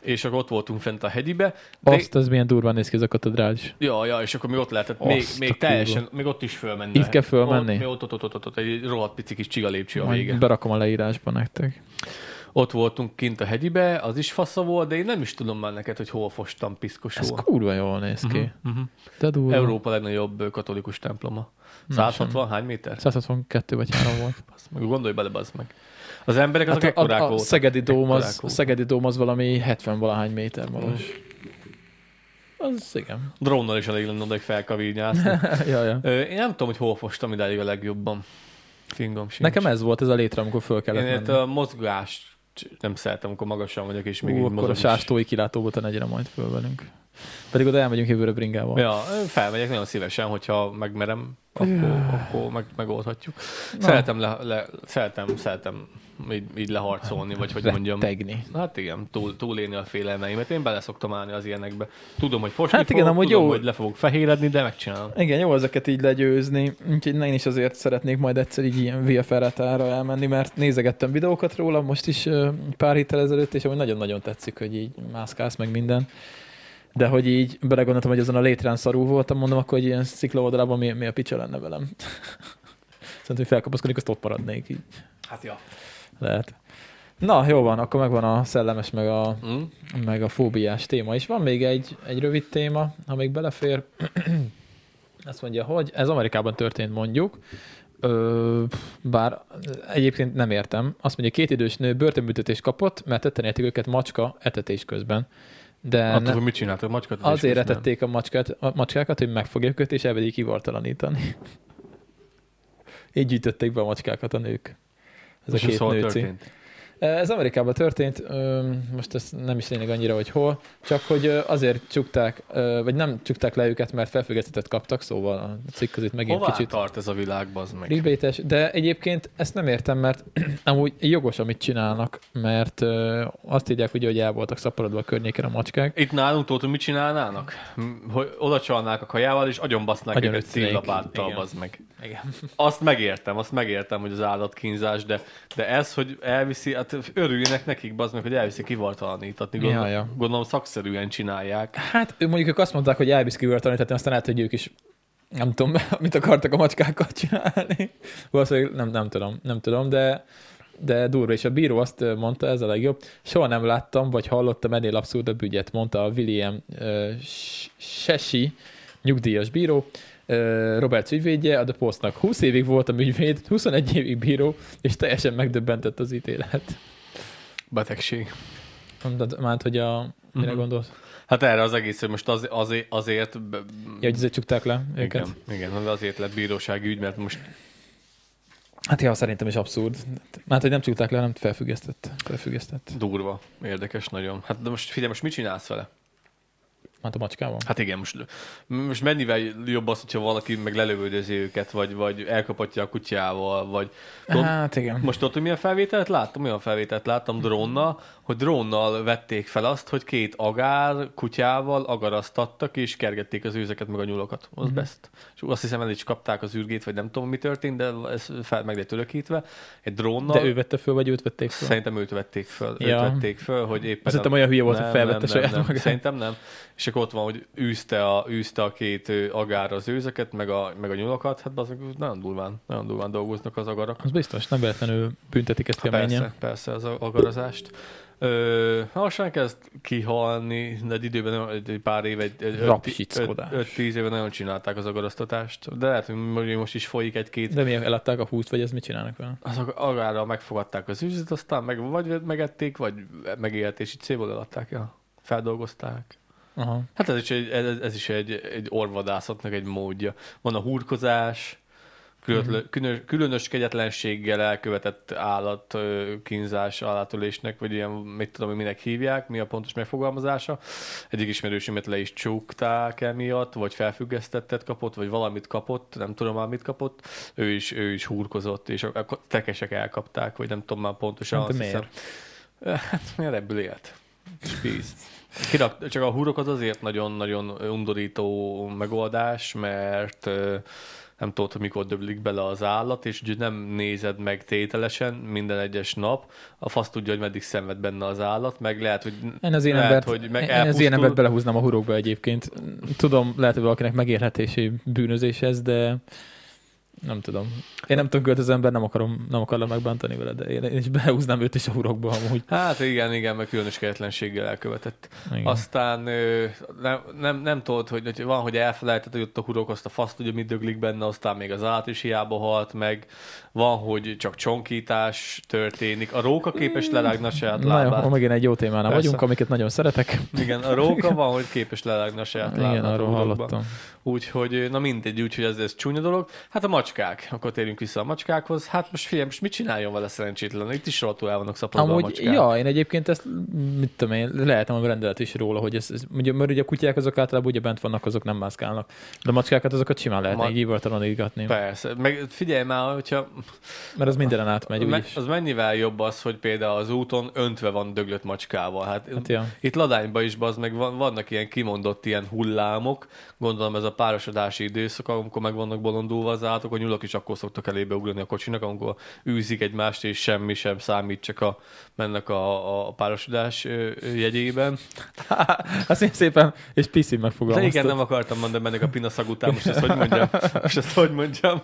És akkor ott voltunk fent a hegyibe. De...
Azt, az milyen durván néz ki ez a katedrális.
Ja, ja, és akkor mi ott lehetett, még,
Azt a
még
kurva.
teljesen, még ott is fölmenni.
Itt kell fölmenni?
Ott, mi ott, ott, ott, ott, ott, ott, egy rohadt pici kis csiga lépcső a vége.
Majd berakom a leírásba nektek.
Ott voltunk kint a hegyibe, az is fasza volt, de én nem is tudom már neked, hogy hol fostam
Ez
piszkosul.
kurva Mhm. jól néz ki.
Mhm.
De durva.
Európa legnagyobb ö, katolikus temploma.
Nem
160 hány méter?
162 vagy 3 volt.
Basz meg, gondolj bele, bazd meg. Az emberek azok
Hát a,
ekkorák
a, a
voltak.
Szegedi, dóm az,
Ekkorák
a
óta.
Szegedi dóm az valami 70 valahány méter magas. Az igen.
Drónnal is elég lenne odaig felkavírnyászni.
ja, ja.
Ö, Én nem tudom, hogy hol fostam idáig a legjobban. Fingom sincs.
Nekem ez volt ez a létre, amikor föl kellett
Én itt
menni.
a mozgást nem szeretem, amikor magasan vagyok, és még
Még Ú,
így
akkor a
mozog is.
sástói kilátóba te negyre majd föl velünk. Pedig oda elmegyünk jövőre bringával.
Ja, felmegyek nagyon szívesen, hogyha megmerem, akkor, akkor meg, megoldhatjuk.
Na.
Szeretem, le, le, szeretem, szeretem így, így leharcolni, vagy hogy mondjam.
Tegni.
Hát igen, túl, túlélni a félelmeimet. Én bele szoktam állni az ilyenekbe. Tudom, hogy fosni
Hát
hát
igen,
igen, fogok,
amúgy
tudom,
jó.
hogy le fogok fehéredni, de megcsinálom.
Igen, jó ezeket így legyőzni, úgyhogy én is azért szeretnék majd egyszer így ilyen Via Ferratára elmenni, mert nézegettem videókat róla most is ö, pár héttel ezelőtt, és amúgy nagyon-nagyon tetszik, hogy így mászkálsz meg minden. De hogy így belegondoltam, hogy azon a létrán szarú voltam, mondom, akkor egy ilyen szikló oldalában mi, mi a picsa lenne velem. Szerintem, hogy felkapaszkodik, azt ott maradnék így.
Hát ja.
Lehet. Na, jó van, akkor megvan a szellemes meg a,
Mm.
meg a fóbiás téma is. Van még egy, egy rövid téma, ha még belefér. Azt mondja, hogy ez Amerikában történt mondjuk, Ö, bár egyébként nem értem. Azt mondja, két idős nő börtönbüntetést kapott, mert tetten érték őket macska etetés közben. De
Attól,
ne,
hogy mit csináltak, macskat is
azért
köszönöm.
etették a, macskát, a macskákat, hogy megfogják őket, és elvegyék kivartalanítani. Így gyűjtötték be a macskákat a nők. Ez a
És
két
hol
nőci.
történt?
Ez Amerikában történt, ö, most ez nem is lényeg annyira, hogy hol, csak hogy ö, azért csukták, ö, vagy nem csukták le őket, mert felfüggesztetet kaptak, szóval a cikk között megint
Hová
kicsit
tart ez a világ, bazd meg?
clickbaites, de egyébként ezt nem értem, mert amúgy jogos, amit csinálnak, mert ö, azt írják, ugye, hogy el voltak szaporodva a környéken a macskák.
Itt nálunk tudod, hogy mit csinálnának? M- Hogy oda csalnák a kajával, és agyonbasznák
Agyon
őket
ütnék.
színlapáttal,
Igen.
bazd meg.
Igen.
Azt megértem, azt megértem, hogy az állatkínzás, de, de ez, hogy elviszi, hát örüljenek nekik, bazd meg, hogy elviszi kivartalanítatni. Gondolom,
Ja, ja.
gondolom szakszerűen csinálják.
Hát ő- mondjuk ők azt mondták, hogy elvisz kivel tanítatni, aztán lehet, hogy ők is nem tudom, mit akartak a macskákkal csinálni. Valószínűleg nem, nem tudom, nem tudom, de, de durva. És a bíró azt mondta, ez a legjobb, soha nem láttam, vagy hallottam ennél abszurdabb ügyet, mondta a William uh, Sesi, nyugdíjas bíró, ö, Roberts ügyvédje, a The Postnak 20 évig voltam ügyvéd, 21 évig bíró, és teljesen megdöbbentett az ítélet.
Betegség.
Mondtad, Már hogy a... Mire
Mhm.
gondolsz?
Hát erre az egész, hogy most az, azért, azért be-
Ja, hogy ezért csukták le őket.
igen, igen, hogy azért lett bírósági ügy, mert most
Hát ja, szerintem is abszurd. Hát, hogy nem csukták le, hanem felfüggesztett. Felfüggesztett.
durva, érdekes nagyon. Hát de most figyelj, most mit csinálsz vele?
Hát a macskával.
Hát igen, most, most mennyivel jobb az, hogyha valaki meg lelövődözi őket, vagy, vagy elkapatja a kutyával, vagy... Tudod,
Hát igen.
most ott hogy milyen felvételt láttam? Olyan felvételt láttam drónnal, hogy drónnal vették fel azt, hogy két agár kutyával agarasztattak, és kergették az őzeket meg a nyulakat. Az mm-hmm. best. És azt hiszem el is kapták az űrgét, vagy nem tudom mi történt, de ez fel meg lett örökítve. Egy drónnal...
De ő vette föl, vagy őt vették föl?
Szerintem őt vették föl.
Szóval. Ja.
Ja. Őt vették föl, hogy éppen...
Szerintem olyan hülye volt, hogy felvette
nem,
saját
nem,
magát.
Szerintem nem. És akkor ott van, hogy űzte a, űzte a két ö, agár az őzeket, meg a, meg a nyulakat. Hát azok nagyon durván, nagyon durván dolgoznak az agarak.
Az biztos, nem véletlenül büntetik ezt
Ha
keményen.
Hát persze, persze, az a- agarazást. Ö, ha most kezd kihalni, de egy időben, nem- egy, egy pár éve, egy, egy
Rapsickodás.
5-10 éve nagyon csinálták az agaraztatást, de lehet, hogy mondjuk most is folyik egy-két
De miért eladták a húst, vagy ez mit csinálnak vele?
az ag- agárral megfogadták az üzlet, aztán meg, vagy megették, vagy megélhetési célból eladták, ja. feldolgozták.
Aha.
Hát ez is, egy, ez, ez is egy, egy orvadászatnak egy módja. Van a hurkozás, különös, különös, különös kegyetlenséggel elkövetett állat ö, kínzás állatölésnek, vagy ilyen, mit tudom, hogy minek hívják, mi a pontos megfogalmazása. Egyik ismerősömet le is csukták emiatt, vagy felfüggesztettet kapott, vagy valamit kapott, nem tudom már mit kapott. Ő is, ő is húrkozott, és a, a tekesek elkapták, vagy nem tudom már pontosan.
Hát de
azt
miért?
hiszem. Hát, mert ebből élt. Spíz. Kirak, csak a hurok az azért nagyon-nagyon undorító megoldás, mert ö, nem tudod, hogy mikor döblik bele az állat, és ugye nem nézed meg tételesen minden egyes nap. A fasz tudja, hogy meddig szenved benne az állat, meg lehet, hogy
Én az én
Lehet,
embert,
hogy meg
én az én
elpusztul.
embert belehúznám a hurokba egyébként. Tudom, lehet, hogy valakinek megélhetési bűnözés ez, de nem tudom. Én nem tudom költ az ember, nem akarom, nem akarom megbántani vele, de én, én is belehúznám őt is a hurokba amúgy.
Hát igen, igen, meg különös keretlenséggel elkövetett.
Igen.
Igen. Aztán ö, nem, nem, nem tudod, hogy, hogy van, hogy elfelejtett, hogy ott a hurok, azt a faszt ugye mit döglik benne, aztán még az állat is hiába halt meg. Van, hogy csak csonkítás történik. A róka
Mm.
képes lerágni a saját
Na jó, akkor
lábát.
megint egy jó témánál
Persze.
vagyunk, amiket nagyon szeretek.
Igen, a róka van, hogy képes lerágni a saját lábát.
Igen,
a
arról
hurokba.
hallottam.
Úgyhogy, na mindegy, úgyhogy ez, ez csúnya dolog. Hát a macskák, akkor térjünk vissza a macskákhoz. Hát most figyelj, most mit csináljon vele szerencsétlen? Itt is rohadtul el vannak szaporodva a
Amúgy,
macskák.
ja, én egyébként ezt, mit tudom én, lehetem a rendelet is róla, hogy ez, ez ugye, mert ugye a kutyák azok általában ugye bent vannak, azok nem mászkálnak. De a macskákat azokat simán lehetne
Ma-
így ivartalanítgatni,
Persze, meg figyelj már, hogyha
mert az mindenen átmegy
me,
úgyis.
az mennyivel jobb az, hogy például az úton öntve van döglött macskával. Hát,
Hát ja.
itt Ladányba is bazd meg van, vannak ilyen kimondott ilyen hullámok, gondolom ez a párosodási időszak, amikor meg vannak bolondulva az állatok, a nyulak is akkor szoktak elébe ugrani a kocsinak, amikor űzik egymást, és semmi sem számít, csak a, mennek a, a párosodás ö, ö, jegyében.
Azt én szépen, és piszim
De
megfogalmaztad.
Hát igen, nem akartam mondani mennek a pinaszag után, most ezt hogy mondjam, most ezt hogy mondjam.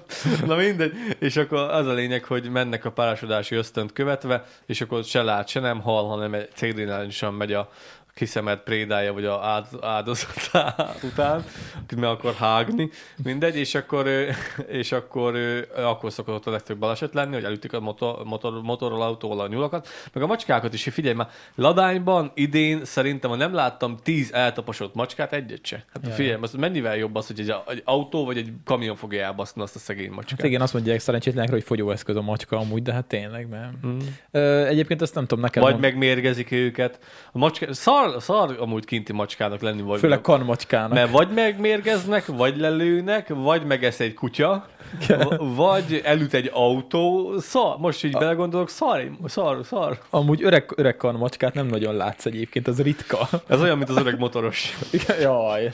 Na mindegy. És akkor az a lényeg, hogy mennek a párosodási ösztönt követve, és akkor se lát, se nem hal, hanem egy cédrinálisan megy a kiszemelt prédája, vagy a áld- áldozata után, akit meg akar hágni, mindegy, és akkor, ö, és akkor, ö, akkor szokott ott a legtöbb baleset lenni, hogy elütik a motor, motor, motorral, autóval a nyulakat, meg a macskákat is, figyelj már, Ladányban idén szerintem, ha nem láttam tíz eltaposott macskát, egyet se. Hát
Jaj.
figyelj, az mennyivel jobb az, hogy egy, egy autó vagy egy kamion fogja elbaszni azt a szegény macskát.
Hát igen, azt mondják szerencsétlenekre, hogy fogyóeszköz a macska amúgy, de hát tényleg nem. Mm.
Hmm.
Ö, egyébként azt nem tudom, nekem
Vagy
mond-
megmérgezik őket. A macska, szar, szar amúgy kinti macskának lenni. Vagy
főleg kanmacskának.
Mert vagy megmérgeznek, vagy lelőnek, vagy megesz egy kutya, v- vagy elüt egy autó. Szar, most így belegondolok, szar, szar, szar.
Amúgy öreg, öreg kanmacskát nem nagyon látsz egyébként, az ritka.
Ez olyan, mint az öreg motoros.
Igen, Jaj.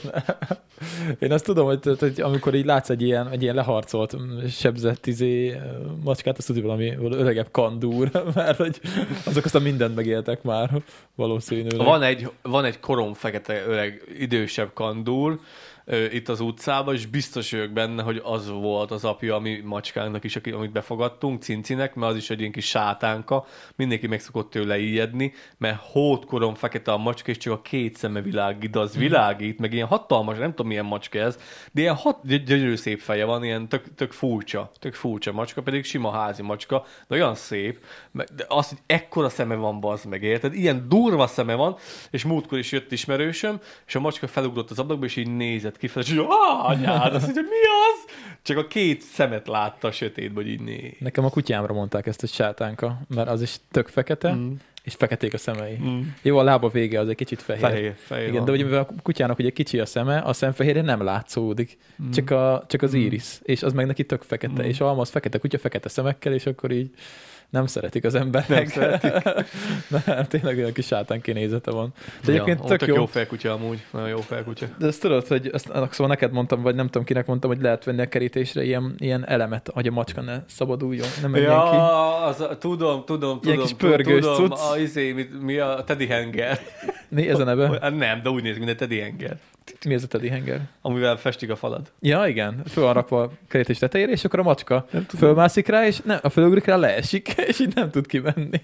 Én azt tudom, hogy, tehát, hogy amikor így látsz egy ilyen, egy ilyen leharcolt, mm, sebzett izé, ö, macskát, azt tudod, valami öregebb kandúr, mert hogy azok aztán mindent megéltek már valószínűleg.
Van egy, van egy korom fekete öreg, idősebb kandúr ö, itt az utcában, és biztos vagyok benne, hogy az volt az apja a mi macskánknak is, aki- amit befogadtunk, cincinek, mert az is egy ilyen kis sátánka, mindenki meg szokott tőle ijedni, mert hótkorom fekete a macska, és csak a két szeme világít, de az világít, meg ilyen hatalmas, nem tudom milyen macska ez, de ilyen hat, gy- gyönyörű szép feje van, ilyen tök, tök furcsa, tök furcsa macska, pedig sima házi macska, de olyan szép, me- de az, hogy ekkora szeme van, bazd meg, érted? Ilyen durva szeme van, és múltkor is jött ismerősöm, és a macska felugrott az ablakba, és így nézett kifelé, és így, "Á, anyád, azt mondja, mi az? Csak a két szemet látta a sötétben, hogy így né.
Nekem a kutyámra mondták ezt, hogy sátánka, mert az is tök fekete, mm. és feketék a szemei. Mm. Jó, a lába vége az egy kicsit fehér.
Fehér, fehér
Igen,
van.
de ugye mivel a kutyának ugye kicsi a szeme, a szemfehérje nem látszódik, mm. csak, a, csak az íris, és az meg neki tök fekete, mm. és alma az fekete kutya fekete szemekkel, és akkor így nem szeretik az emberek.
Nem szeretik.
nem, tényleg olyan kis sátán kinézete van. De egyébként
Ja,
ja,
ó,
tök,
jó.
jó.
felkutya amúgy, nagyon jó felkutya.
De azt tudod, hogy azt, annak szóval neked mondtam, vagy nem tudom kinek mondtam, hogy lehet venni a kerítésre ilyen, ilyen elemet, hogy a macska ne szabaduljon, ne menjen ki.
Ja, az, a- tudom, tudom,
Ilyen
tudom.
kis pörgős
tudom,
cucc.
a, izé, mit, mi a Teddy Henger.
Mi ez a neve?
Hát nem, de úgy néz ki, mint egy Teddy Henger.
Mi ez a teddy henger?
Amivel festik a falad.
Ja, igen. Föl van rakva a kerítés tetejére, és akkor a macska fölmászik rá, és nem, a fölugrik rá, leesik, és így nem tud kimenni.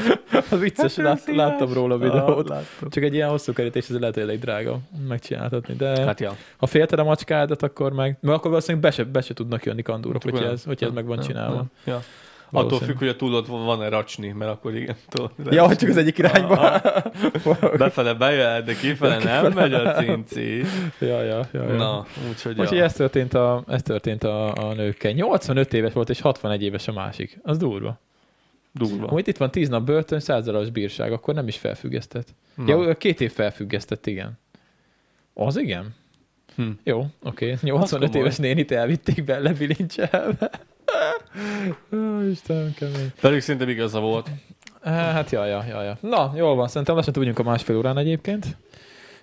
Az vicces,
Hát,
lát,
szíves.
láttam róla a videót.
Ah,
Csak egy ilyen hosszú kerítés, ez lehet, hogy elég drága megcsináltatni. De
Hát ja.
ha félted a macskádat, akkor meg... Mert akkor valószínűleg be se, be se tudnak jönni kandúrok,
Tudtuk,
hogyha
nem.
ez, hogyha ez
Nem,
meg van
nem,
csinálva.
nem. ja. Attól
Valószínű.
függ, hogy a túlod van-e racsni, mert akkor igen. Tudod,
Ja, hogy csak az egyik irányba.
Befele bejöhet, de kifele nem megy a cinci.
ja, ja, ja, ja.
Na, úgyhogy
Úgyhogy
ja.
ez történt, a, ez történt a, a nőkkel. 85 éves volt, és 61 éves a másik. Az durva.
durva.
Amúgy itt van 10 nap börtön, 100 dolláros bírság, akkor nem is felfüggesztett.
Na.
Ja, ő két év felfüggesztett, igen. Az igen?
Hm.
Jó, oké. Okay.
Az
85
komoly.
éves nénit elvitték bele bilincselve. Ó, Istenem, kemény.
Pedig szerintem igaza volt.
Hát ja, ja, ja, ja. Na, jól van, szerintem lassan tudjunk a másfél órán egyébként.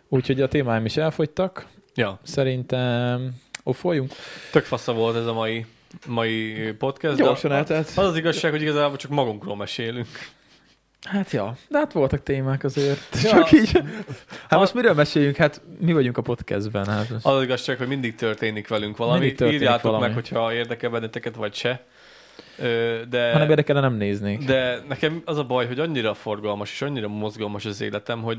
Úgyhogy a témáim is elfogytak.
Ja,
Szerintem ofoljunk.
tök fassa volt ez a mai, mai podcast. de
Gyorsan eltelt.
Az az igazság, hogy igazából csak magunkról mesélünk.
Hát ja, de hát voltak témák azért.
Ja.
Csak így. Hát most miről meséljünk? Hát mi vagyunk a podcastben. Hát.
Az az igazság, hogy mindig történik velünk valami.
Mindig történik
Írjátok
valami.
meg, hogyha érdekel benneteket, vagy se. Ö, De,
Ha nem érdekel, nem néznék.
de nekem az a baj, hogy annyira forgalmas és annyira mozgalmas az életem, hogy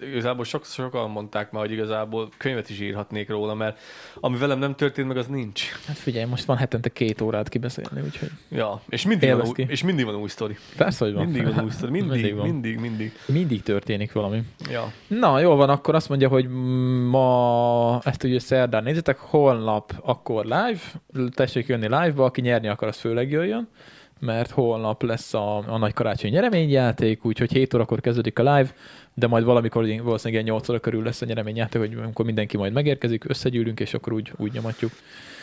ö, igazából sok, sokan mondták már, hogy igazából könyvet is írhatnék róla, mert ami velem nem történt meg, az nincs.
Hát figyelj, most van hetente két órát kibeszélni, úgyhogy...
Ja, és mindig, van
Élvezd
új,
ki.
és mindig van új sztori.
Persze, hogy van.
Mindig van új sztori. Mindig,
Mindig
mindig,
van.
mindig, mindig.
Mindig történik valami.
Ja.
Na, jól van, akkor azt mondja, hogy ma, ezt ugye szerdán nézitek, holnap akkor live, tessék jönni live-ba, aki nyerni akar, az főleg jöjjön, mert holnap lesz a, a nagy karácsonyi nyereményjáték, úgyhogy 7 órakor kezdődik a live, de majd valamikor ilyen- valószínűleg ilyen 8 óra körül lesz a nyereményjáték, hogy amikor mindenki majd megérkezik, összegyűlünk, és akkor úgy, úgy nyomatjuk.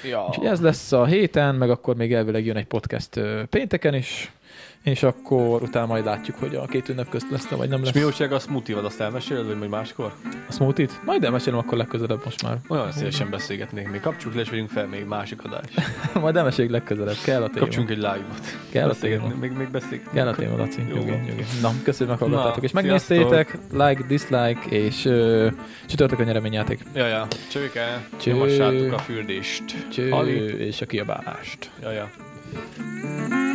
ja.
Úgyhogy ez lesz a héten, meg akkor még elvileg jön egy podcast ö, pénteken is, és akkor utána majd látjuk, hogy a két ünnep közt lesz, vagy nem
És
lesz.
mi újság a smoothie-val, azt elmeséled, vagy majd máskor?
A smoothie-t? Majd elmesélem akkor legközelebb most már.
Olyan szívesen beszélgetnék még. Kapcsoljuk le, és vegyünk fel még másik adás.
Majd elmeséljük legközelebb. Kell a téma.
Kapcsunk egy live-ot.
Kell a
Beszélgetni-
téma.
Még, még beszélgetni.
Kell a téma, Laci.
Jó.
Nyugi, nyugi. Na, köszönöm, hogy meghallgattátok.
Na,
És megnéztétek, like, dislike, és ö, csütörtök a nyereményjáték.
Ja, ja. Csövike,
Cső.
nyomassátok a fürdést.
Cső,
Ali.
és a kiabálást.
Ja, ja.
Thank